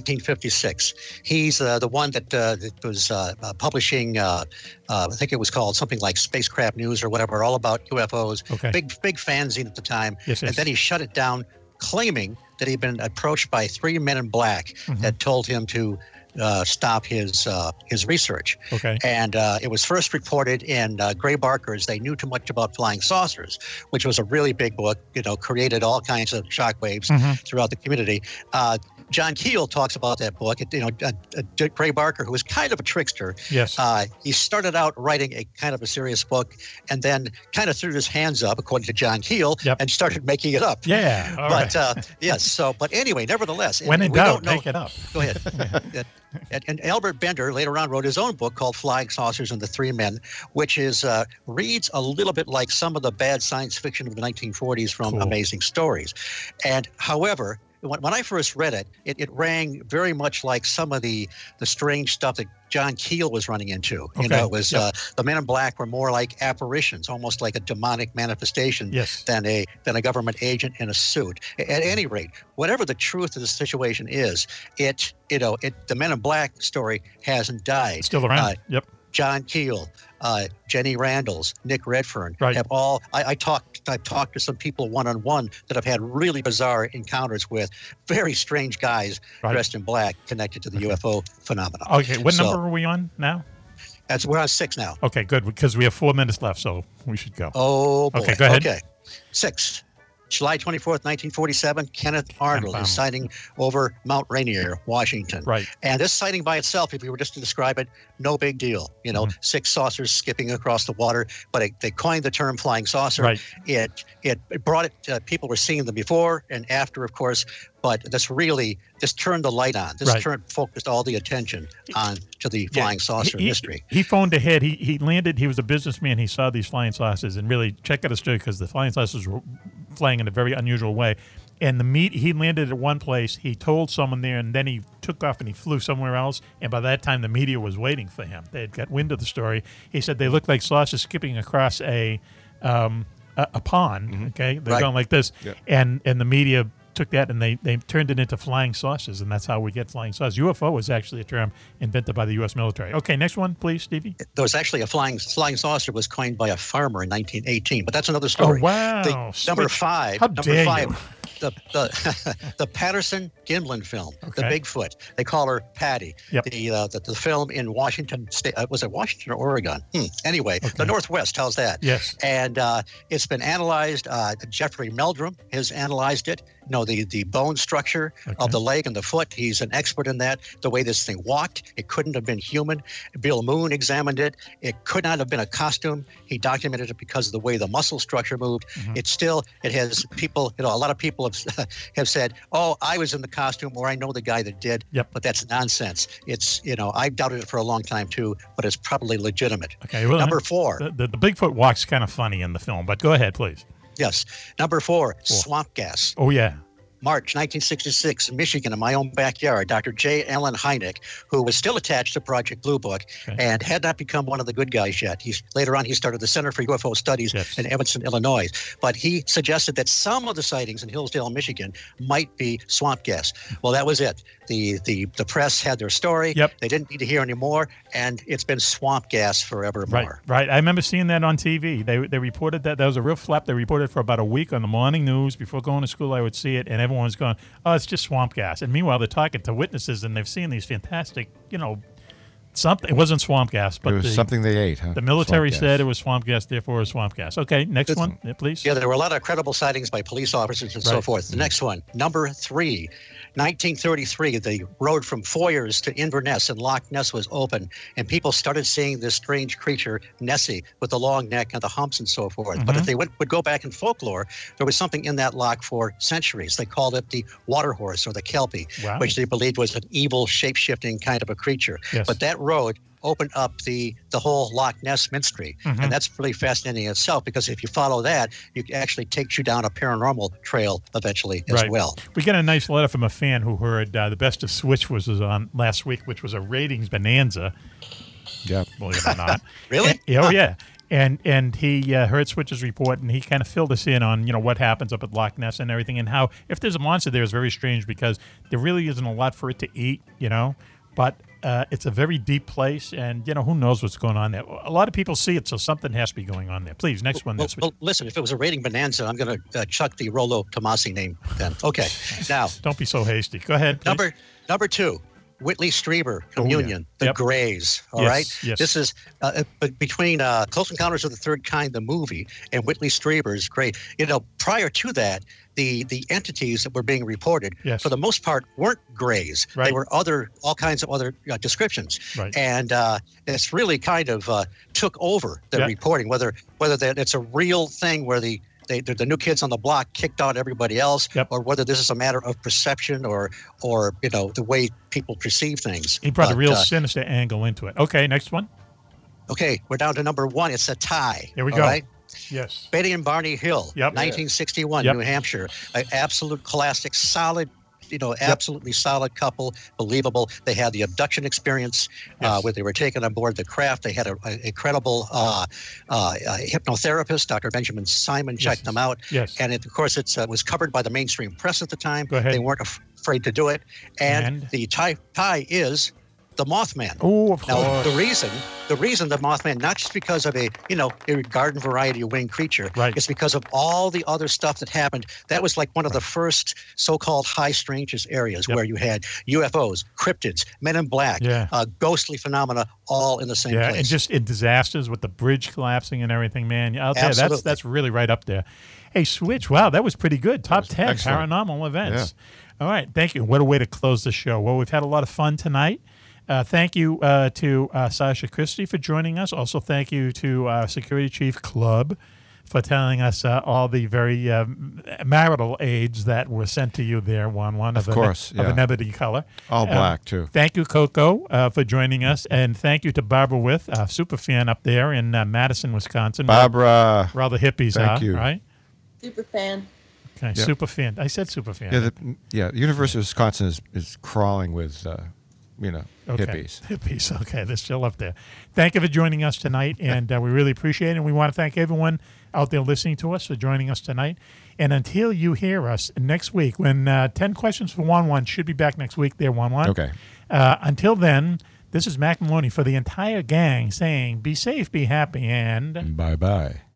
A: 1956. He's uh, the one that, uh, that was uh, uh, publishing, uh, uh, I think it was called something like Spacecraft News or whatever, all about UFOs.
B: Okay.
A: Big, big fanzine at the time.
B: Yes, yes.
A: And then he shut it down, claiming that he'd been approached by three men in black
B: Mhm.
A: that told him to uh, stop his uh, his research.
B: Okay.
A: And uh, it was first reported in uh, Gray Barker's They Knew Too Much About Flying Saucers, which was a really big book, you know, created all kinds of shockwaves
S: Mhm.
A: throughout the community. Uh, John Keel talks about that book. It- You know, uh, uh, Dick Gray Barker, who was kind of a trickster,
S: Yes.
A: uh, he started out writing a kind of a serious book, and then kind of threw his hands up, according to John Keel, and started making it up.
B: Yeah, all
A: but
B: right.
A: uh, yes. So, but anyway, nevertheless,
B: When in
A: we
B: doubt,
A: don't know-
B: make it up.
A: Go
B: [laughs]
A: ahead. and, and Albert Bender later on wrote his own book called Flying Saucers and the Three Men, which is uh, reads a little bit like some of the bad science fiction of the 1940s from Amazing Stories. And however, when, when I first read it, it, it rang very much like some of the the strange stuff that John Keel was running into. You
S: Okay,
A: know, it was
S: yeah.
A: uh, the Men in Black were more like apparitions, almost like a demonic manifestation
S: Yes.
A: than a than a government agent in a suit. A- At any rate, whatever the truth of the situation is, it you know it the Men in Black story hasn't died.
B: Still around.
A: Uh,
B: yep.
A: John Keel, uh, Jenny Randalls, Nick Redfern have all. I, I talked. I talked to some people one on one that I've had really bizarre encounters with very strange guys
B: Right.
A: dressed in black connected to the UFO phenomenon.
B: Okay. What
A: So,
B: number are we on now?
A: That's we're on six now.
B: Okay, good because we have four minutes left, so we should go.
A: Oh boy.
B: Okay, go ahead.
A: Okay. Six. July 24th, 1947, Kenneth Arnold
B: Arnold.
A: is sighting over Mount Rainier, Washington.
B: Right.
A: And this sighting by itself, if we were just to describe it, no big deal. You
B: Mm-hmm.
A: know, six saucers skipping across the water, but it, they coined the term flying saucer.
S: Right.
A: It, it, it brought it, uh, people were seeing them before and after, of course, but this really, this turned the light on. This
B: Right.
A: turned, focused all the attention on to the flying saucer
B: he,
A: mystery.
B: He phoned ahead. He he landed. He was a businessman. He saw these flying saucers and really check out his story because the flying saucers were flying in a very unusual way. And the meet he landed at one place, he told someone there, and then he took off and he flew somewhere else. And by that time, the media was waiting for him. They had got wind of the story. He said they looked like saucers skipping across a um, a, a pond. Okay, they're
S: Right.
B: going like this,
S: Yeah.
B: and and the media took that and they, they turned it into flying saucers, and that's how we get flying saucers. UFO was actually a term invented by the U.S. military. Okay, next one, please, Stevie.
A: There was actually a flying flying saucer was coined by a farmer in 1918, but that's another story.
B: Oh, wow.
A: The- number
B: Switch.
A: five.
B: How
A: number
B: dare
A: five.
B: you.
A: The the, [laughs] the Patterson Gimlin film, the
B: Okay.
A: Bigfoot. They call her Patty.
B: Yep.
A: The, uh, the the film in Washington State uh, was it Washington or Oregon? Hmm. Anyway, the Northwest. How's that?
B: Yes.
A: And uh, it's been analyzed. Uh, Jeffrey Meldrum has analyzed it. You know the the bone structure of the leg and the foot. He's an expert in that. The way this thing walked, it couldn't have been human. Bill Moon examined it. It could not have been a costume. He documented it because of the way the muscle structure moved.
B: Mm-hmm.
A: It's still. It has people. You know, a lot of people have [laughs] have said, "Oh, I was in the costume," or "I know the guy that did."
B: Yep.
A: But that's nonsense. It's you know I doubted it for a long time too, but it's probably legitimate.
B: Okay, well, uh,
A: number four.
B: The, the, the Bigfoot walk's kind of funny in the film, but go ahead, please.
A: Yes. Number four, swamp gas.
B: Oh yeah.
A: March 1966, Michigan, in my own backyard, Dr. J. Allen Hynek, who was still attached to Project Blue Book and had not become one of the good guys yet. He's, later on, he started the Center for UFO Studies in Evanston, Illinois. But he suggested that some of the sightings in Hillsdale, Michigan, might be swamp gas. Well, that was it. The the, the press had their story. Yep. They didn't need to hear anymore, and it's been swamp gas forevermore.
B: Right, right. I remember seeing that on TV. They they reported that that was a real flap. They reported for about a week on the morning news before going to school. I would see it, and everyone was going, "Oh, it's just swamp gas." And meanwhile, they're talking to witnesses, and they've seen these fantastic, you know, something. It wasn't swamp gas, but
F: It was
B: the-
F: something they ate, huh?
B: The military
F: Swamp gas.
B: said it was swamp gas, therefore it was swamp gas. Okay, next one, yeah, please.
A: Yeah, there were a lot of credible sightings by police officers and so
B: Right.
A: forth. The next one, number three, 1933, the road from Foyers to Inverness and Loch Ness was open, and people started seeing this strange creature, Nessie, with the long neck and the humps and so forth. But
B: Mm-hmm.
A: if
S: Mhm.
A: they would, would go back in folklore, there was something in that loch for centuries. They called it the water horse or the kelpie,
S: Wow.
A: which they believed was an evil, shape shifting kind of a creature.
S: Yes.
A: But that road opened up the the whole Loch Ness mystery,
S: Mhm.
A: and that's pretty fascinating in itself because if you follow that, it actually takes you down a paranormal trail eventually as well.
B: We got a nice letter from a fan who heard uh, the best of Switch was, was on last week, which was a ratings bonanza.
F: Yeah,
B: believe it or not.
A: really?
B: Yeah, oh yeah. And and he uh, heard Switch's report, and he kind of filled us in on you know what happens up at Loch Ness and everything, and how if there's a monster there is very strange because there really isn't a lot for it to eat, you know. But uh, it's a very deep place, and you know who knows what's going on there. A lot of people see it, so something has to be going on there. Please, next one.
A: Well,
B: that's
A: well, listen, if it was a rating bonanza, I'm going to uh, chuck the Rolo Tomasi name then.
B: [laughs]
A: Okay, now
B: don't be so hasty. Go ahead. please.
A: Number number two, Whitley Strieber, Communion, The
B: Oh, Yep.
A: Grays. all
B: Yes,
A: right.
B: yes.
A: This is uh, uh, but between uh, Close Encounters of the Third Kind, the movie, and Whitley Strieber's Gray. You know, prior to that, the the entities that were being reported,
S: Yes.
A: for the most part, weren't Grays. They
S: Right.
A: were other all kinds of other uh, descriptions.
S: Right.
A: And uh, it's really kind of uh, took over the
S: Yeah.
A: reporting, whether whether that it's a real thing where the they, the, the new kids on the block kicked out everybody else, or whether this is a matter of perception or or you know the way people perceive things.
B: He brought a
A: But,
B: real
A: uh,
B: sinister angle into it. Okay, next one.
A: okay, we're down to number one. It's a tie.
B: Here we
A: all
B: go.
A: right?
B: Yes.
A: Betty and Barney Hill,
B: Yep.
A: 1961,
B: Yep.
A: New Hampshire. An absolute classic, solid, you know, absolutely solid couple, believable. They had the abduction experience uh, where they were taken on board the craft. They had a, a incredible uh, uh, uh, hypnotherapist, Dr. Benjamin Simon, checked them out.
S: Yes.
A: And it, of course, it uh, was covered by the mainstream press at the time.
S: Go ahead.
A: They weren't af- afraid to do it. And, the tie, tie is the Mothman.
B: Oh, of
A: Now,
B: course.
A: the reason, the reason the Mothman, not just because of a, you know, a garden variety winged creature, right. it's because of all the other stuff that happened. That was like one of the first so-called high strangeness areas where you had UFOs, cryptids, men in black,
B: Yeah.
A: uh, ghostly phenomena, all in the same
B: yeah,
A: place.
B: and just in disasters with the bridge collapsing and everything, man. I'll tell you, that's
A: Absolutely.
B: that's really right up there. Hey, Switch, wow, that was pretty good. Top ten
S: excellent.
B: paranormal events. All right, thank you. What a way to close the show. Well, we've had a lot of fun tonight. Uh, thank you uh, to uh, Sasha Christie for joining us. Also, thank you to uh, Security Chief Club for telling us uh, all the very uh, marital aids that were sent to you there, one one
F: Of
B: an-
F: course,
B: of an
F: yeah.
B: ebony color,
F: All
B: Um,
F: black, too.
B: Thank you, Coco, uh, for joining us, and thank you to Barbara With, a super fan up there in uh, Madison, Wisconsin.
F: Barbara.
B: where all the hippies
F: Thank
B: are,
F: you.
B: right?
Q: Super fan.
B: Okay,
F: Yeah.
B: super fan. I said super fan.
F: Yeah, the, yeah. the University of Wisconsin is, is crawling with, uh, you know,
B: Okay.
F: hippies.
B: Hippies. [laughs] Okay, they're still up there. Thank you for joining us tonight, and uh, we really appreciate it. And we want to thank everyone out there listening to us for joining us tonight. And until you hear us next week, when uh, 10 Questions for Juan Juan should be back next week there, Juan Juan.
F: Okay.
B: Uh, until then,
F: Mm-hmm.
B: this is Mac Maloney for the entire gang saying be safe, be happy, and
F: Bye bye.